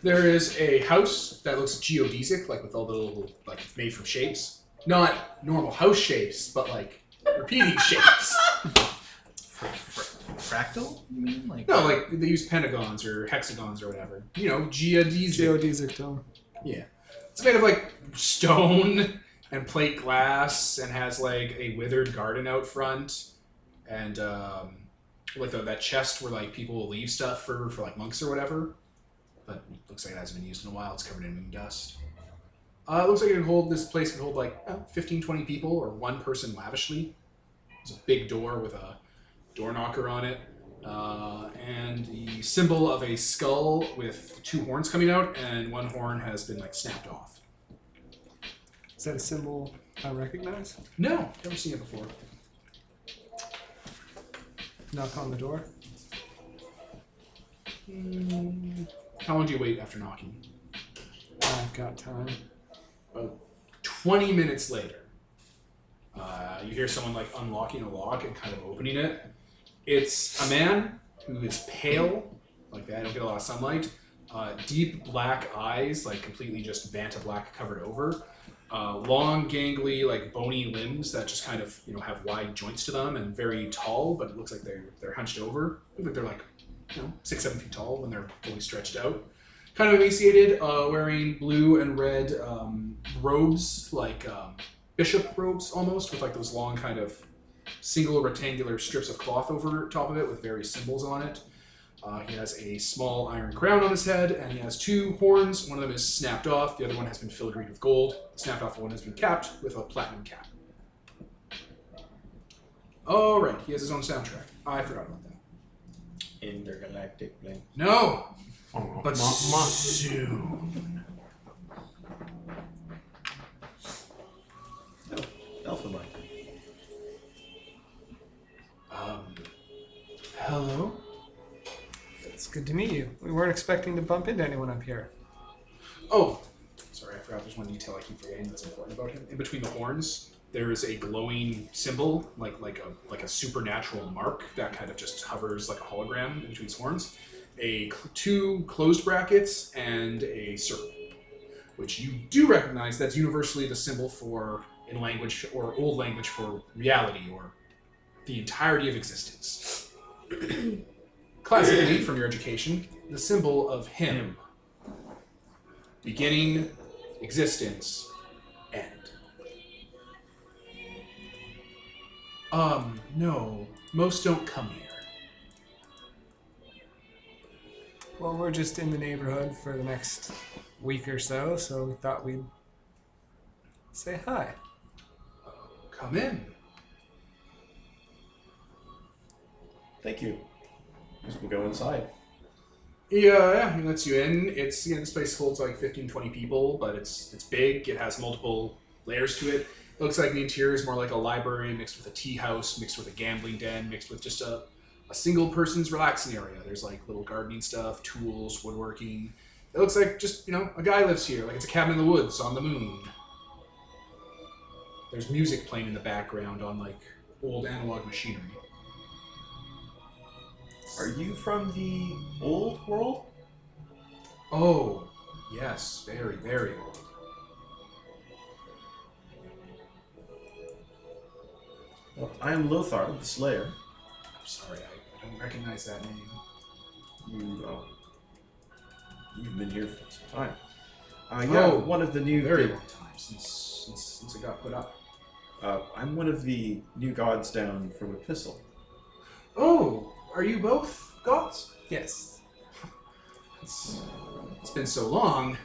A: There is a house that looks geodesic, like with all the little like made from shapes. Not normal house shapes, but like repeating shapes.
D: Fr- fr- fractal? You mean like?
A: No, like they use pentagons or hexagons or whatever. You know, geodesic.
C: Geodesic dome.
A: Yeah. It's made of like stone and plate glass and has like a withered garden out front and um like the, that chest where like people will leave stuff for for like monks or whatever. But looks like it hasn't been used in a while. It's covered in moon dust. Uh, it looks like it can hold this place can hold like I don't know, 15, 20 people or one person lavishly. It's a big door with a door knocker on it. Uh, and the symbol of a skull with two horns coming out, and one horn has been like snapped off.
C: Is that a symbol I recognize?
A: No, never seen it before.
C: Knock on the door.
A: How long do you wait after knocking?
C: I've got time.
A: About 20 minutes later, uh, you hear someone like unlocking a lock and kind of opening it. It's a man who is pale, like that, I don't get a lot of sunlight. Uh, deep black eyes, like completely just Vanta black covered over. Uh, long, gangly, like bony limbs that just kind of you know have wide joints to them and very tall, but it looks like they're they're hunched over. Look like they're like you know six seven feet tall when they're fully stretched out. kind of emaciated, uh, wearing blue and red um, robes, like um, bishop robes almost, with like those long kind of single rectangular strips of cloth over top of it with various symbols on it. Uh, he has a small iron crown on his head, and he has two horns. One of them is snapped off, the other one has been filigreed with gold. The snapped off one has been capped with a platinum cap. Oh, right, he has his own soundtrack. I forgot about that.
F: Intergalactic blank.
A: No,
G: Oh,
A: but
G: ma- ma-
A: soon.
F: Alpha Mike.
A: Um, hello?
C: It's good to meet you. We weren't expecting to bump into anyone up here.
A: Oh, sorry, I forgot. There's one detail I keep forgetting that's important about him. In between the horns, there is a glowing symbol, like like a like a supernatural mark that kind of just hovers like a hologram in between his horns. A cl- two closed brackets and a circle, which you do recognize. That's universally the symbol for in language or old language for reality or the entirety of existence. Classically, from your education, the symbol of him beginning, existence, end. Um, no, most don't come here.
C: Well, we're just in the neighborhood for the next week or so, so we thought we'd say hi.
A: Come in.
F: Thank you. Just we'll go inside.
A: Yeah, yeah, he lets you in. It's you know, this place holds like 15, 20 people, but it's it's big. It has multiple layers to it. It looks like the interior is more like a library mixed with a tea house, mixed with a gambling den, mixed with just a, a single person's relaxing area. There's like little gardening stuff, tools, woodworking. It looks like just you know a guy lives here. Like it's a cabin in the woods on the moon. There's music playing in the background on like old analog machinery.
F: Are you from the old world?
A: Oh, yes, very, very old. Oh.
F: Well, I am Lothar, the Slayer.
A: I'm sorry, I, I don't recognize that name.
F: You, uh, you've been here for some time. Uh, yeah,
A: Oh,
F: one of the new.
A: very long time since since, since it got put up.
F: Uh, I'm one of the new gods down from Epistle.
A: Oh, are you both gods?
C: Yes.
A: It's, it's been so long.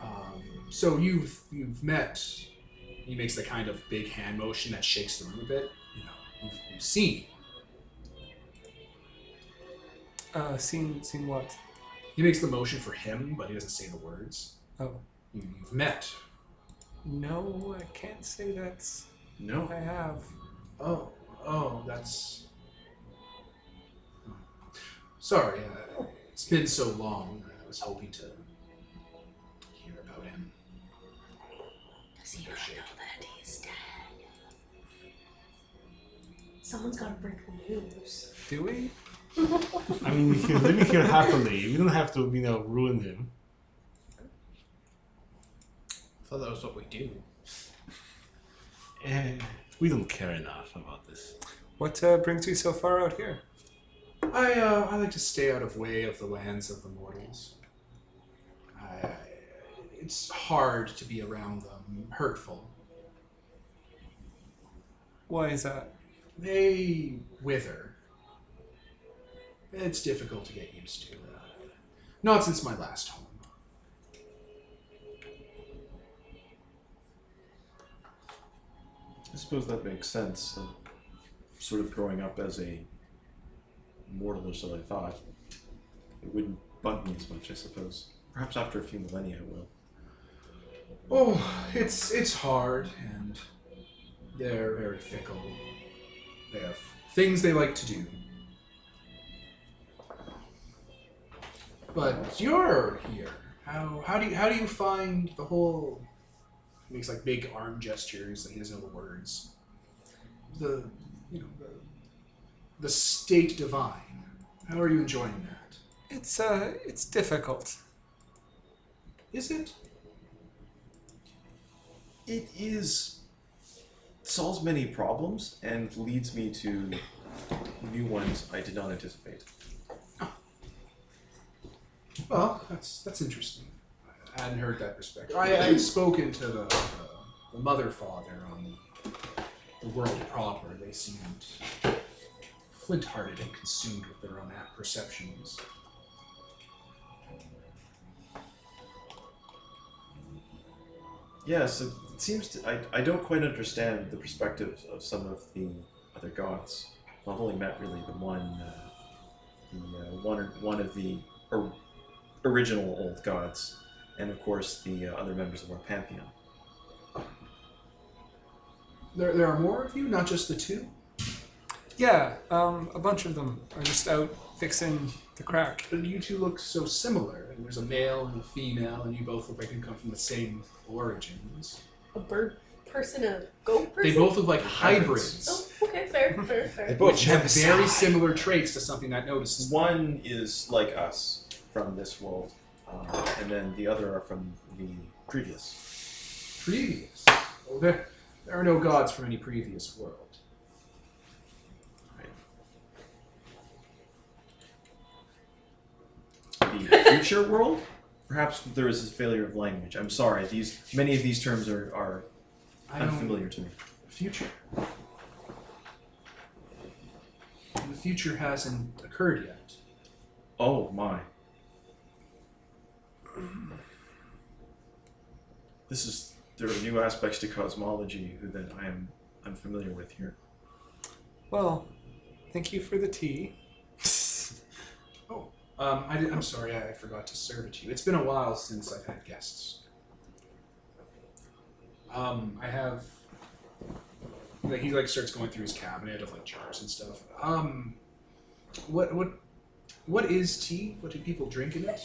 A: Um, so you've you've met. He makes the kind of big hand motion that shakes the room a bit. You know, you've, you've seen.
C: Uh, seen seen what?
A: He makes the motion for him, but he doesn't say the words.
C: Oh,
A: You, you've met.
C: no, I can't say that's
F: No.
C: what I have.
A: Oh, oh, that's. Sorry, uh, it's been so long. I was hoping to hear about him.
B: Does he not know that he's dead? Someone's gotta break the news.
C: Do we?
G: I mean, we can live here happily. We don't have to, you know, ruin him.
D: I thought that was what we do.
G: Eh, we don't care enough about this.
C: What uh, brings you so far out here?
A: I uh, I like to stay out of way of the lands of the mortals. I, it's hard to be around them. Hurtful.
C: Why is that?
A: They wither. It's difficult to get used to. uh, Not since my last home.
F: I suppose that makes sense. uh, sort of growing up as a mortal, or so I thought, it wouldn't bug me as much, I suppose. Perhaps after a few millennia, it will.
A: Oh, it's it's hard, and they're very fickle. They have things they like to do. But you're here. How how do you, how do you find the whole? He makes like big arm gestures, like he doesn't know the words. The you know the, the state divine. How are you enjoying that?
C: It's uh, it's difficult.
A: Is it?
F: It is solves many problems and leads me to new ones I did not anticipate.
A: Well, that's that's interesting. I hadn't heard that perspective. I had spoken to the, the, the mother father on the, the world proper. They seemed flint-hearted and consumed with their own apt perceptions.
F: Yeah, so it seems to, I, I don't quite understand the perspectives of some of the other gods. I've only met really the one, uh, the uh, one one of the or, original old gods, and of course the uh, other members of our pantheon.
A: There, there are more of you, not just the two.
C: Yeah, um, a bunch of them are just out fixing the crack.
A: But you two look so similar. And there's a male and a female, and you both look like you come from the same origins.
B: A bird person and a goat person?
A: They both look like hybrids.
B: Oh, okay, fair, fair, fair.
A: Which have very similar traits to something that notices.
F: One is like us from this world, um, and then the other are from the previous.
A: Previous. Well, there, there are no gods from any previous world.
F: the future world? Perhaps there is a failure of language. I'm sorry. These many of these terms are, are
A: I don't.
F: unfamiliar to me.
A: Future. The future hasn't occurred yet.
F: Oh my. This is there are new aspects to cosmology who that I am unfamiliar with here.
C: Well, thank you for the tea.
A: Um, I am sorry, I, I forgot to serve it to you. It's been a while since I've had guests. Um, I have. Like he like starts going through his cabinet of like jars and stuff. Um, what what what is tea? What do people drink in it?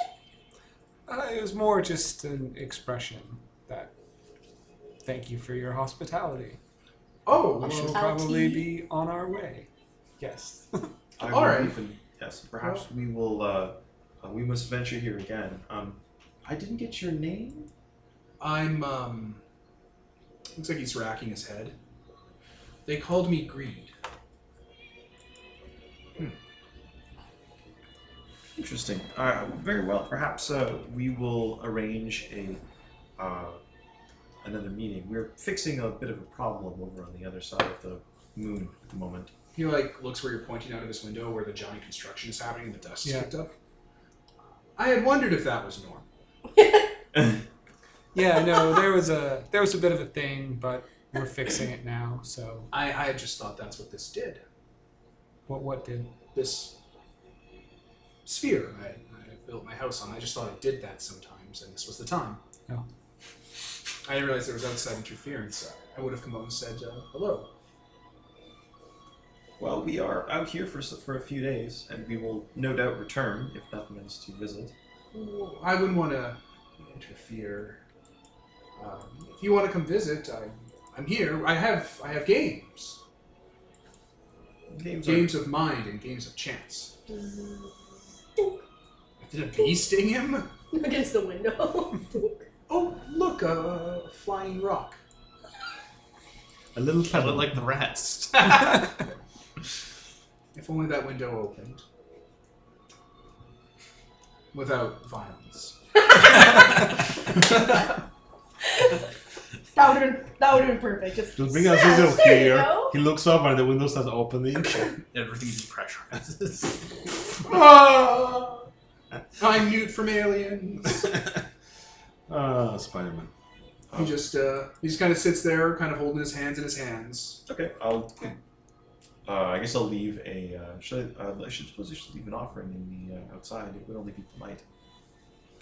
C: Uh, it was more just an expression that thank you for your hospitality.
A: Oh,
C: We should
A: well,
C: probably
B: Hospitality.
C: be on our way. Yes.
F: I
A: All
F: will
A: right.
F: even- yes, perhaps we will. Uh, uh, we must venture here again. Um, I didn't get your name.
A: I'm um. Looks like he's racking his head. They called me Greed.
F: Interesting. Uh, very well. Perhaps uh, we will arrange a uh, another meeting. We're fixing a bit of a problem over on the other side of the moon at the moment.
A: He like looks where you're pointing out of this window where the giant construction is happening and the dust is
C: Yeah.
A: kicked up. I had wondered if that was normal.
C: yeah, no, there was a there was a bit of a thing, but we're fixing it now. So
A: I, I just thought that's what this did.
C: what what did?
A: This sphere I, I built my house on. I just thought it did that sometimes, and this was the time.
C: Oh.
A: I didn't realize there was outside interference. So I would have come up and said uh, hello.
F: Well, we are out here for s- for a few days, and we will no doubt return if nothing else to visit.
A: Well, I wouldn't want to interfere. Um, if you want to come visit, I, I'm here. I have I have games,
F: Games are-
A: games of mind and games of chance. Did a bee sting him?
B: Against the window.
A: Oh, look, a flying rock.
D: A little pellet like the rest.
A: If only that window opened. Without violence.
B: that would have been that would have been perfect. Just
E: Just bring Azazel
B: Smash, there you
E: here.
B: go.
E: He looks over and the window starts opening.
D: Everything's pressurized.
A: Ah! I'm Newt from Aliens.
E: Ah, Spider Man.
A: He just uh, he just kind of sits there, kind of holding his hands in his hands.
F: Okay, I'll. Uh, I guess I'll leave a. Uh, should I, uh, I should suppose I should leave an offering in the uh, outside. It would only be polite.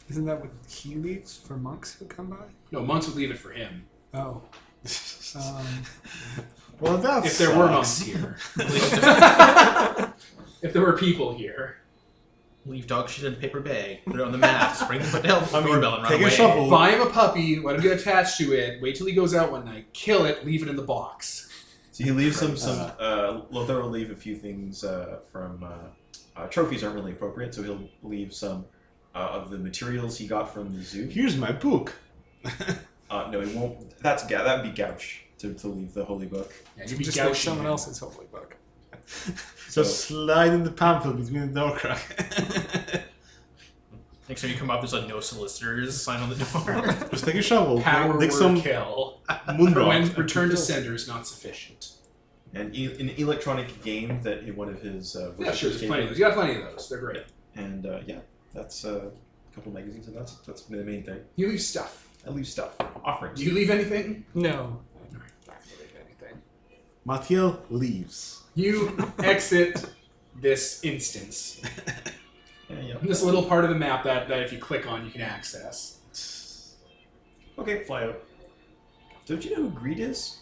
C: Isn't that what he leaves for monks who come by?
A: No, months would leave it for him
C: Oh. Um,
E: Well, that's. uh,
A: if there were monks here. if there were people here.
D: Leave dog shit in a paper bag. Put it on the maps. Bring the bell,
E: I mean,
D: doorbell and run
E: take
D: away.
E: a shovel.
A: Buy him a puppy, let him get attached to it, wait till he goes out one night, kill it, leave it in the box.
F: So he leaves some some. Uh, Lothar will leave a few things uh, from uh, uh, trophies aren't really appropriate, so he'll leave some uh, of the materials he got from the zoo.
E: Here's my book.
F: Uh, no, he won't. That's ga- that'd be gouch to, to leave the holy book.
A: Yeah, you'd be
C: just like
A: gouching
C: someone
A: him.
C: else's holy book.
E: Just slide in the pamphlet between the door crack.
D: Next time you come up, there's a no solicitors sign on the door.
E: Just take a shovel.
A: Power
E: Dig
A: word
E: some
A: kill.
E: moon
A: For
E: rock.
A: when return to sender is not sufficient.
F: And e- an electronic game that he- one of his uh,
A: Yeah, sure.
F: games-
A: There's plenty of those. You got plenty of those. They're great.
F: and uh, yeah, that's uh, a couple magazines, and that's that's the main thing.
A: You leave stuff.
F: I leave stuff, offerings.
A: Do you leave anything?
C: No.
A: I don't leave anything.
E: Mathiel leaves.
A: You exit this instance,
F: Yeah, yeah.
A: this little part of the map that, that if you click on, you can access.
F: Okay, fly out. Don't you know who Greed is?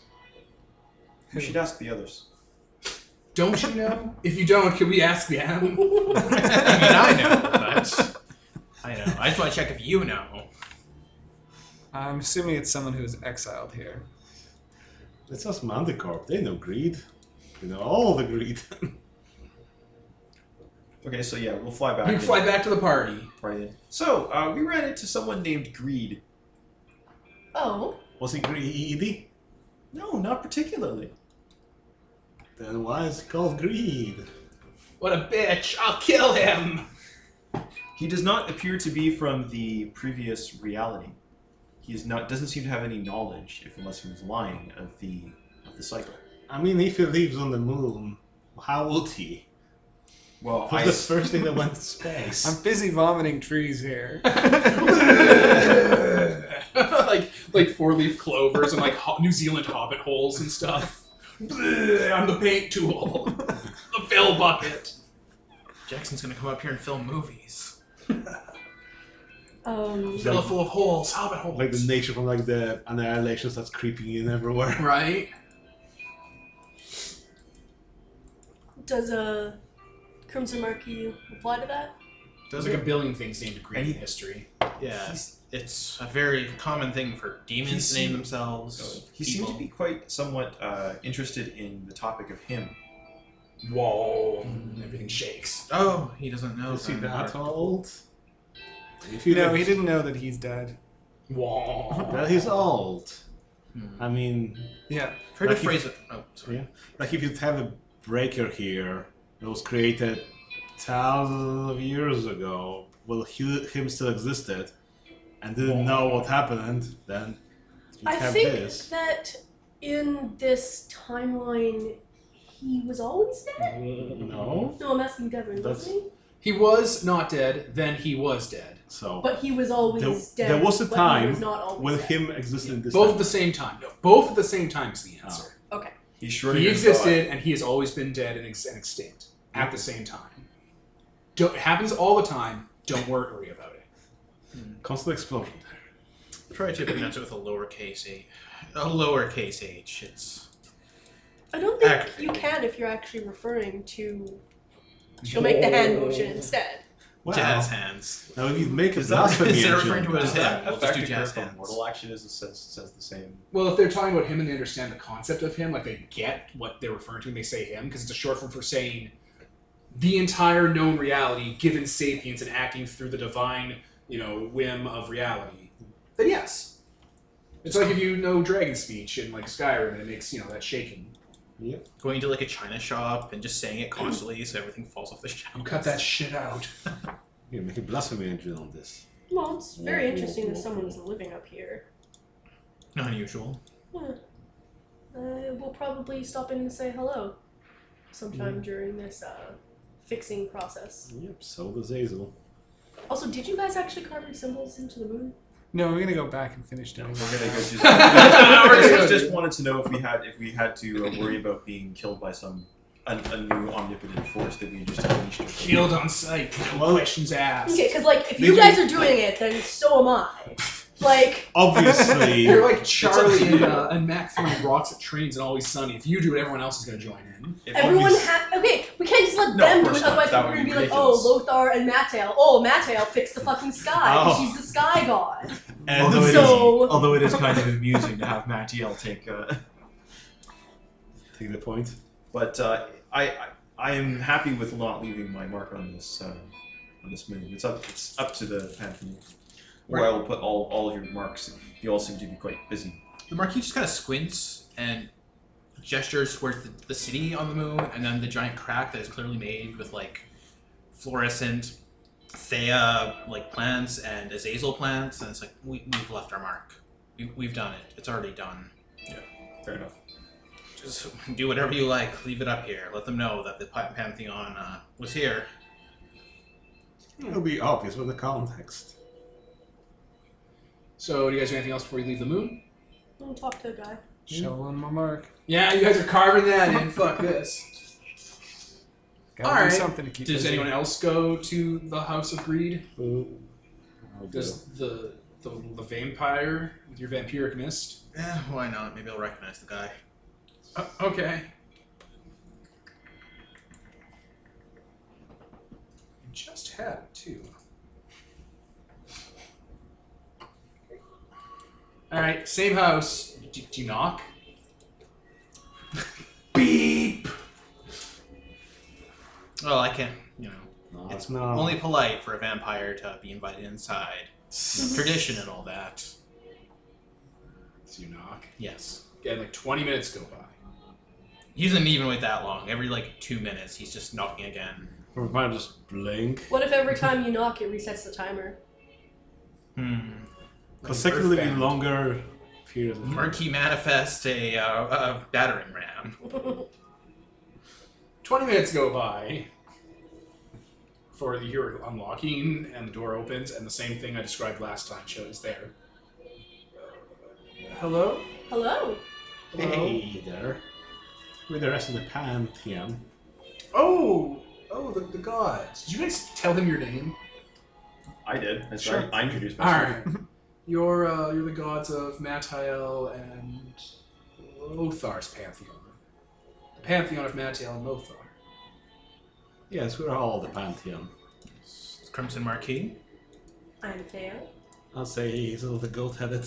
F: We should ask the others.
A: Don't you know? If you don't, can we ask them?
D: I mean, I know, but I know. I just want to check if you know.
C: I'm assuming it's someone who's exiled here.
E: It's us Mandicorp. They know greed. They know all the greed.
F: Okay, so yeah, we'll fly back.
A: You
F: and-
A: fly back to the party.
F: Right in. So uh, we ran into someone named Greed.
B: Oh,
E: Was he greedy?
F: No, not particularly.
E: Then why is it called greed?
A: What a bitch! I'll kill him!
F: He does not appear to be from the previous reality. He is not doesn't seem to have any knowledge, if unless he was lying, of the of the cycle.
E: I mean, if he lives on the moon, how would he?
F: Well,
E: What's
F: I
E: the first thing that went to space?
C: I'm busy vomiting trees here.
A: like like four leaf clovers and like ho- New Zealand hobbit holes and stuff. Bleh, I'm the paint tool, the fill bucket.
D: Jackson's gonna come up here and film movies.
B: um,
A: Fill full of holes, hobbit holes.
E: Like the nature from like the annihilation starts creeping in everywhere.
A: right?
B: does uh, Crimson Marquis apply to that?
A: There's like a billion things named Greek
F: Any-
A: in history.
D: Yeah,
F: He's-
D: it's a very common thing for demons to
F: He
D: name
F: seem-
E: oh,
D: themselves.
F: he seemed to
D: people.
F: be quit somewhat uh, interested in the topic of him.
A: Whoa! Mm, Everything shakes.
D: Oh, he doesn't know.
E: Is he
D: them.
E: that old? If
C: no,
E: look-
C: he didn't know that he's dead.
E: Well,
A: Whoa!
E: he's old.
D: Hmm.
E: I mean,
C: Yeah.
D: Try to
E: Like he-
D: phrase it. Oh, sorry.
E: Yeah. like if you have a breaker here that was created thousands of years ago, well, he, him still existed and didn't know what happened, then you
B: I
E: have
B: think
E: this.
B: that in this timeline, he was always dead.
E: No?
B: No, I'm asking Devin,
E: Mm-hmm. That's-
B: wasn't he?
A: He was not dead. Then he was dead.
E: So,
B: But he was always
E: There-
B: dead.
E: there was a
B: but he
E: time
B: was not always
E: will
B: dead.
E: him exist in this Oh.
A: Both at
E: time?
A: the same time. No, both at the same time is the answer.
F: He's short.
A: He existed, and he has always been dead and, ex- and extinct at the same time. Don't, it happens all the time. Don't worry about it.
E: Constant explosion.
D: Try to pronounce it with a lowercase a, a lowercase h. It's
B: I don't think
D: Act.
B: you can if you're actually referring to. She'll make the hand motion instead.
E: Wow.
D: jazz hands.
E: Now, if you make a
F: Is that-
E: blasphemy
D: is that
E: engine-
D: referring to
F: Does
D: his
F: that
D: hand? We'll just
F: affect
D: do
F: your
D: jazz
F: character?
D: hands.
F: Mortal action is, says, says the same.
A: Well, if they're talking about him and they understand the concept of him, like they get what they're referring to when they say him, because it's a short form for saying the entire known reality given sapience and acting through the divine, you know, whim of reality, then yes. It's like if you know dragon speech in like Skyrim and it makes, you know, that shaking.
D: Going to like a china shop and just saying it constantly so everything falls off the shelf.
A: Cut that shit out.
E: You make a blasphemy engine on this.
B: Well, it's very
E: Whoa,
B: interesting
E: whoa,
B: that
E: whoa,
B: someone's
E: whoa.
B: living up here.
D: Not unusual.
B: Uh, we'll probably stop in and say hello sometime
E: Mm-hmm.
B: during this uh, fixing process.
E: Yep, so does Hazel.
B: Also, did you guys actually carve your symbols into the moon?
C: No, we're gonna go back and finish doing
F: We're gonna go just.
A: We're
F: I just wanted to know if we had if we had to uh, worry about being killed by some a, a new omnipotent force that we just unleashed.
A: Killed on sight. No questions asked.
B: Okay, because like if
E: Did
B: you
E: you-
B: guys are doing it, then so am I. Like,
E: Obviously,
A: You're like Charlie
F: It's up
A: and,
F: to
A: uh, and Mac throwing rocks at trains and always sunny. If you do it, everyone else is going to join in.
F: If
B: everyone
F: obvious-
B: ha Okay, we can't just let
F: No, of
B: them do
F: course
B: it.
F: not.
B: Otherwise,
F: That
B: we're
F: would
B: gonna
F: be
B: be like, oh,
F: ridiculous.
B: Lothar and Matteo. Oh, Matteo fixed the fucking sky.
E: Oh.
B: She's the sky god.
F: And although, it is,
B: So-
F: although it is kind of amusing to have Mattiel take, uh,
E: take the point.
F: but uh, I, I I am happy with not leaving my mark on this uh, on this move. It's up it's up to the pantheon where I will put all, all of your marks. You all seem to be quite busy.
D: The marquis just kind of squints and gestures towards the, the city on the moon, and then the giant crack that is clearly made with like fluorescent Thea like plants and Azazel plants, and it's like we, we've left our mark. We, we've done it. It's already done.
F: Fair enough.
D: Just do whatever you like. Leave it up here. Let them know that the Pa- Pantheon uh, was here.
E: It'll be obvious with the context.
A: So, do you guys do anything else before you leave the moon?
B: Let me talk to a guy.
C: Shovel on my mark.
A: Yeah, you guys are carving that in. Fuck this.
C: Gotta
A: All
C: do
A: right.
C: something to keep
A: Does
C: busy.
A: anyone else go to the House of Greed?
E: Ooh. I'll do
A: Does the the, the vampire with your vampiric mist?
D: Eh, why not? Maybe I'll recognize the guy.
A: Uh, okay. You just had it too. All right, same house. Do, do you knock? Beep.
D: Well, I can't. You know,
E: No,
D: it's
E: no.
D: only polite for a vampire to be invited inside. Tradition and all that.
A: So you knock.
D: Yes.
A: Again, like twenty minutes go by.
D: He doesn't even wait that long. Every like two minutes, he's just knocking again.
E: Or if I just blink.
B: What if every time you knock, it resets the timer?
D: Hmm.
E: Consecutively
A: Earthbound.
E: longer periods. of time.
D: Murky manifest a, uh, a battering ram.
A: Twenty minutes go by. For you hear it unlocking and the door opens, and the same thing I described last time show is there. Hello.
B: Hello.
E: Hey there. With the rest of the pantheon.
A: Oh, oh, the, the gods. Did you guys tell them your name?
F: I did. That's
C: Sure.
F: right. I introduced
A: All
F: myself.
A: right. you're uh, you're the gods of Matael and Lothar's pantheon. The pantheon of Matael and Lothar.
E: Yes, we're all the pantheon.
D: Crimson Marquee.
B: I'm Thea.
E: I'll say he's a little goat-headed.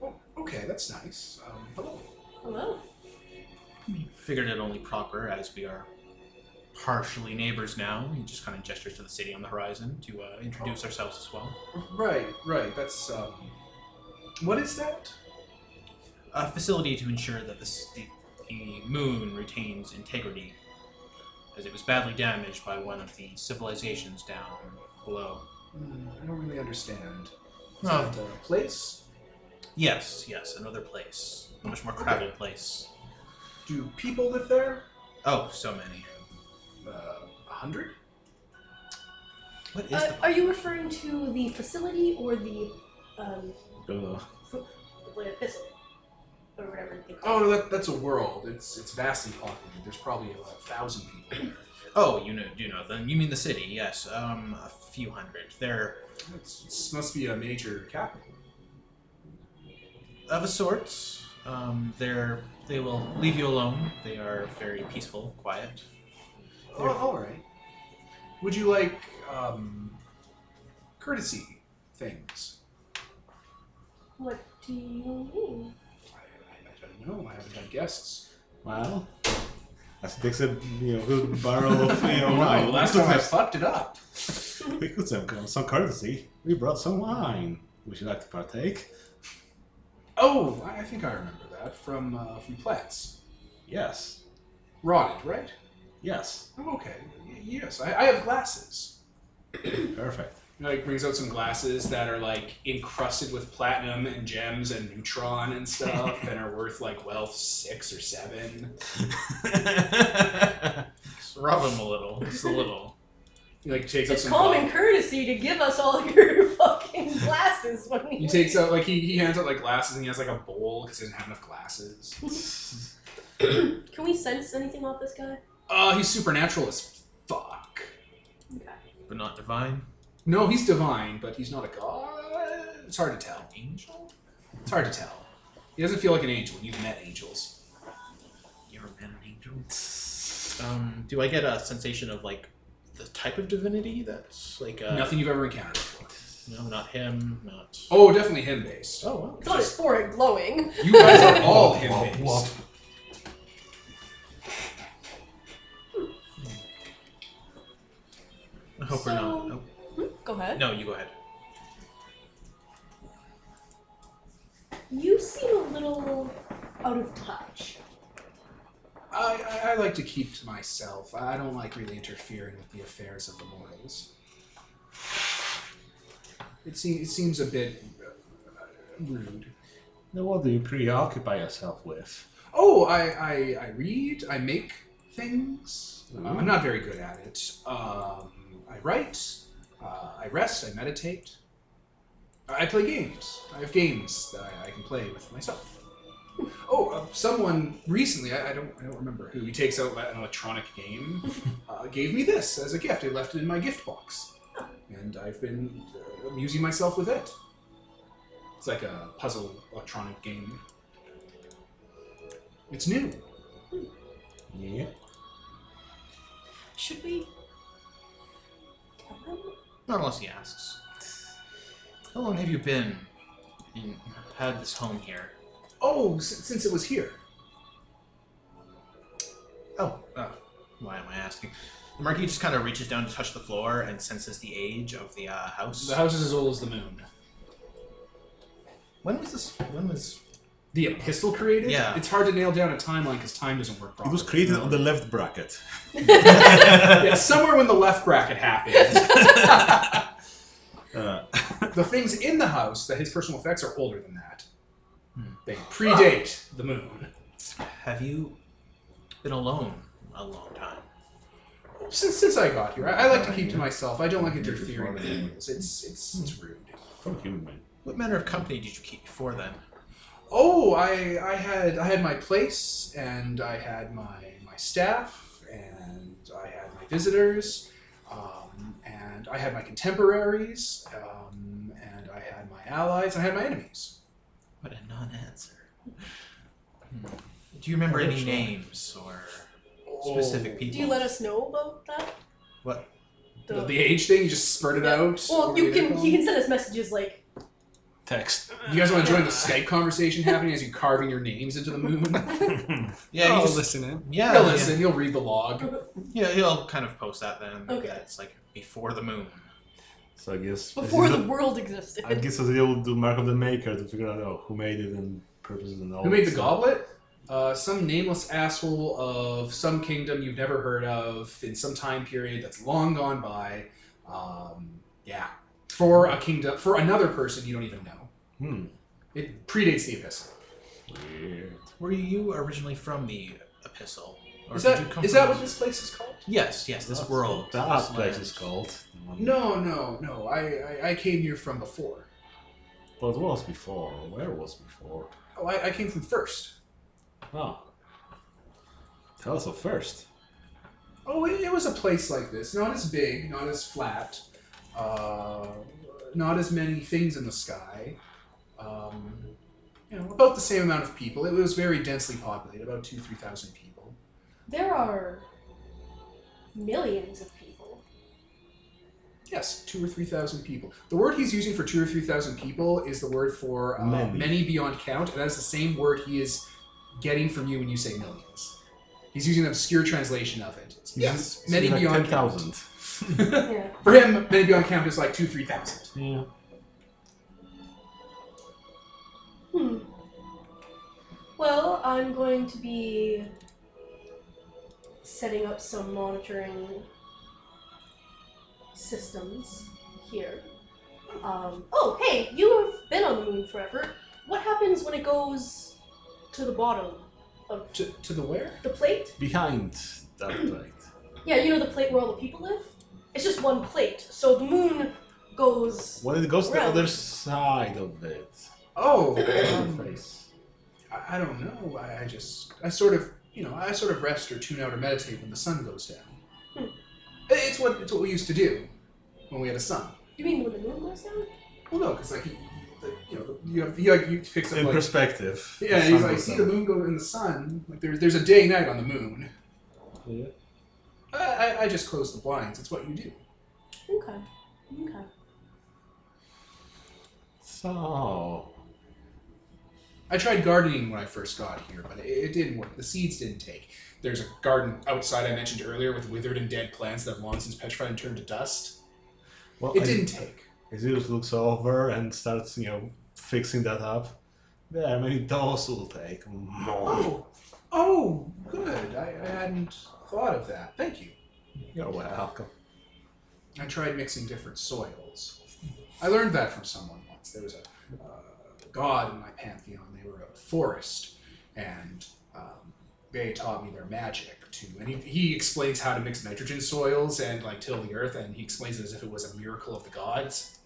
A: Oh, okay, that's nice. Um, hello.
B: Hello.
D: Figured it only proper as we are partially neighbors now. He just kind of gestures to the city on the horizon to uh, introduce ourselves as well.
A: Right, right. That's um. What is that?
D: A facility to ensure that this, the, the moon retains integrity, as it was badly damaged by one of the civilizations down below.
A: Hmm, I don't really understand. Is
D: Oh.
A: that a place?
D: Yes, yes, another place. A much more crowded place.
A: Do people live there?
D: Oh, so many.
A: Uh, a hundred.
D: What is
B: Uh,
D: the
B: are you referring to the facility or the um,
E: Ugh.
B: the blade of pistol or whatever? they call
A: Oh
B: it?
A: no, that, that's a world. It's it's vastly populated. There's probably about a thousand people. there.
D: Oh, you know, do know them. You mean the city? Yes, um, a few hundred. They're
A: It's, it's- must be a major capital.
D: of a sort. Um, they're they will leave you alone. They are very peaceful, quiet.
A: Oh, all right. Would you like um, courtesy things?
F: Um.
B: What do you mean?
A: I, I, I don't know. I haven't had guests.
E: Well, that's takes a you know good barrel of oh you know
A: Wow,
E: wine.
A: last time I fucked it up.
E: we could some some courtesy. We brought some wine. Would you like to partake?
A: Oh, I I think I remember that from uh, from Platts.
E: Yes.
A: Rotted, right?
E: Yes.
A: Oh, okay. Y- yes, I, I have glasses.
E: Perfect.
A: You know, like brings out some glasses that are like encrusted with platinum and gems and neutron and stuff, and are worth like wealth six or seven.
D: Just Rub them a little, just a little.
A: He like takes out
B: It's
A: some.
B: common
A: gold.
B: courtesy to give us all your fucking glasses when we.
A: He takes out like he, he hands out like glasses and he has like a bowl because he doesn't have enough glasses.
B: Can we sense anything off this guy?
A: Uh, he's supernatural as fuck.
B: Okay.
D: but not divine.
A: No, he's divine, but he's not a god. It's hard to tell. Angel? It's hard to tell. He doesn't feel like an angel. You've met angels.
D: You ever met an angel? Um, do I get a sensation of like the type of divinity that's like uh,
A: Nothing you've ever encountered before.
D: No, not him. Not.
A: Oh, definitely him based.
D: Oh, wow.
B: It's on his forehead glowing.
A: You guys are all him based.
D: I hope we're
B: So-
D: not. oh,
B: Hmm? Go ahead.
D: No, you go ahead.
B: You seem a little out of touch.
A: I, I, I like to keep to myself. I don't like really interfering with the affairs of the mortals. It, seem, it seems a bit uh, rude.
G: Now, what do you preoccupy yourself with?
A: Oh, I, I, I read, I make things. Uh, I'm not very good at it. Um, I write, uh, I rest, I meditate. I I play games. I have games that I, I can play with myself. Oh, uh, someone recently, I, I don't I don't remember who, he takes out an electronic game, uh, gave me this as a gift. I left it in my gift box. And I've been uh, amusing myself with it. It's like a puzzle electronic game. It's new.
G: Yeah.
B: Should we tell them?
D: Not unless he asks. How long have you been in, had this home here?
A: Oh, s- since it was here.
D: Oh, oh, why am I asking? The Marquis just kind of reaches down to touch the floor and senses the age of the uh, house.
A: The house is as old as the moon.
D: When was this? When was?
A: The epistle created?
D: Yeah.
A: It's hard to nail down a timeline because time doesn't work
E: It
A: properly.
E: was created on the left bracket.
A: yeah, somewhere when the left bracket happened.
E: Uh,
A: the things in the house that his personal effects are older than that. They predate the moon.
D: Have you been alone a long time?
A: Since since I got here, I, I like to keep to myself. I don't like interfering with animals. It's it's it's rude.
G: Fuck you, man.
D: What manner of company did you keep before then?
A: Oh, I I had I had my place and I had my my staff and I had my visitors, um, and I had my contemporaries, um, and I had my allies. I had my enemies.
D: What a non-answer. Hmm. Do you remember any names or specific people?
B: Do you let us know about that?
D: What?
A: The, the age thing, you just spurt it out.
B: well,
A: What
B: you
A: were they
B: can
A: called?
B: he can send us messages like
G: Text.
A: Do You guys want to join the Skype conversation happening as you carving your names into the moon?
D: Yeah, you
C: I'll
D: just-
C: Oh, listen in.
D: yeah,
A: He'll
D: yeah.
A: listen. He'll read the log.
D: Yeah, he'll kind of post that then.
B: Okay.
D: that It's like before the moon.
G: So I guess.
B: before the world existed.
G: I guess they will do Mark of the Maker to figure out oh, who made it and purposes and all.
A: Who made the
G: that stuff.
A: goblet? Uh, some nameless asshole of some kingdom you've never heard of in some time period that's long gone by. Um, yeah, for a kingdom, for another person you don't even know.
G: Hmm.
A: It predates the epistle.
G: Weird.
D: Were you originally from the Epistle? Or
A: Is
D: did
A: that
D: you come
A: is
D: from-
A: that what this place is called?
D: Yes, yes, this world.
G: That
D: this
G: place
D: land.
G: is called.
A: No, no, no. I I, I came here from before.
G: What was before? Where was before?
A: Oh, I, I came from first.
G: Oh. Tell us of first.
A: Oh, it, it was a place like this. Not as big, not as flat, uh, not as many things in the sky. Um, you know, about the same amount of people. It was very densely populated, about two, three thousand people.
B: There are millions of people.
A: Yes, two or three thousand people. The word he's using for two or three thousand people is the word for uh,
G: Many.
A: many beyond count, and that is the same word he is getting from you when you say millions. He's using an obscure translation of it. He's using
B: Yes.
A: many
G: like
A: beyond count.
G: 10,000.
B: Yeah.
A: For him, many beyond count is like two, three thousand.
G: Yeah.
B: Hmm. Well, I'm going to be setting up some monitoring systems here. Um, oh, hey, you have been on the moon forever. What happens when it goes to the bottom of
A: To, to the where?
B: the plate?
G: Behind that plate.
B: Yeah, you know the plate where all the people live? It's just one plate. So the moon goes.
G: When it goes to the
B: Round.
G: other side of it.
A: Oh,
G: Your
A: um,
G: face.
A: I, I don't know. I, I just, I sort of, you know, I sort of rest or tune out or meditate when the sun goes down.
B: Hmm.
A: I- It's what it's what we used to do when we had a sun.
B: You mean when the moon goes down?
A: Well, no, because like, he, the, you know, you have, he like he picks up
E: in
A: like,
E: perspective.
A: yeah,
E: The
A: he's
E: sun
A: like,
E: goes
A: see
E: down.
A: the moon go in the sun. Like there's there's a day and night on the moon.
G: Yeah.
A: I, I, I just close the blinds. It's what you do.
B: Okay. Okay.
G: So.
A: I tried gardening when I first got here, but it, it didn't work. The seeds didn't take. There's a garden outside I mentioned earlier with withered and dead plants that have long since petrified and turned to dust.
G: Well,
A: It
G: I-
A: didn't take.
G: Azirus looks over and starts, you know, fixing that up. There, maybe those will take.
A: Oh,
G: No.
A: oh, good. I, I hadn't thought of that. Thank you.
G: You're welcome.
A: I tried mixing different soils. I learned that from someone once. There was a uh, god in my pantheon. They were a forest, and um, they taught me their magic too. And he, he explains how to mix nitrogen soils and like till the earth, and he explains it as if it was a miracle of the gods.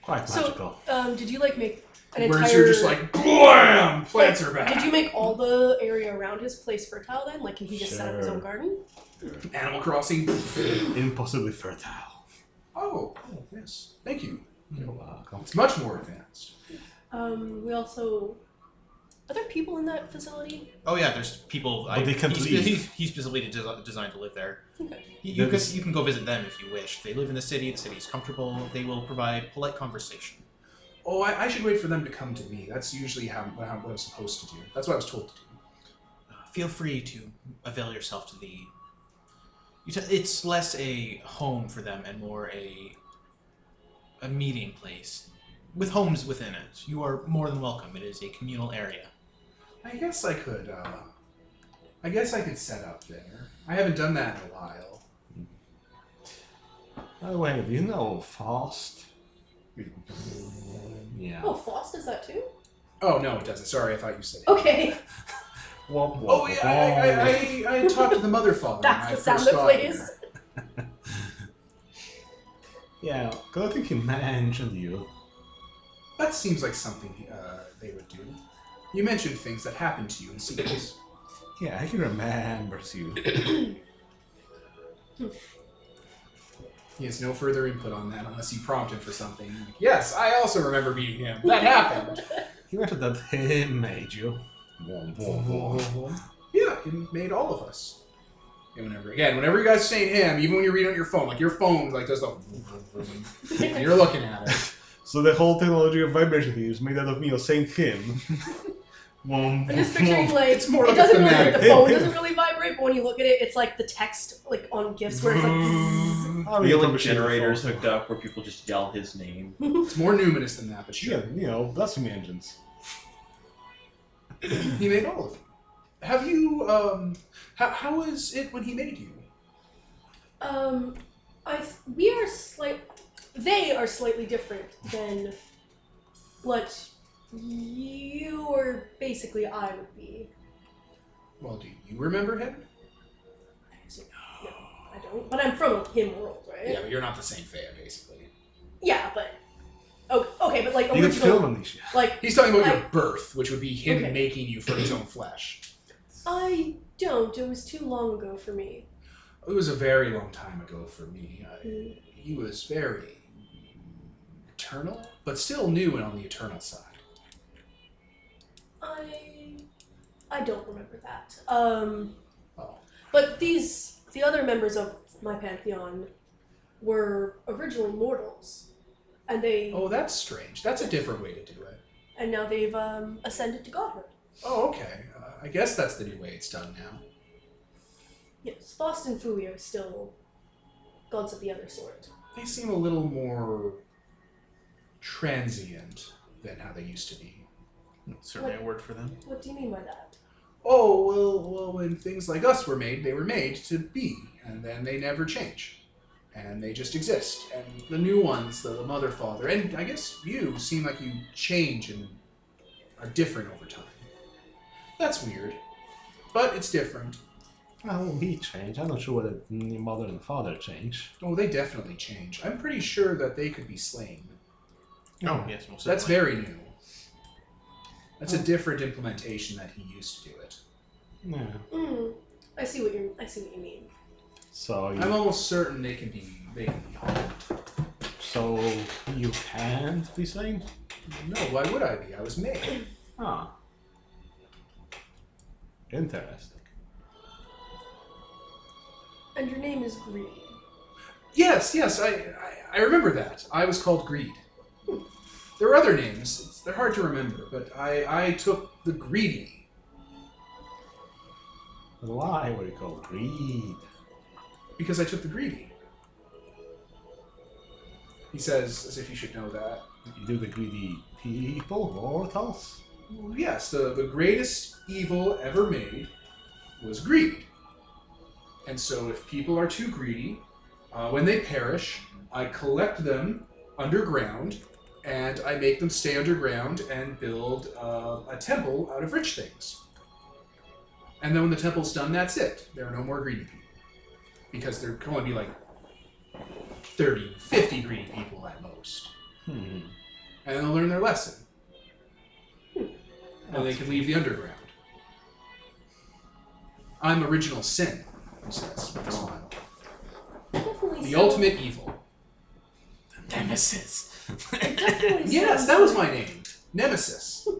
G: Quite
B: So-
G: magical.
B: Um, did you like make an
A: Whereas
B: entire?
A: you're just like, blam, plants are back.
B: Did you make all the area around his place fertile then? Like, can he just set up his
G: Sure.
B: own garden?
A: Animal Crossing.
G: Impossibly fertile.
A: Oh, oh yes, thank you.
G: You're welcome.
A: It's much more advanced.
B: Um, we also. Are there people in that facility?
D: Oh yeah, there's people.
G: But they can't
D: he's,
G: leave.
D: He's, he's specifically de- designed to live there.
B: Okay.
D: You, you,
G: That
D: can,
G: is-
D: you can go visit them if you wish. They live in the city. The city's comfortable. They will provide polite conversation.
A: Oh, I, I should wait for them to come to me. That's usually how, how what I'm supposed to do. That's what I was told to do.
D: Uh, feel free to avail yourself to the. You t- it's less a home for them and more a a meeting place with homes within it. You are more than welcome. It is a communal area.
A: I guess I could. Uh, I guess I could set up there. I haven't done that in a while.
G: By the way, do you know Fast? Yeah.
B: Oh, Floss does that too?
A: Oh no, it doesn't. Sorry, I thought you said.
B: Okay,
G: Womp, womp,
A: Oh yeah, I,
G: womp.
A: I, I, I talked to the mother father.
B: that's
A: when I
B: the sound
A: first
B: that
A: got
B: plays.
A: here.
G: Yeah, 'cause I think he mentioned you.
A: That seems like something uh, they would do. You mentioned things that happened to you in sequence.
G: Yeah, he remembers you.
A: He has no further input on that unless you prompt him for something. Like, yes, I also remember meeting him. That happened.
G: He mentioned that he made you. Womp, womp, womp.
A: yeah, it made all of us. And whenever again, whenever you guys say him, even when you're reading on your phone, like your phone like does the and you're looking at it.
E: So the whole technology of vibration is made out of me or saying him.
B: I'm just picturing like
A: It's more like
B: it
A: a
B: doesn't really the
A: thematic.
B: phone doesn't really vibrate, but when you look at it, it's like the text like on GIFs where it's like. zzz.
G: I mean,
F: We have
G: probably
F: like
G: should have
F: generators
G: thought.
F: hooked up where people just yell his name.
A: It's more numinous than that, but sure.
G: Yeah, you know, blasphemy engines.
A: He made all of you. Have you um how, how was it when he made you?
B: Um, I th- we are slight. They are slightly different than what you or basically I would be.
A: Well, do you remember him?
B: I don't, but I'm from a him world, right?
A: but you're not the same fan, basically.
B: Yeah, but okay, okay, but like
G: You could
B: original,
G: film amnesia.
B: like
A: He's talking about your
B: I-
A: birth, which would be him
B: Okay.
A: making you from his own flesh.
B: I don't. It was too long ago for me.
A: It was a very long time ago for me. I,
B: Mm.
A: he was very eternal, but still new and on the eternal side.
B: I I don't remember that. Um,
A: Oh,
B: but these the other members of my pantheon were originally mortals, and they
A: oh, that's strange. That's a different way to do it.
B: and now they've um, ascended to godhood.
A: Oh, okay. Uh, I guess that's the new way it's done now.
B: Yes, Faust and Fury are still gods of the other sort.
A: They seem a little more transient than how they used to be.
D: Certainly a word for them.
B: What do you mean by that?
A: Oh, well, well, when things like us were made, they were made to be, and then they never change. And they just exist. And the new ones, the, the mother, father, and I guess you seem like you change and are different over time. That's weird. But it's different.
G: Well, we change. I'm not sure whether your mother and father change.
A: Oh, they definitely change. I'm pretty sure that they could be slain.
D: Oh yes, most
A: So that's
D: certainly.
A: very new. That's a different implementation that he used to do it.
G: Yeah.
B: Mm, I see what you I see what you mean.
G: So you
A: I'm almost certain they can be they can be harmed.
G: So you can't be slain?
A: No, why would I be? I was made.
G: Ah. Interesting.
B: And your name is Green.
A: Yes, yes, I, I, I remember that. I was called Greed. There are other names. It's, they're hard to remember, but I, I took the Greedy.
G: Why were you called greed?
A: Because I took the Greedy. He says, as if you should know that.
G: You do the greedy people, mortals?
A: Yes, the, the greatest evil ever made was greed. And so, if people are too greedy, uh, when they perish, I collect them underground and I make them stay underground and build uh, a temple out of rich things. And then when the temple's done, that's it. There are no more greedy people. Because there can only be like 30, 50 greedy people at most.
G: Hmm.
A: And then they'll learn their lesson. And they can leave the underground. I'm original sin, he says with a smile.
B: Definitely
A: The
B: sounds-
A: ultimate evil.
D: Nemesis.
B: it definitely
A: Yes,
B: sounds
A: that was
B: like-
A: my name. Nemesis.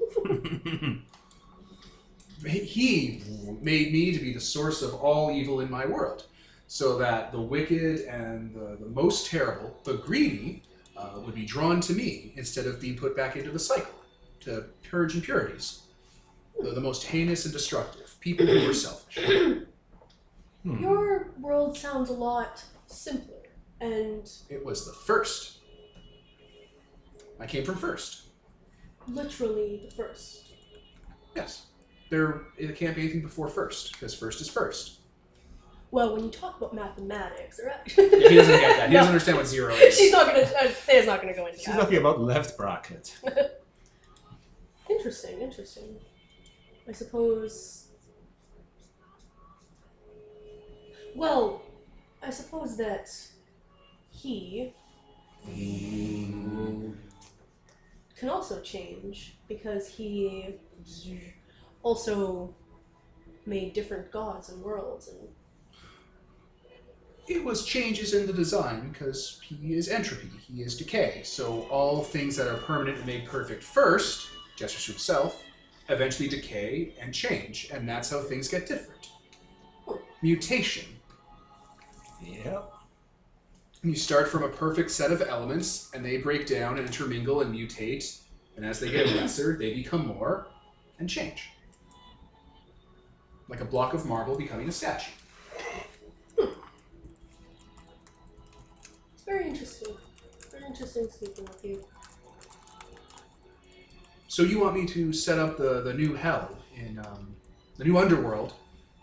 A: he made me to be the source of all evil in my world, so that the wicked and the, the most terrible, the greedy, uh, would be drawn to me instead of being put back into the cycle to purge impurities. The, the most heinous and destructive people who were selfish.
G: Hmm.
B: Your world sounds a lot simpler and
A: It was the first. I came from first.
B: literally the first.
A: Yes. There it can't be anything before first, because first is first.
B: Well, when you talk about mathematics, right?
A: he doesn't get that. He doesn't understand what zero is.
B: She's not gonna. Uh, Thea's not gonna go into
D: She's
B: that.
D: talking about left bracket.
B: Interesting, interesting. I suppose. Well, I suppose that he can also change because he also made different gods and worlds and
A: It was changes in the design because he is entropy, he is decay. So all things that are permanent and made perfect first, gestures to himself, eventually decay and change, and that's how things get different. Mutation.
D: Yep.
A: You start from a perfect set of elements, and they break down and intermingle and mutate, and as they get lesser, they become more and change. Like a block of marble becoming a statue.
B: it's very interesting. Very interesting speaking with you.
A: So you want me to set up the, the new hell in um, the new underworld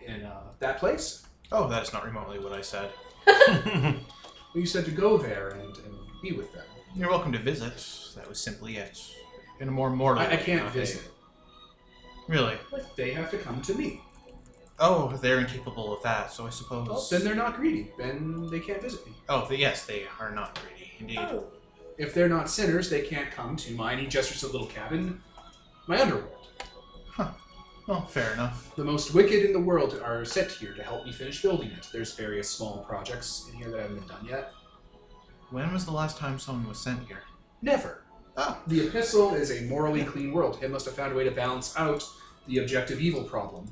A: in uh, that place?
D: Oh, that's not remotely what I said.
A: Well, you said to go there and, and be with them.
D: You're welcome to visit. That was simply it. In a more mortal.
A: I, I
D: way,
A: can't
D: not
A: visit.
D: a- Really?
A: They have to come to me.
D: Oh, they're incapable of that. So I suppose.
A: Well, Oh, then they're not greedy. Then they can't visit me.
D: Oh, th- yes, they are not greedy, indeed.
B: Oh,
A: If they're not sinners, they can't come to mine. He gestures to the little cabin, my underworld.
D: Well, fair enough.
A: The most wicked in the world are set here to help me finish building it. There's various small projects in here that haven't been done yet.
D: When was the last time someone was sent here?
A: Never.
B: Ah.
D: Oh.
A: The epistle is a morally clean world. It must have found a way to balance out the objective evil problem.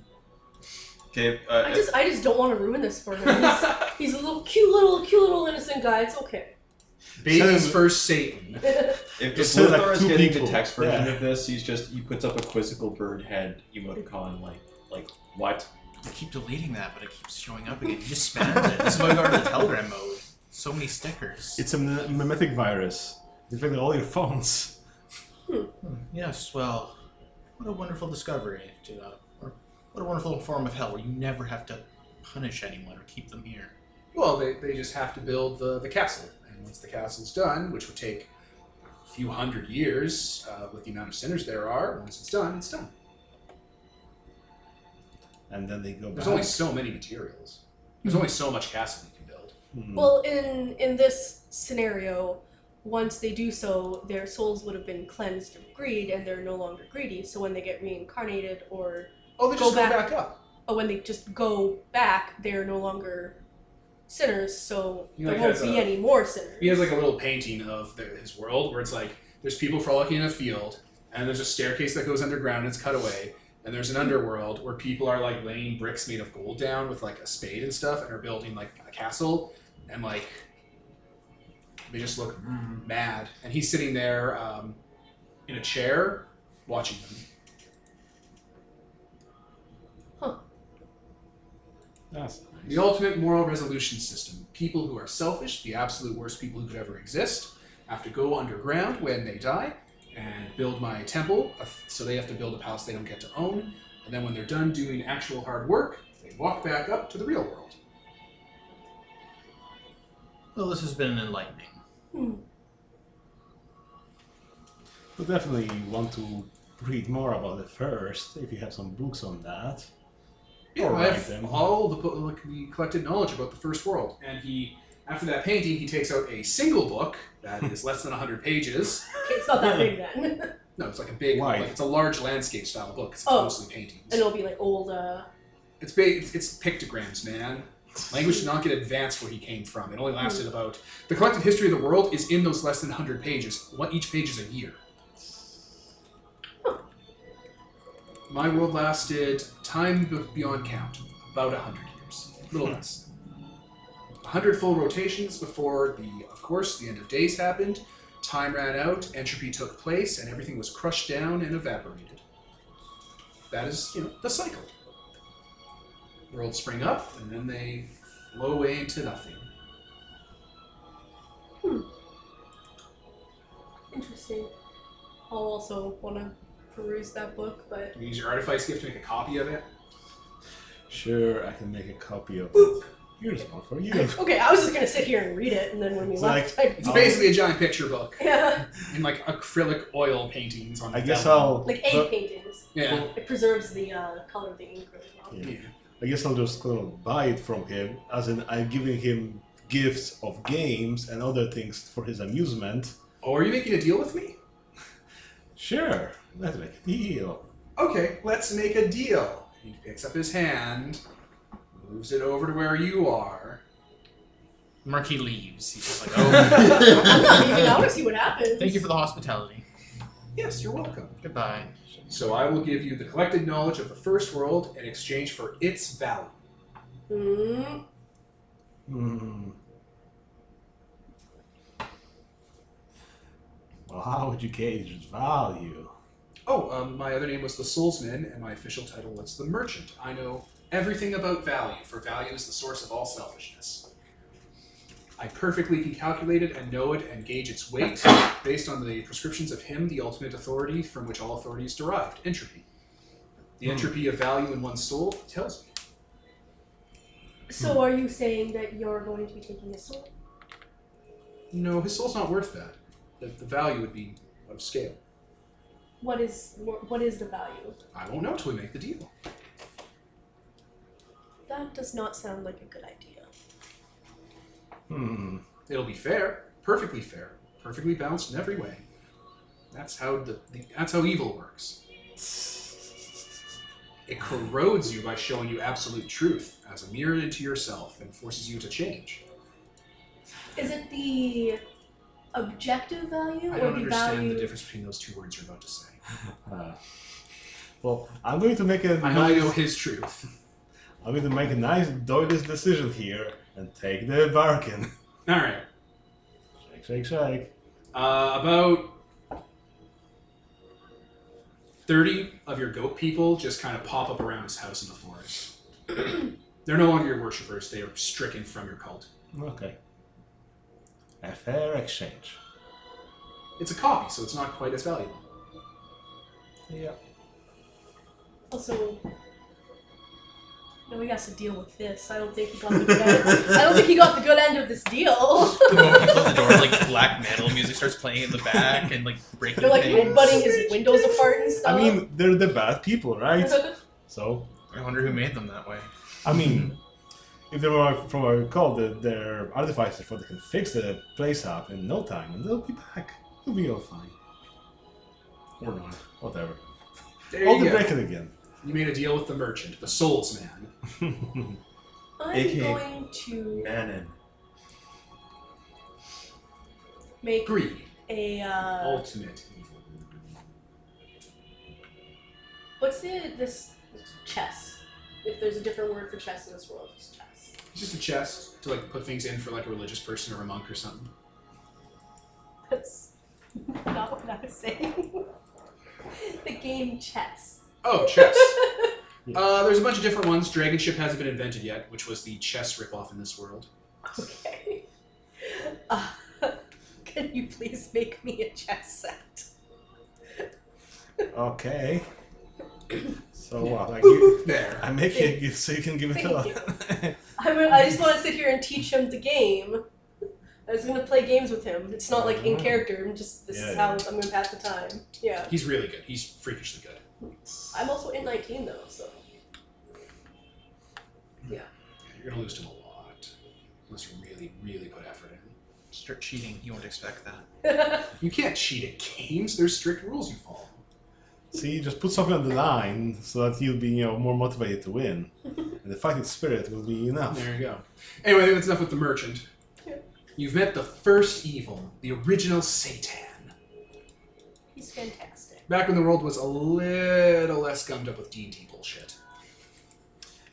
F: Okay,
B: I
F: uh,
B: just, I just don't want to ruin this for him. He's, he's a little cute, little, cute, little innocent guy. It's okay.
A: Baby's
E: Same-
A: first Satan.
F: if
E: Just
F: just
E: say, like,
F: Lothar is
E: two
F: getting
E: people.
F: the text version
E: Yeah.
F: of this, he's just he puts up a quizzical bird head emoticon like like what?
D: I keep deleting that, but it keeps showing up again. You just spammed it. This is why we got into the Telegram mode. So many stickers.
E: It's a m- mimetic virus. It's infecting all your phones.
D: Yes, well, what a wonderful discovery. To, uh, or what a wonderful form of hell where you never have to punish anyone or keep them here.
A: Well, they, they just have to build the, the castle. And once the castle's done, which would take a few hundred years uh, with the amount of sinners there are, once it's done, it's done.
E: And then they go back.
A: There's only so many materials,
B: Mm-hmm.
A: there's only so much castle you can build.
E: Hmm.
B: Well, in in this scenario, once they do so, their souls would have been cleansed of greed, and they're no longer greedy. So when they get reincarnated, or
A: Oh, they
B: Go
A: just go
B: back.
A: back up.
B: or when they just go back, they're no longer sinners. So
A: He,
B: there
A: like,
B: won't
A: has
B: be
A: a-
B: any more sinners.
A: He has like a little painting of the, his world where it's like there's people frolicking in a field, and there's a staircase that goes underground. And it's cut away, and there's an underworld where people are like laying bricks made of gold down with like a spade and stuff, and are building like a castle, and like they just look mad. And he's sitting there um, in a chair watching them.
G: That's
A: The ultimate moral resolution system. People who are selfish, the absolute worst people who could ever exist, have to go underground when they die and build my temple. uh, So they have to build a house they don't get to own. And then when they're done doing actual hard work, they walk back up to the real world.
D: Well, this has been enlightening.
B: Hmm.
G: But definitely you want to read more about it first, if you have some books on that.
A: Yeah,
G: All
A: I
G: right,
A: have
G: then.
A: all the, bu- like, the collected knowledge about the First World. And he, after that painting, he takes out a single book that is less than 100 pages.
B: It's not that big then. and
A: No, it's like a big,
G: Wide.
A: like it's a large landscape style book. It's
B: Oh.
A: mostly paintings.
B: it'll be like old. Uh,
A: It's big. It's, it's pictograms, man. Language did not get advanced where he came from. It only lasted about. The collected history of the world is in those less than 100 pages. What each page is a year. My world lasted time be- beyond count, about 100 years, a little less. 100 full rotations before the, of course, the end of days happened. Time ran out, entropy took place, and everything was crushed down and evaporated. That is, you know, the cycle worlds spring up and then they flow away into nothing.
B: interesting. I'll also want to peruse that book, but
A: You can use your artifice gift to make a copy of it.
G: Sure, I can make a copy of it. Here's one for you.
B: okay, I was just gonna sit here and read it, and then when we
G: It's
B: left,
A: It's uh,
G: Oh.
A: basically a giant picture book
B: I, yeah,
A: and like acrylic oil paintings on.
G: I guess
A: vellum.
G: I'll.
B: like eight
G: but-
B: paintings.
A: Yeah.
B: It preserves the uh, color of the ink really well.
G: yeah.
A: yeah.
G: I guess I'll just kind of buy it from him, as in I'm giving him gifts of games and other things for his amusement.
A: Oh, are you making a deal with me?
G: Sure, let's make a deal.
A: Okay, let's make a deal. He picks up his hand, moves it over to where you are.
D: Murky leaves. He's just like, oh,
B: I'm not leaving. I want to see what happens.
D: thank you for the hospitality.
A: Yes, you're welcome.
D: Goodbye.
A: So I will give you the collected knowledge of the first world in exchange for its value.
B: Mm,
G: Hmm. Well, how would you gauge its value?
A: Oh, um, my other name was the Soulsman, and my official title was the Merchant. I know everything about value, for value is the source of all selfishness. I perfectly can calculate it and know it and gauge its weight based on the prescriptions of him, the ultimate authority from which all authority is derived, entropy. The entropy of value in one's soul tells me.
B: so, are you saying that you're going to be taking this sword?
A: No, his soul's not worth that. The, the value would be of scale.
B: What is what, what is the value?
A: I won't know till we make the deal.
B: That does not sound like a good idea.
G: Hmm.
A: It'll be fair, perfectly fair, perfectly balanced in every way. That's how the, the that's how evil works. It corrodes you by showing you absolute truth as a mirror into yourself and forces you to change.
B: Is it the objective value
A: I don't
B: or the
A: understand
B: value?
A: the difference between those two words you're about to say.
G: Uh, well, I'm going to make a
A: I only know his truth.
G: I'm going to make a nice doyless decision here and take the bargain.
A: All right.
G: Shake, shake, shake.
A: Uh, about 30 of your goat people just kind of pop up around his house in the forest. They're no longer your worshippers, they are stricken from your cult.
G: Okay. A fair exchange.
A: It's a copy, so it's not quite as valuable.
G: Yeah.
B: Also, no, he has to deal with this. I don't think he got the good end. I don't think he got the good end of this deal.
H: The moment you close the doors, like black metal music starts playing in the back and like breaking
B: They're like
H: things.
B: butting his windows apart and stuff.
G: I mean, they're the bad people, right? So,
D: I wonder who made them that way.
G: I mean, if they were from our call, the, their artificers for they can fix the place up in no time, and they'll be back. It'll be all fine. Or not. Whatever.
A: There
G: all
A: you
G: the
A: go.
G: breaking again.
A: You made a deal with the merchant, the Souls Man.
B: I'm
F: AKA
B: going to
F: Manon.
B: make
A: Greed,
B: a uh,
G: Oh.
A: ultimate evil.
B: what's the this chess? If there's a different word for chess in this world, it's chess.
A: It's just a chest to like put things in for like a religious person or a monk or something.
B: That's not what I was saying. the game chess.
A: Oh, chess. uh, there's a bunch of different ones. Dragon ship hasn't been invented yet, which was the chess ripoff in this world.
B: Okay. Uh, can you please make me a chess set?
G: Okay. So what? I, give,
A: Boop, there.
G: I make it give- so you can give it
B: Thank
G: up.
B: you. I, mean, I just want to sit here and teach him the game. I I was gonna play games with him. It's not like in character. I'm just this is
G: Uh-huh. Yeah,
B: how
G: yeah.
B: I'm gonna pass the time. Yeah.
A: He's really good. He's freakishly good.
B: I'm also in 19 though, so
A: Yeah, you're gonna lose to him a lot unless you really, really put effort in.
D: Start cheating. You won't expect that.
A: You can't cheat at games. There's strict rules you follow.
G: See, just put something on the line so that you'll be you know, more motivated to win. and the fighting spirit will be enough.
A: There you go. Anyway, I think that's enough with the merchant.
B: Yeah.
A: You've met the first evil, the original Satan.
B: he's fantastic.
A: Back when the world was a little less gummed up with D&D bullshit.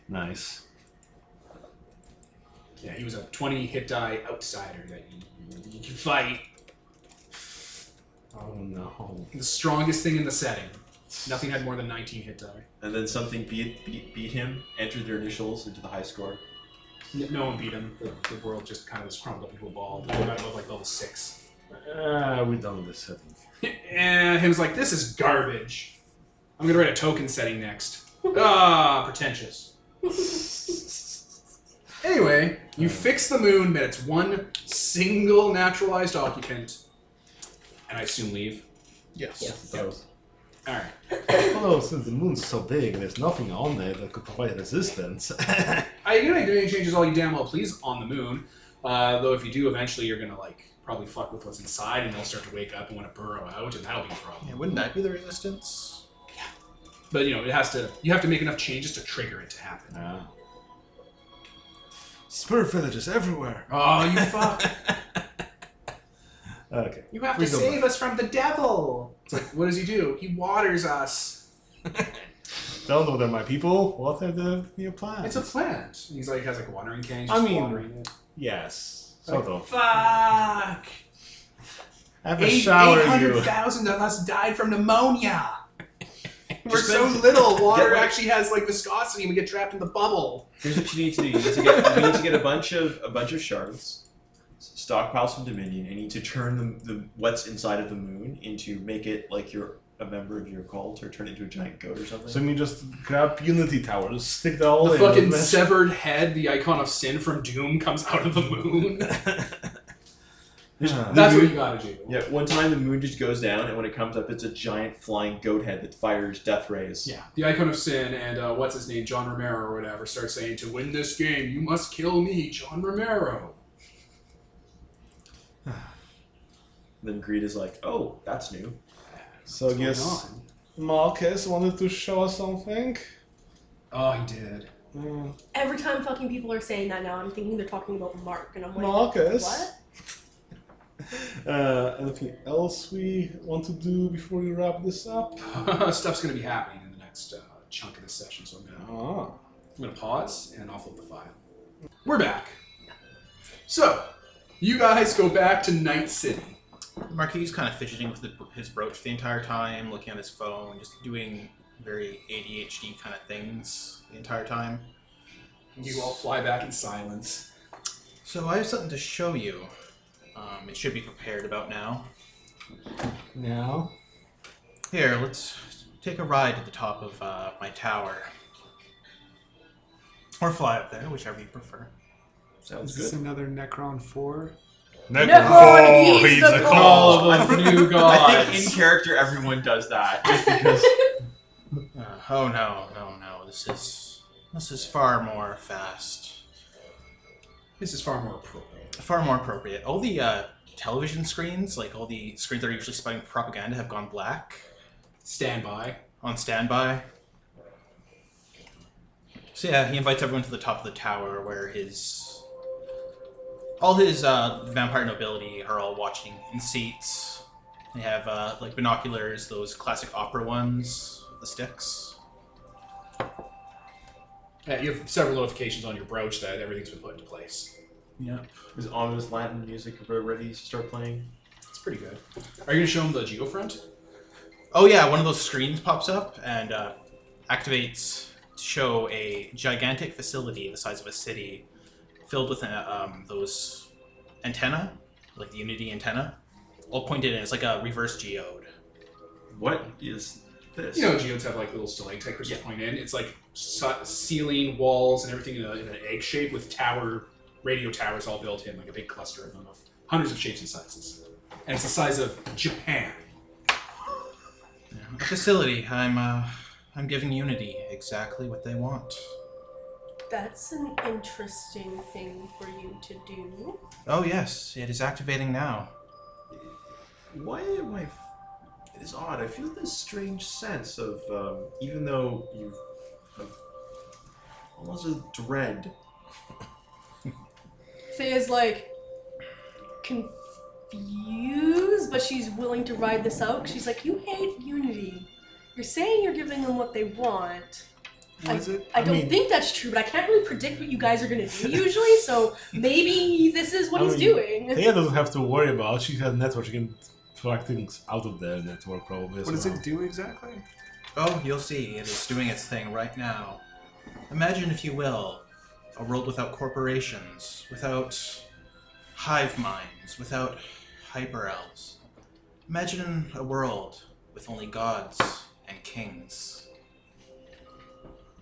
G: Nice.
A: Yeah, he was a 20 hit die outsider that you, you could fight.
G: Oh no.
A: The strongest thing in the setting. Nothing had more than 19 hit die.
F: And then something beat, beat, beat him, entered their initials into the high score.
A: N- No one beat him. The, the world just kind of was crumbled up into a ball. They got above like level 6.
G: Ah, we're done with this setting.
A: and he was like, this is garbage. I'm going to write a token setting next. ah, pretentious. Anyway, you fix the moon that it's one single naturalized occupant, and I assume leave.
E: Yes.
G: Suppose.
A: All right.
G: Although, since the moon's so big, there's nothing on it that could provide resistance.
A: Uh, you can make domain changes all you damn well please on the moon. Uh, though if you do, eventually you're gonna like probably fuck with what's inside, and they'll start to wake up and want to burrow out, and that'll be a problem.
D: Yeah, wouldn't that be the resistance?
A: But you know, it has to. You have to make enough changes to trigger it to happen.
G: ah. Spirit villages everywhere.
A: Oh, you fuck!
G: Okay.
A: you have to
G: We go
A: save us from the devil. It's like, what does he do? He waters us.
G: Don't know they're my people. What are the your plans?
A: It's a plant. He's like has like a watering can. He's
G: I
A: just
G: mean-
A: watering it.
G: yes. Sort of.
A: Fuck!
G: Have a
A: Eight
G: shower, you.
A: hundred thousand of us died from pneumonia. We're
F: Just
A: so
F: think-
A: little. Water
F: Get like-
A: actually has like viscosity, and we get trapped in the bubble.
F: Here's what you need to do. You need to get, you need to get a bunch of a bunch of shards, stockpile some Dominion, and you need to turn the, the what's inside of the moon into make it like you're a member of your cult or turn it into a giant goat or something.
G: So you just grab Unity Towers, stick that all
A: The
G: in. and
A: fucking
G: mash-
A: severed head, the icon of sin from Doom, comes out of the moon.
F: There's-
G: Ah.
F: the
A: That's what
F: moon-
A: you gotta do.
F: yeah, one time the moon just goes down, and when it comes up, it's a giant flying goat head that fires death rays.
A: Yeah, the icon of sin and uh, what's his name, John Romero or whatever, start saying to win this game, you must kill me, John Romero.
F: Then Greed is like, "Oh, that's new."
G: So yes,
A: What's going
G: Marcus wanted to show us something.
A: on? Oh, he did.
G: Mm,
B: Every time fucking people are saying that now, I'm thinking they're talking about Mark, and I'm like,
G: Marcus.
B: what?
G: Uh, anything else we want to do before we wrap this up?
A: Stuff's gonna be happening in the next uh, chunk of this session, so I'm gonna
G: Ah.
A: I'm gonna pause and offload the file. We're back. So, you guys go back to Night City.
D: Marquis kind of fidgeting with the, his brooch the entire time, looking at his phone, just doing very ADHD kind of things the entire time.
A: You all fly back in silence.
D: So I have something to show you. Um, it should be prepared about now.
G: Now.
D: Here, let's take a ride to the top of uh, my tower. Or fly up there, which whichever you prefer.
F: Sounds
C: Is this
F: good.
C: another Necron 4?
B: Necron, he's the
A: All of the new
F: I
A: gods.
F: think in character everyone does that. Just because
D: Uh, oh no, no, no! This is this is far more fast,
A: this is far more appropriate.
D: far more appropriate. All the uh, television screens, like all the screens that are usually spouting propaganda, have gone black
A: Stand by.
D: on standby. So yeah, he invites everyone to the top of the tower where his all his uh, vampire nobility are all watching in seats. They have uh, like binoculars, those classic opera ones, the sticks.
A: Yeah, Uh, you have several notifications on your brooch that everything's been put into place.
D: Yep.
F: is ominous Latin music ready to start playing?
A: It's pretty good. Are you gonna show them the geofront?
D: Oh yeah, one of those screens pops up and uh, activates to show a gigantic facility the size of a city, filled with uh, um, those antenna, like the Unity antenna, all pointed in. It's like a reverse geode.
F: What is this?
A: You know, geodes have like little stalactite crystals point in. It's like so- ceiling, walls, and everything in, a, in an egg shape with tower, radio towers all built in, like a big cluster of them of hundreds of shapes and sizes. And it's the size of Japan.
D: A facility. I'm uh, I'm giving Unity exactly what they want.
B: That's an interesting thing for you to do.
D: Oh yes, it is activating now.
F: Why am I? f- It is odd. I feel this strange sense of um, even though you've of almost a dread.
B: Faye is like confused, but she's willing to ride this out. She's like, "You hate unity. You're saying you're giving them what they want.
C: What is it?
B: I don't think that's true, but I can't really predict what you guys are gonna do usually. So maybe this is what
G: I
B: he's
G: mean,
B: doing."
G: Thea doesn't have to worry about. She has network. She can track things out of their network probably. as
C: What does
G: well.
C: it do exactly?
D: Oh, you'll see. It is doing its thing right now. Imagine, if you will, a world without corporations, without hive minds, without hyper elves. Imagine a world with only gods and kings.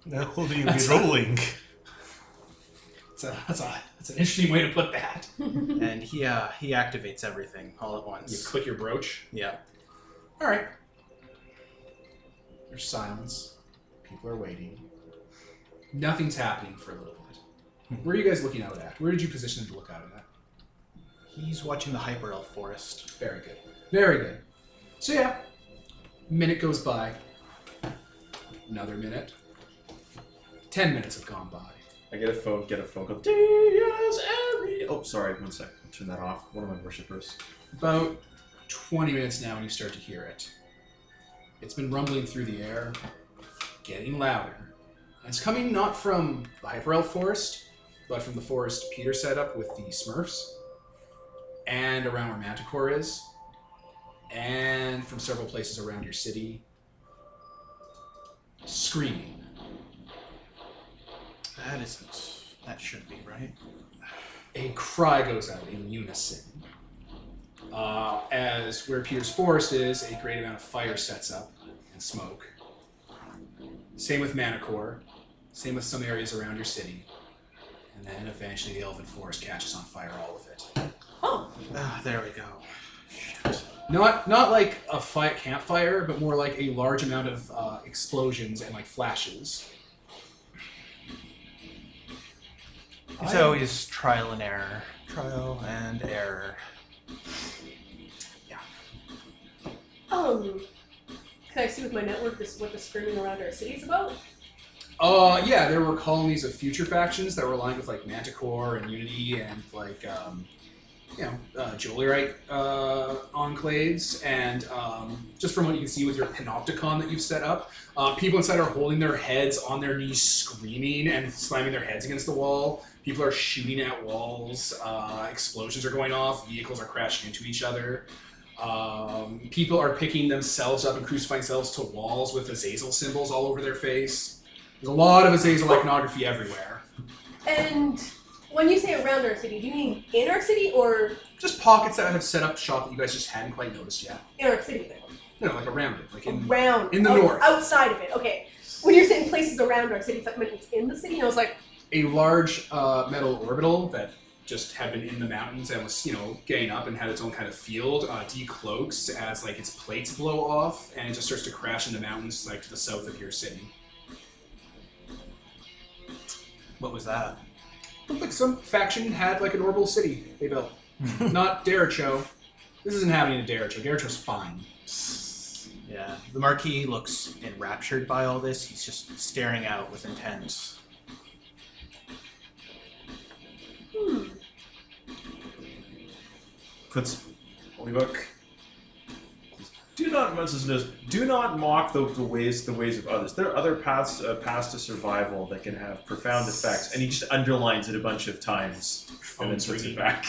G: Now who do you be ruling?
A: It's a, that's, a, that's an interesting way to put that.
D: and he uh, he activates everything all at
A: You
D: once.
A: click your brooch.
D: Yeah.
A: All right. There's silence. People are waiting. Nothing's happening for a little bit. Where are you guys looking out at? Where did you position to look out at?
D: He's watching the hyper elf forest.
A: Very good. Very good. So yeah, minute goes by. Another minute. Ten minutes have gone by.
F: I get a phone. Get a phone call. Diaz Ari- Oh, sorry. One sec. Turn that off. One of my worshippers.
A: About 20 minutes now, and you start to hear it. It's been rumbling through the air, getting louder. And it's coming not from the Hyperelf Forest, but from the forest Peter set up with the Smurfs, and around where Manticore is, and from several places around your city. Screaming.
D: That isn't. That should be right.
A: a cry goes out in unison. Uh, as where Peter's forest is, a great amount of fire sets up and smoke. Same with Manicore. Same with some areas around your city. And then eventually the elven forest catches on fire, all of it.
B: Oh,
D: Ah, there we go. Shit.
A: Not not like a fire, campfire, but more like a large amount of uh, explosions and like flashes.
D: It's always trial and error. Trial and error.
B: um, can I see with my network this what the screaming around our city is about?
A: Uh, yeah, there were colonies of future factions that were aligned with like Manticore and Unity and like um, you know uh, Jolyrite uh, enclaves. And um, just from what you can see with your panopticon that you've set up, uh, people inside are holding their heads on their knees, screaming and slamming their heads against the wall. People are shooting at walls. Uh, explosions are going off. Vehicles are crashing into each other. Um, people are picking themselves up and crucifying themselves to walls with Azazel symbols all over their face. There's a lot of Azazel iconography everywhere.
B: And when you say around our city, do you mean in our city or
A: Just pockets that have set up shop that you guys just hadn't quite noticed yet.
B: in our city? Then?
A: No, like around it, like in
B: around
A: in the
B: out-
A: north.
B: outside of it. Okay, when you're saying places around our city, it's like meant it's in the city. And I was like,
A: a large uh, metal orbital that just had been in the mountains and was, you know, getting up and had its own kind of field. Uh, decloaks as like its plates blow off, and it just starts to crash in the mountains, like to the south of your city.
D: What was that?
A: Looked like some faction had like an orbital city they built. Not Dericho. This isn't happening to Dericho. Dericho's fine.
D: Yeah, the Marquis looks enraptured by all this. He's just staring out with intent.
B: hmm.
F: Puts holy book. Do not it says, Do not mock the, the ways the ways of others. There are other paths uh, paths to survival that can have profound effects, and he just underlines it a bunch of times and then
A: Phone's
F: puts it
A: ringing.
F: back.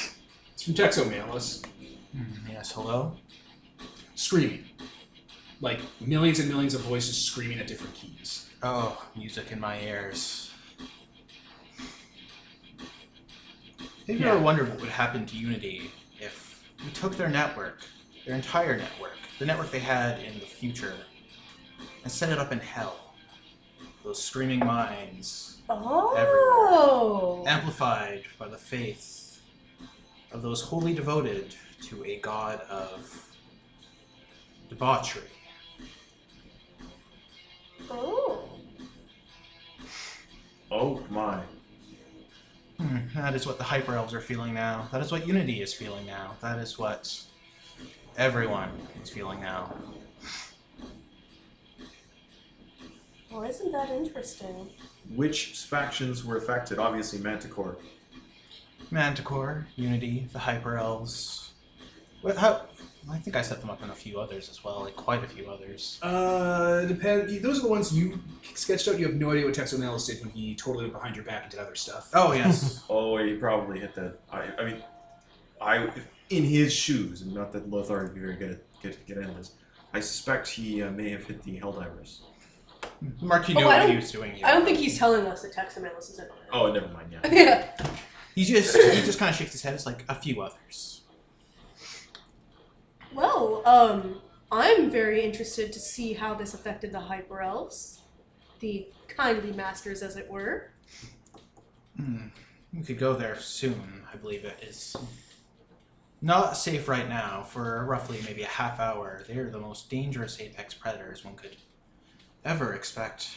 A: It's from Texomalus.
D: Yes, hello?
A: screaming. Like millions and millions of voices screaming at different keys.
D: Oh, music in my ears. Have you ever wondered what would happen to Unity if we took their network, their entire network, the network they had in the future, and set it up in hell? Those screaming minds,
B: Oh.
D: amplified by the faith of those wholly devoted to a god of debauchery.
B: Oh.
F: Oh my.
D: Hmm, that is what the hyper elves are feeling now. That is what Unity is feeling now. That is what everyone is feeling now.
B: Well, isn't that interesting?
F: Which factions were affected? Obviously, Manticore.
D: Manticore, Unity, the Hyper Elves. What? How? I think I set them up in a few others as well, like quite a few others.
A: Uh, depend. Those are the ones you sketched out. You have no idea what Texo Nails did when he totally went behind your back and did other stuff.
D: Oh yes,
F: Oh, he probably hit the. I, I mean, I if in his shoes, and not that Lothar would be very good at get get in this. I suspect he uh, may have hit the Helldivers.
D: Mark, you
B: Oh, I
D: knew what he
B: don't-
D: was doing. Here.
B: I don't think he's telling us that Taxonalis is in on
F: Oh, never mind. Yeah.
B: it. Yeah.
D: He just he just kind of shakes his head. It's like a few others.
B: Well, um, I'm very interested to see how this affected the Hyper Elves, the kindly masters, as it were.
D: Hmm. We could go there soon. I believe it is not safe right now. For roughly maybe a half hour, they are the most dangerous apex predators one could ever expect.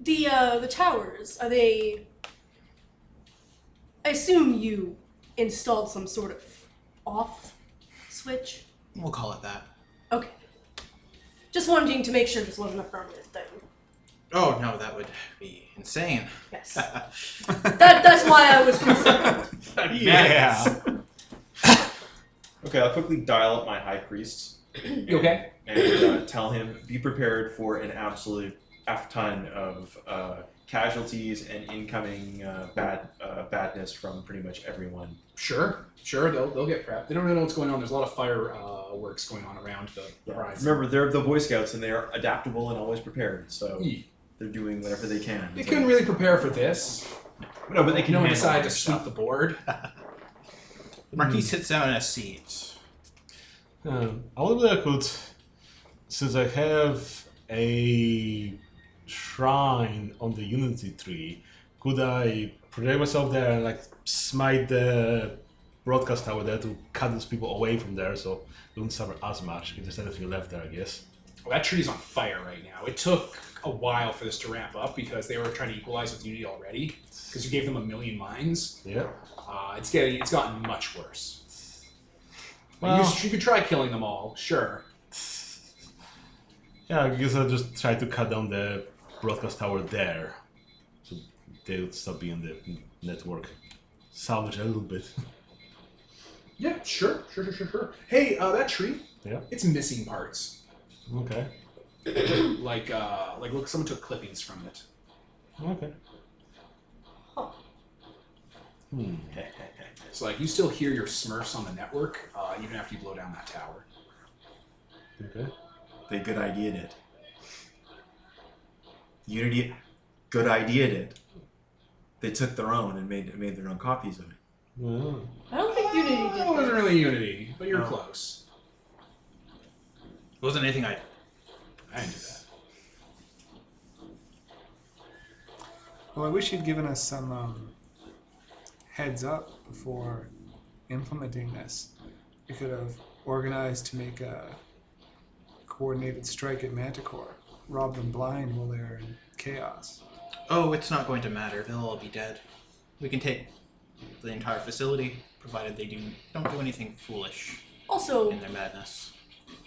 B: The uh, the towers are they? I assume you installed some sort of off switch.
D: We'll call it that.
B: Okay. Just wanting to make sure this wasn't a permanent thing.
D: Oh no, that would be insane.
B: Yes. that that's why I was concerned.
G: Yeah.
F: Okay, I'll quickly dial up my high priest.
A: You okay?
F: And uh, tell him be prepared for an absolute f ton of uh, casualties and incoming uh, bad uh, badness from pretty much everyone.
A: Sure, sure. They'll they'll get prepped. They don't really know what's going on. There's a lot of fire uh, works going on around the horizon.
F: Remember, they're the Boy Scouts and they are adaptable and always prepared. So
A: Yeah.
F: they're doing whatever they can.
A: They couldn't really prepare for this.
F: No, but they can
A: No one
F: handle
A: decided
F: their
A: to sweep
F: stuff.
A: the board.
D: Marquis sits down in a seat.
G: Um, I wonder if I could, since I have a shrine on the Unity tree, could I project myself there and like smite the broadcast tower there to cut these people away from there so they don't suffer as much if there's anything left there, I guess.
A: Well, that tree's on fire right now. It took a while for this to ramp up because they were trying to equalize with Unity already. Because you gave them a million mines.
G: Yeah.
A: Uh, it's getting it's gotten much worse. Well,
G: Well-
A: you, sh- you could try killing them all, sure.
G: Yeah, I guess I'll just try to cut down the broadcast tower there. So they would stop being the network. Salvage a little bit.
A: Yeah, sure, sure, sure, sure, sure. Hey, uh, that tree,
G: Yeah.
A: it's missing parts.
G: Okay.
A: like, uh, like look, someone took clippings from it.
G: Okay.
B: Huh.
G: Hmm.
A: It's like you still hear your Smurfs on the network, uh, even after you blow down that tower.
G: Okay.
F: They good idea it. Unity, good idea it. They took their own and made made their own copies of it.
G: Well,
B: I don't think Unity did.
A: It wasn't
B: that.
A: really Unity, but you're
F: No.
A: close.
D: It wasn't anything I.
A: I didn't do that.
C: Well, I wish you'd given us some um, heads up before implementing this. We could have organized to make a coordinated strike at Manticore, rob them blind while they're in chaos.
D: Oh, it's not going to matter. They'll all be dead. We can take the entire facility, provided they do don't do anything foolish
B: Also,
D: in their madness.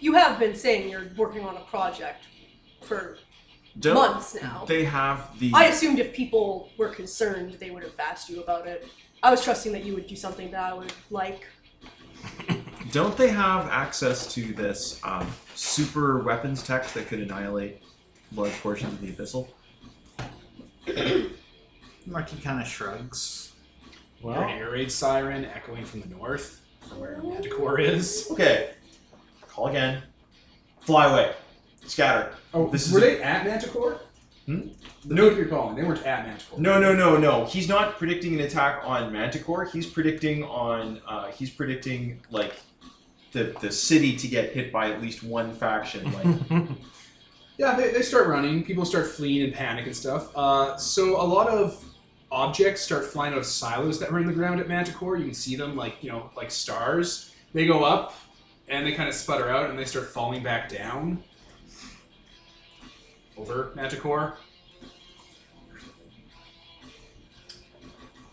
B: you have been saying you're working on a project for
F: Don't-
B: months now.
F: They have the.
B: I assumed if people were concerned, they would have asked you about it. I was trusting that you would do something that I would like.
F: Don't they have access to this um, super weapons text that could annihilate large portions of the abyssal?
D: Marquis kind of shrugs.
A: Well, an air raid siren echoing from the north, from where Manticore is.
F: Okay. Call again. Fly away. Scatter.
A: Oh,
F: This is
A: were
F: a-
A: they at Manticore? Hmm? Note you're calling. They weren't at Manticore.
F: No, no, no, no. He's not predicting an attack on Manticore. He's predicting on. Uh, he's predicting like the the city to get hit by at least one faction. Like
A: Yeah, they, they start running. People start fleeing and panic and stuff. Uh, so a lot of objects start flying out of silos that were in the ground at Manticore. You can see them like you know like stars. They go up and they kind of sputter out and they start falling back down over Manticore,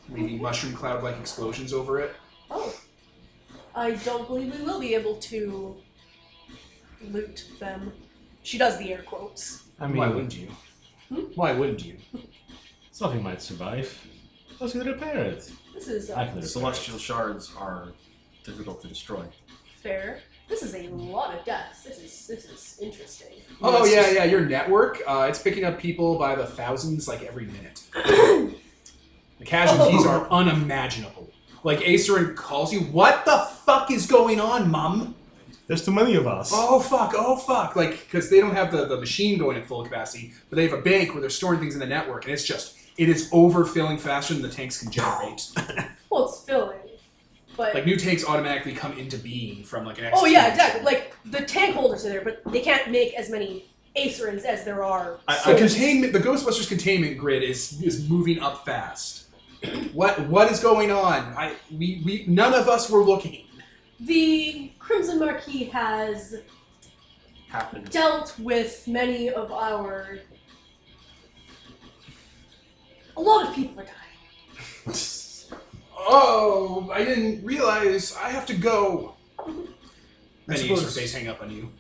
A: leaving mushroom cloud-like explosions over it.
B: Oh. I don't believe we will be able to loot them. She does the air quotes.
G: I
A: Why
G: mean,
A: wouldn't you?
B: Hmm?
A: Why wouldn't you?
G: something might survive. Let's get repair it.
B: This is
G: I
B: uh,
G: can repair it.
F: Celestial shards are difficult to destroy.
B: fair. This is a lot of deaths. This is this is interesting.
A: Oh
F: Let's
A: yeah,
F: just-
A: yeah. Your network, uh, it's picking up people by the thousands, like every minute. the casualties
B: Oh.
A: are unimaginable. Like Acerin calls you, "What the fuck is going on, mum?"
G: There's too many of us.
A: Oh fuck! Oh fuck! Like, because they don't have the, the machine going at full capacity, but they have a bank where they're storing things in the network, and it's just it is overfilling faster than the tanks can generate.
B: Well, it's filling, but
A: like new tanks automatically come into being from like an.
B: oh yeah,
A: execution.
B: exactly. Like the tank holders are there, but they can't make as many Acerins as there are.
F: I,
A: The
F: I can
A: containment, the Ghostbusters containment grid is is moving up fast. what what is going on? I we, we none of us were looking.
B: The Crimson Marquis has
I: Happened.
B: dealt with many of our. A lot of people are dying.
A: Oh, I didn't realize I have to go.
F: I
A: Many
F: suppose-
A: of face hang up on you.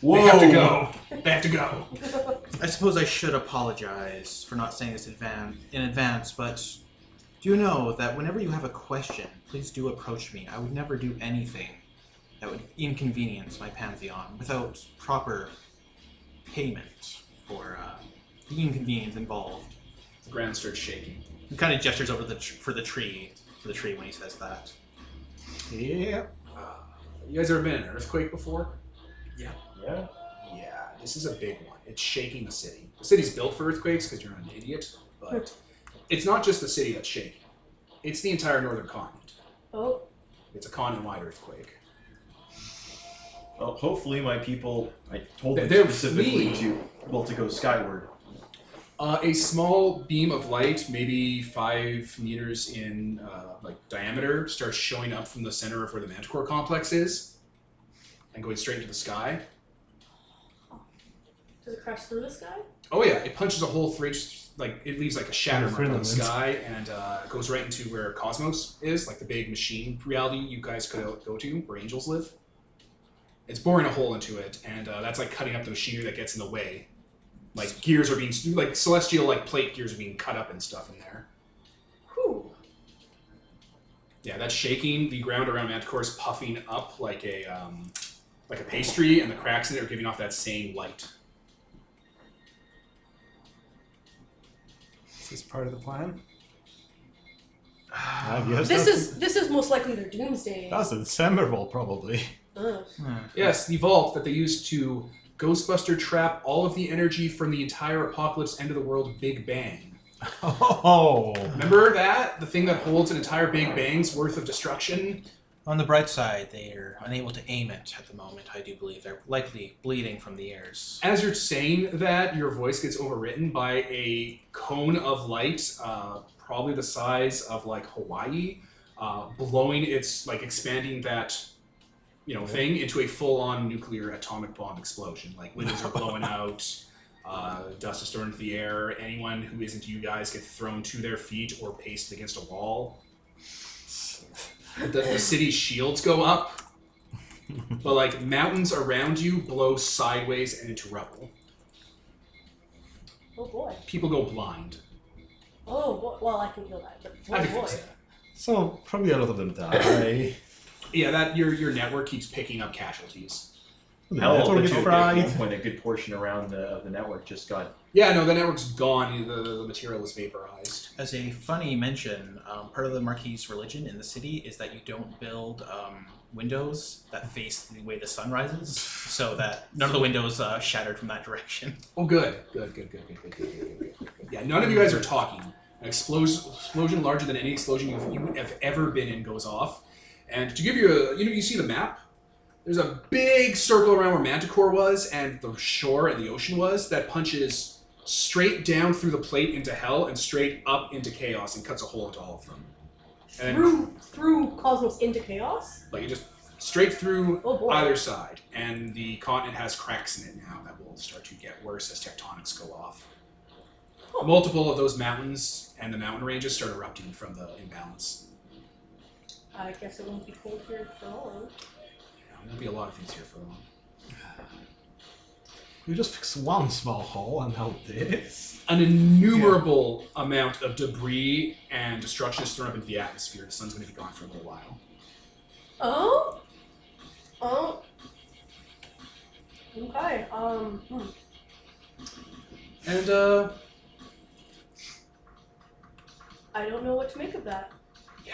F: Whoa.
A: They have to go. They have to go.
D: I suppose I should apologize for not saying this advan- in advance, but do know that whenever you have a question, please do approach me. I would never do anything that would inconvenience my Pantheon without proper payment for uh, the inconvenience involved.
A: The ground starts shaking.
D: He kind of gestures over the tr- for the tree, for the tree when he says that.
G: Yeah.
A: Uh, You guys ever been in an earthquake before?
G: Yeah.
A: Yeah, this is a big one. It's shaking the city. The city's built for earthquakes because you're not an idiot, but it's not just the city that's shaking. It's the entire northern continent.
B: Oh,
A: It's a continent-wide earthquake.
F: Well, hopefully my people. I told them
A: They're
F: specifically
A: fleeing.
F: to well to go skyward.
A: Uh, a small beam of light, maybe five meters in uh, like diameter, starts showing up from the center of where the Manticore complex is, and going straight into the sky.
B: does it crash through the sky?
A: Oh yeah, it punches a hole through, each- like it leaves like a shatter
G: Oh,
A: mark on the
G: Freelands.
A: sky, and uh, goes right into where Cosmos is, like the big machine reality you guys could go to, where angels live. It's boring a hole into it, and uh, that's like cutting up the machinery that gets in the way. Like gears are being, like celestial, like plate gears are being cut up and stuff in there.
B: Whew.
A: Yeah, that's shaking. The ground around Manticore is puffing up like a um, like a pastry, and the cracks in it are giving off that same light.
C: Is this part of the plan?
G: I guess
B: This
G: that's-
B: is this is most likely their doomsday.
G: that's the December roll, probably.
B: Ugh.
A: Yes, the vault that they used to Ghostbuster trap all of the energy from the entire apocalypse end of the world Big Bang.
G: Oh.
A: Remember that? The thing that holds an entire Big Bang's worth of destruction?
D: On the bright side, they are unable to aim it at the moment. I do believe they're likely bleeding from the ears.
A: As you're saying that, your voice gets overwritten by a cone of light, uh, probably the size of like Hawaii, uh, blowing its, like expanding that, you know, thing into a full on nuclear atomic bomb explosion. Like windows are blowing out, uh, dust is thrown into the air. Anyone who isn't you guys get thrown to their feet or pasted against a wall. The, the city's shields go up but like mountains around you blow sideways and into rubble.
B: Oh boy.
A: People go blind.
B: Oh boy. well, I can feel that. But
A: I
B: oh
A: can
B: boy.
A: fix that.
G: So probably a lot of them die.
A: Yeah, that your your network keeps picking up casualties.
G: The
F: Hell,
G: network
F: legit,
G: gets
F: At one
G: fried.
F: point, a good portion around the, of the network just got
A: Yeah, no, the network's gone. The, the material is vaporized.
D: As a funny mention, um, part of the Marquis' religion in the city is that you don't build um, windows that face the way the sun rises, so that none of the windows uh, shattered from that direction.
A: Oh, good, good, good, good, good, good, good, good, good, good, good. Yeah, none of you guys are talking. An explosion, explosion larger than any explosion you've, you have ever been in goes off. And to give you a, you know, you see the map. There's a big circle around where Manticore was and the shore and the ocean was that punches straight down through the plate into hell and straight up into chaos and cuts a hole into all of them. And then,
B: Through through Cosmos into chaos.
A: like, it just straight through
B: Oh boy.
A: either side. And the continent has cracks in it now that will start to get worse as tectonics go off.
B: Huh.
A: Multiple of those mountains and the mountain ranges start erupting from the imbalance.
B: I guess it won't be cold here for long.
A: There'll be a lot of things here for long.
G: You just fix one small hole and now this.
A: an innumerable amount of debris and destruction is thrown up into the atmosphere. The sun's going to be gone for a little while.
B: Oh. Oh. Okay. Um. hmm.
A: And uh,
B: I don't know what to make of that.
A: yeah,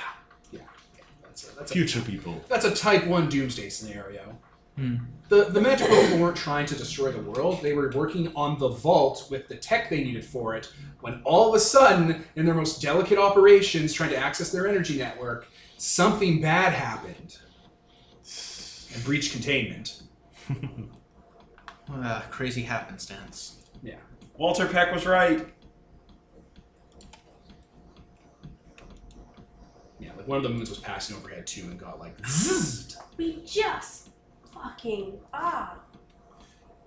A: yeah, yeah. That's a, that's a
G: Future people.
A: that's a type one doomsday scenario.
D: Hmm.
A: The the magic people weren't trying to destroy the world. They were working on the vault with the tech they needed for it. When all of a sudden, in their most delicate operations, trying to access their energy network, something bad happened and breached containment.
D: Ah, crazy happenstance.
F: Walter Peck was right.
A: Yeah, like one of the moons was passing overhead too and got like
B: We just fucking ah.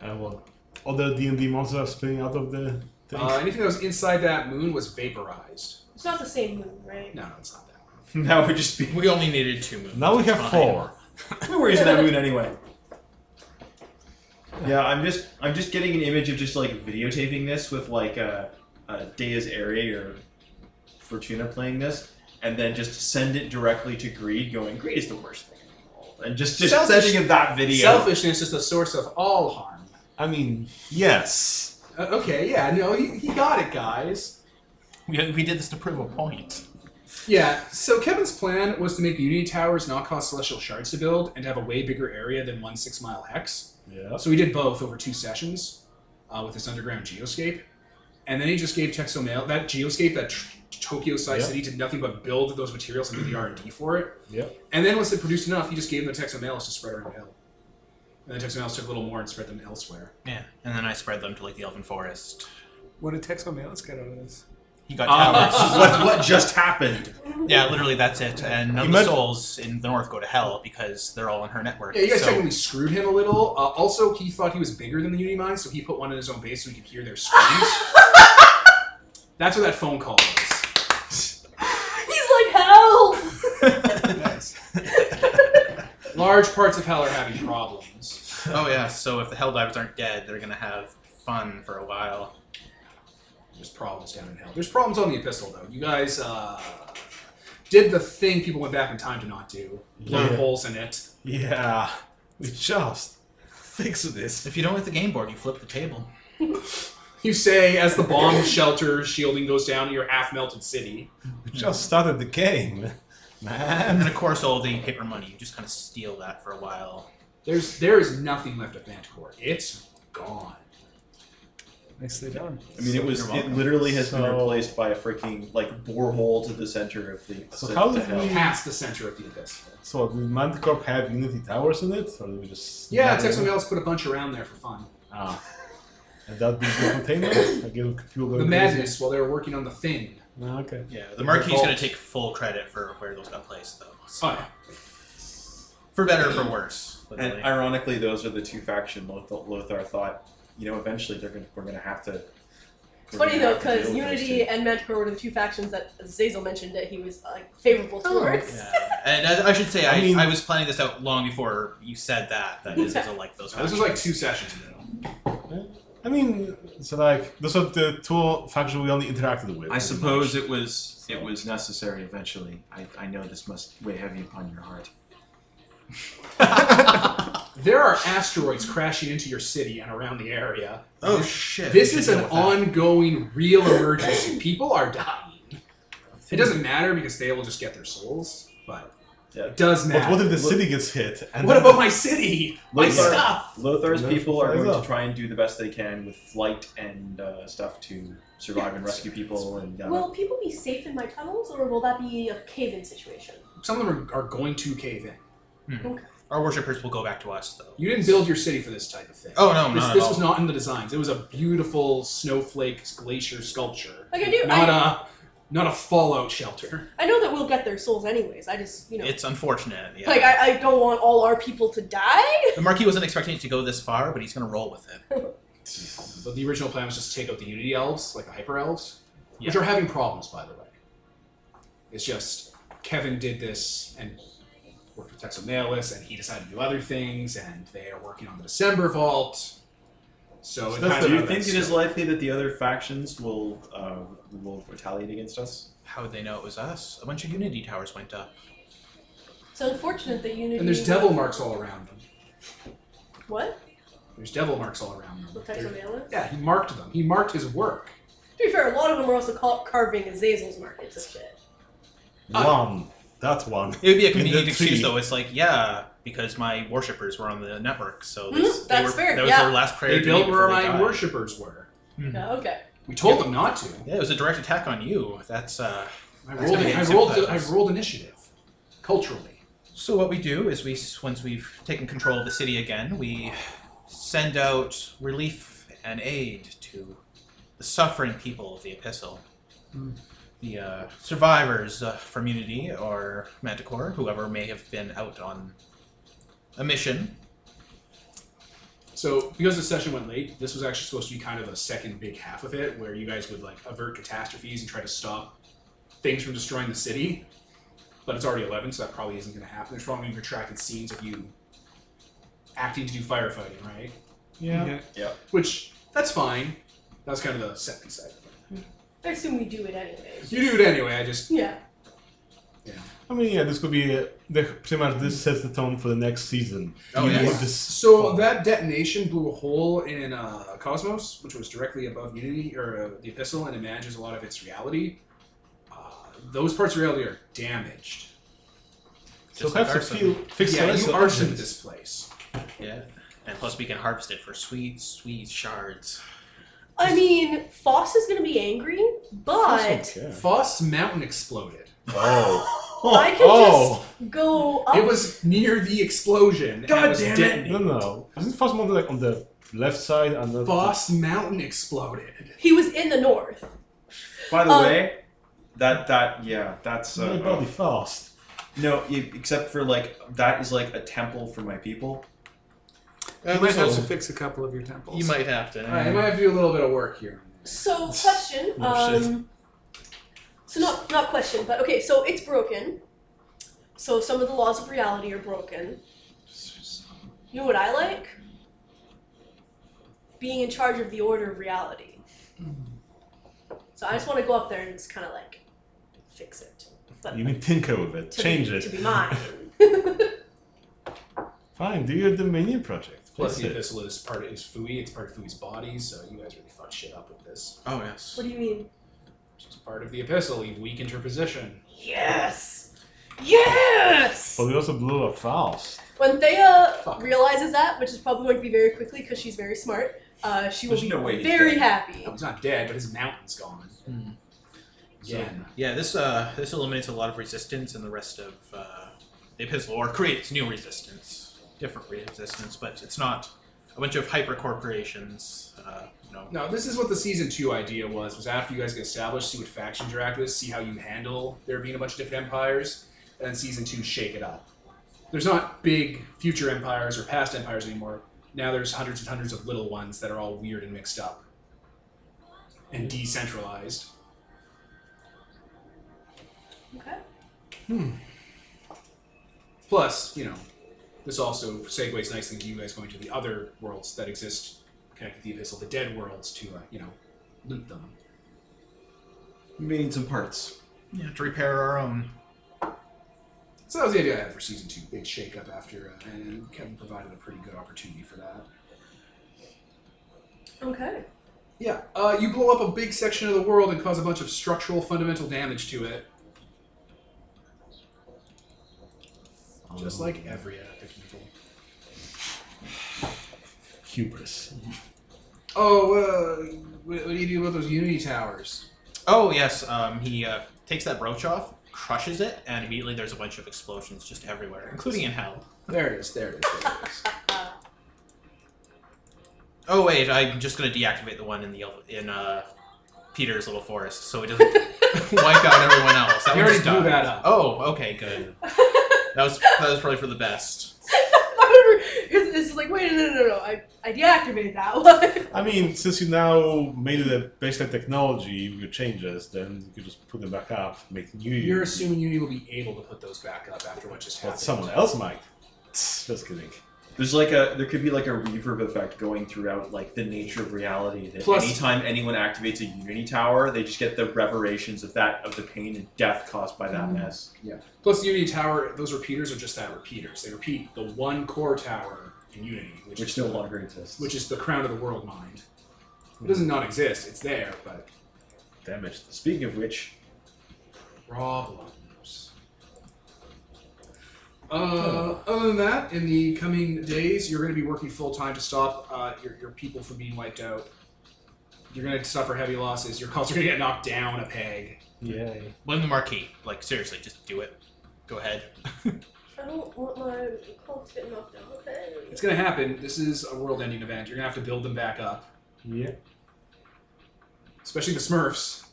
G: And what? Other D and D monsters are spinning out of the thing.
A: Uh, anything that was inside that moon was vaporized.
B: It's not the same moon, right?
A: No, no, it's not that one.
F: Now we're just being.
D: We only needed two moves.
G: now we
D: It's
G: have
D: fine.
G: four.
F: We were using that moon anyway. Yeah, I'm just I'm just getting an image of just like videotaping this with like uh, a, a Deus Ere or Fortuna playing this, and then just send it directly to Greed, going Greed is the worst thing in the world, and just just
A: Selfish-
F: sending him that video.
A: Selfishness is the source of all harm.
G: I mean, yes.
A: Uh, okay, yeah, no, he, he got it, guys.
I: We, we did this to prove a point.
A: Yeah, so Kevin's plan was to make the Unity Towers not cost Celestial Shards to build and to have a way bigger area than one six mile hex.
G: Yeah.
A: So he did both over two sessions uh, with his underground geoscape. And then he just gave Texomail that geoscape, that tr- Tokyo-sized
G: Yeah.
A: city, did nothing but build those materials and do the R&D for it.
G: Yeah.
A: And then once they produced enough, he just gave them the Texomails to spread around hell. And the Texomails took a little more and spread them elsewhere.
D: Yeah, and then I spread them to like the Elven Forest.
C: What did Texo Malis get out of this?
D: He got
A: Ah.
D: towers.
F: what what just happened?
D: yeah, literally that's it. And none
G: You
D: of the
G: might-
D: souls in the north go to hell because they're all in her network.
A: Yeah, you guys
D: so-
A: technically screwed him a little. Uh, also, he thought he was bigger than the Unity Mine, so he put one in his own base so he could hear their screams. That's what that phone call was.
B: He's like hell.
A: Large parts of hell are having problems.
D: Oh yeah, so if the Helldivers aren't dead, they're gonna have fun for a while.
A: There's problems down in hell. There's problems on the Epistle, though. You guys uh, did the thing people went back in time to not do. Blown
G: Yeah.
A: holes in it.
G: Yeah. We just fix this.
D: If you don't like the game board, you flip the table.
A: You say as the bomb shelter shielding goes down in your half-melted city.
G: We just started the game,
D: And
G: man.
D: of course, all the paper money, you just kind of steal that for a while.
A: There's there is nothing left of Manticore. It's gone.
C: Nicely done.
F: I mean, it was it literally has been replaced by a freaking like borehole to the center of the.
G: So
F: the-
G: how
F: the
G: did
F: hell.
G: we-
A: Past the center of the Epistle.
G: So did Manticorp have Unity Towers in it, or did we just?
A: Yeah, Texomails put a bunch around there for fun.
G: Ah. And that be the container. I give people
A: The madness while they were working on the thing.
G: Ah, okay.
D: Yeah, the Marquis is gonna
A: Vault.
D: take full credit for where those got placed, though. So-
A: Oh yeah.
D: For better or for worse.
F: And
A: uh,
D: literally.
F: ironically, those are the two faction Loth- Lothar thought. You know, eventually they're gonna we're gonna have to.
B: It's
F: we're
B: funny
F: gonna
B: though,
F: have to deal
B: because
F: with those
B: Unity
F: two.
B: and Manticore were the two factions that Zazel mentioned that he was like favorable towards.
D: Yeah. And uh, I, I should say, I,
G: I
D: I,
G: mean-
D: was planning this out long before you said that. That is, is a like those.
A: So this was like two sessions ago.
G: I mean, so like those are the two factions we only interacted with.
F: I suppose it was it was necessary eventually. I, I know this must weigh heavy upon your heart.
A: There are asteroids crashing into your city and around the area.
D: Oh shit!
A: This
D: we
A: is
D: should
A: an
D: deal with that.
A: ongoing, real emergency. People are dying. It doesn't matter because they will just get their souls, but
F: Yeah.
A: it does
G: But
A: matter.
G: what if the city gets hit? And
A: What
G: then-
A: about my city? My
F: Lothar-
A: stuff.
F: Lothar's
G: Lothar
F: people are
G: flies
F: going
G: up.
F: to try and do the best they can with flight and uh, stuff to survive and rescue people and. Uh,
B: Will people be safe in my tunnels, or will that be a cave-in situation?
A: Some of them are, are going to cave in.
B: Okay.
D: Our worshippers will go back to us, though.
A: You didn't build your city for this type of thing.
D: Oh no,
A: this,
D: not at
A: this
D: all.
A: was not in the designs. It was a beautiful snowflake glacier sculpture.
B: Like, I do-
A: Not a not a fallout shelter.
B: I know that we'll get their souls anyways. I just, you know,
D: It's unfortunate. Yeah.
B: like I, I don't want all our people to die.
D: the Marquis wasn't expecting it to go this far, but he's gonna roll with it.
A: But the original plan was just to take out the unity elves, like the hyper elves, which
D: Yeah.
A: are having problems, by the way. It's just Kevin did this and worked with Texonalis, and he decided to do other things, and they are working on the December Vault. So, it has
F: do
A: all
F: you
A: that
F: think it
A: stuff.
F: is likely that the other factions will uh, will retaliate against us?
D: How would they know it was us? A bunch of Unity towers went up.
B: It's unfortunate that Unity.
A: And there's devil marks all around them.
B: What?
A: There's devil marks all around them.
B: With
A: They're-
B: Texonalis?
A: Yeah, he marked them. He marked his work.
B: To be fair, a lot of them are also ca- carving Azazel's markets and shit.
E: One. That one.
D: It would be a
E: In the
D: convenient excuse,
E: tree.
D: though. It's like, yeah, because my worshippers were on the network, so they,
B: Hmm,
D: s- they
B: that's
D: were,
B: fair,
D: That was
B: yeah.
D: their last prayer.
A: They
D: to
A: built
D: me
A: where
D: before they
A: my
D: died.
A: worshippers were.
B: Yeah, okay.
A: We told them not to.
D: Yeah, it was a direct attack on you. That's uh.
A: I
D: That's
A: rolled.
D: gonna be
A: I rolled. I
D: sympathizers.
A: rolled initiative. Culturally,
D: So what we do is we, s- once we've taken control of the city again, we send out relief and aid to the suffering people of the Epistle. The uh, survivors uh, from Unity or Manticore, whoever may have been out on a mission.
A: so because the session went late, this was actually supposed to be kind of a second big half of it, where you guys would like avert catastrophes and try to stop things from destroying the city. But it's already eleven, so that probably isn't going to happen. There's probably gonna be protracted scenes of you acting to do firefighting, right?
E: Yeah.
A: Which that's fine. That's kind of the set piece side.
B: I assume we do it anyways.
A: You do it anyway. I just
B: Yeah.
E: I mean, yeah, this could be. Uh, the, pretty much this sets the tone for the next season.
A: Oh,
E: You
A: yeah.
E: want this
A: So
E: fun.
A: that detonation blew a hole in uh, Cosmos, which was directly above Unity or uh, the Epistle, and it manages a lot of its reality. Uh, those parts of reality are damaged.
E: So
D: Just
E: have
D: like
E: to
D: arson.
E: feel fix
A: yeah,
E: the
A: you arson this place.
D: Yeah. And plus, we can harvest it for sweet, sweet shards.
B: I mean, Foss is gonna be angry, but
A: Foss Mountain exploded.
E: Oh.
B: I can
E: oh.
B: just go up.
A: It was near the explosion. and
D: God
A: was
D: damn it.
A: detonated.
E: Oh. No, no. Isn't Foss Mountain like on the left side and the
A: Foss Mountain exploded.
B: he was in the north.
F: By the
B: Um,
F: way, that that yeah, that's
E: My
F: uh,
E: body fast.
F: no, e- except for like that is like a temple for my people.
C: you might have to fix a couple of your temples.
D: You might have to.
A: All right, I might have to do a little bit of work here.
B: So question.
E: Oh, shit.
B: um, so not not question, but okay. So it's broken. So some of the laws of reality are broken. You know what I like? Being in charge of the order of reality. So I just want to go up there and just kind of like fix it. But
E: You mean tinker with it,
B: to
E: change
B: be,
E: it.
B: to be mine.
E: Fine, do your Dominion project.
A: Plus,
E: That's
A: the
E: it.
A: Epistle is part of is Fui. It's part of Fui's body, so you guys really fucked shit up with this.
D: Oh, yes.
B: what do you mean?
A: Which is part of the Epistle. You've weakened her position.
B: Yes. Yes.
E: But we also blew up Faust.
B: When Thea
A: Fuck.
B: realizes that, which is probably going to be very quickly because she's very smart, uh, she will
F: There's
B: be
F: no way he's
B: very
F: dead.
B: happy.
A: No, Oh, he's not dead, but his mountain's gone.
D: Hmm.
A: Again.
D: Yeah, this uh, this eliminates a lot of resistance and the rest of uh, the epistle, or creates new resistance, different resistance, but it's not a bunch of hyper corporations. Uh, you know,
A: No, this is what the season two idea was: was after you guys get established, see what factions you're active with, see how you handle there being a bunch of different empires, and then season two shake it up. There's not big future empires or past empires anymore. Now there's hundreds and hundreds of little ones that are all weird and mixed up and decentralized.
B: Okay.
A: Plus, you know, this also segues nicely to you guys going to the other worlds that exist connected to the epistle, the dead worlds, to uh, you know, loot them.
F: We may need some parts.
D: yeah, to repair our own.
A: So that was the idea I had for season two, big shakeup after, uh, and Kevin provided a pretty good opportunity for that.
B: Okay.
A: Yeah, uh, you blow up a big section of the world and cause a bunch of structural fundamental damage to it,
E: Um,
G: Oh,
A: just like every epic evil.
E: hubris.
A: Oh, uh, what, what do you do about those Unity towers?
D: Oh yes, um, he uh, takes that brooch off, crushes it, and immediately there's a bunch of explosions just everywhere, including in hell.
A: There it is. There it is. There it is.
D: Oh wait, I'm just gonna deactivate the one in the el- in uh, Peter's little forest, so it doesn't wipe out everyone else. That
A: You
D: one
A: already
D: just
A: blew
D: died.
A: that up.
D: Oh, okay, good. That was that was probably for the best.
B: it's, it's just like, wait, no, no, no, no. I, I deactivated that one.
G: I mean, since you now made it a baseline technology with your changes, then you could just put them back up, make new.
A: You're assuming you will be able to put those back up after what just
G: But
A: happened.
G: someone else might. Just kidding.
F: There's like a there could be like a reverb effect going throughout like the nature of reality. That
A: Plus-
F: anytime anyone activates a Unity tower, they just get the reverberations of that of the pain and death caused by that mess.
A: Plus, Unity Tower, those repeaters are just that repeaters. They repeat the one core tower in Unity, which,
F: Which
A: is
F: no
A: the-
F: longer exists.
A: which is the crown of the world mind. It doesn't not exist. It's there, but
G: Damaged.
F: speaking of which,
A: problems. Uh, other than that, in the coming days, you're going to be working full time to stop uh, your, your people from being wiped out. You're going to suffer heavy losses. Your calls are going to get knocked down a peg.
G: Yay.
D: Blame the marquee. Like seriously, just do it. Go ahead.
B: I don't want my cult to get knocked down. Okay.
A: It's going to happen. This is a world ending event. You're going to have to build them back up,
G: Yeah.
A: especially the Smurfs.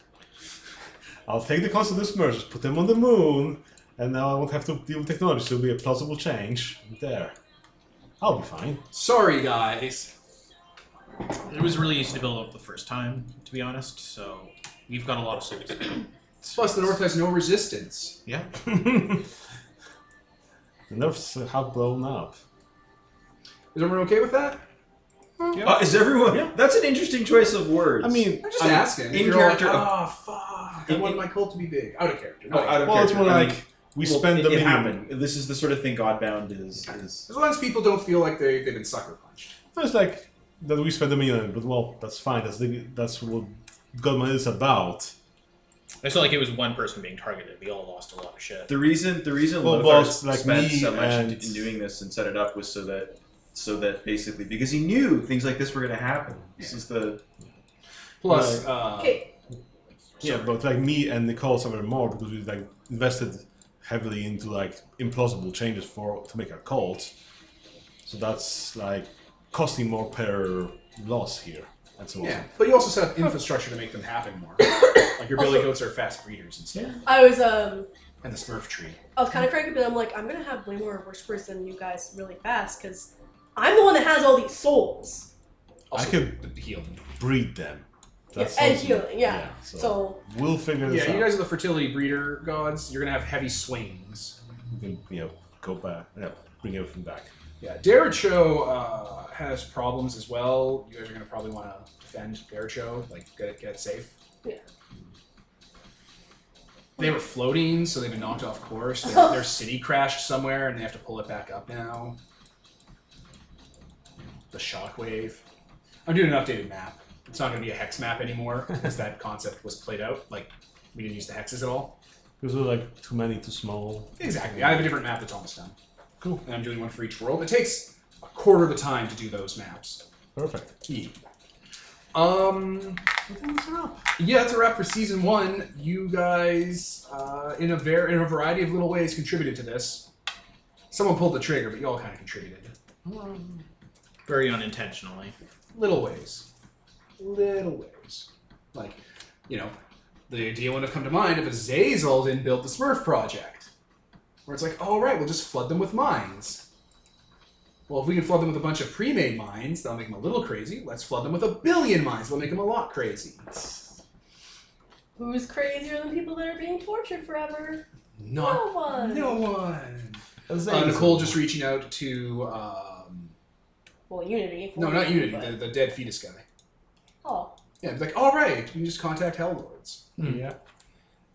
G: I'll take the cost of this merge, just put them on the moon, and now I won't have to deal with technology, so it'll be a plausible change. There. I'll be fine.
A: Sorry, guys.
D: It was really easy to build up the first time, to be honest. So we've got a lot of souls.
A: Plus, the North has no resistance.
D: Yeah.
G: the nerves have blown up.
A: Is everyone okay with that?
F: Uh, is everyone? That's an interesting choice of words.
G: I mean,
A: I'm just
F: I'm
A: asking. If
F: in
A: you're all like,
F: character of-
A: "Ah, fuck. I
F: in-
A: want
F: in-
A: my cult to be big. Out of character.
F: Oh, out of
G: well, it's
F: character.
G: more
F: I mean,
G: like we
F: well,
G: spend
F: it,
G: the
F: it
G: minimum.
F: happened. This is the sort of thing Godbound is. is
A: As long as people don't feel like they, they've been sucker punched.
G: It's like that we spend the minimum, but well, that's fine. That's the, that's what Godman is about.
D: It's not like it was one person being targeted. We all lost a lot of shit.
F: the reason the reason
G: Well,
F: Lothar
G: both, like,
F: spent
G: me
F: so much in-
G: and-
F: in doing this and set it up was so that so that basically because he knew things like this were going to happen. This is the
A: Plus, uh,
B: Okay.
G: Yeah, but like me and Nicole suffered more because we like invested heavily into like implausible changes for to make our cult. So that's like costing more per loss here. And so on.
A: yeah. But you also set up infrastructure to make them happen more. like your billy
B: Also-
A: goats are fast breeders and stuff.
B: I was um
A: And the Smurf tree.
B: I was kind of cranky, but I'm like, I'm gonna have way more worshippers than you guys really fast because I'm the one that has all these souls
A: Also,
G: I could-
A: heal them.
G: breed them.
B: Yeah, and
G: also-
B: healing. Yeah.
G: so,
B: so.
G: we'll figure this
A: Yeah,
G: out.
A: you guys are the fertility breeder gods. You're going to have heavy swings.
G: We can, you know, go back. You know, bring everything back.
A: Yeah, Dericho uh, has problems as well. You guys are going to probably want to defend Dericho, like get it, get it safe.
B: Yeah.
A: They were floating, so they've been knocked off course. Their, their city crashed somewhere, and they have to pull it back up now. The shockwave. I'm doing an updated map. It's not going to be a hex map anymore because that concept was played out. Like, we didn't use the hexes at all.
G: Because we're like too many, too small.
A: Exactly. I have a different map that's almost done.
G: Cool.
A: And I'm doing one for each world. It takes a quarter of the time to do those maps.
G: Perfect.
A: Yeah. Um. Yeah, that's a wrap for season one. You guys, uh, in a ver- in a variety of little ways, contributed to this. Someone pulled the trigger, but you all kind of contributed.
D: Very unintentionally.
A: Little ways, little ways. Like, you know, the idea wouldn't have come to mind if Azazel didn't build the Smurf project, where it's like, all right, we'll just flood them with mines. Well, if we can flood them with a bunch of pre-made mines, that'll make them a little crazy. Let's flood them with a billion mines. That'll make them a lot crazy.
B: Who's crazier than people that are being tortured forever?
A: Not
B: no one.
A: no one. Uh,
G: Amazing.
A: Nicole just reaching out to um,
B: Well, Unity. if
A: no,
B: we-
A: not Unity,
B: but-
A: the, the dead fetus guy.
B: Oh.
A: Yeah, it's like all right, you can just contact Hell Lords.
G: Yeah.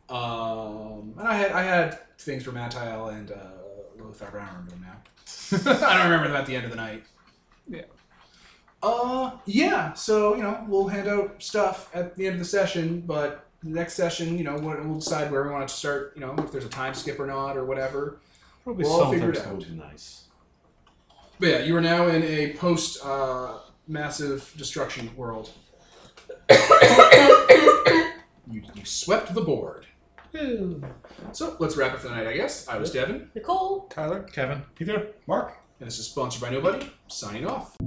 A: Um, and I had I had things for Matile and uh, Lothar, but I don't remember them now. I don't remember them at the end of the night.
C: Yeah.
A: Uh, yeah. So you know, we'll hand out stuff at the end of the session, but the next session, you know, we'll we'll decide where we want to start. You know, if there's a time skip or not, or whatever.
G: Probably
A: We'll all figure it
G: sometimes
A: out.
G: that would be nice.
A: But yeah, you are now in a post uh, massive destruction world. you, you swept the board. So let's wrap it for the night, I guess. I was Devin,
B: Nicole.
C: Tyler?
D: Kevin.
E: Peter?
F: Mark?
A: and this is sponsored by Nobody, signing off.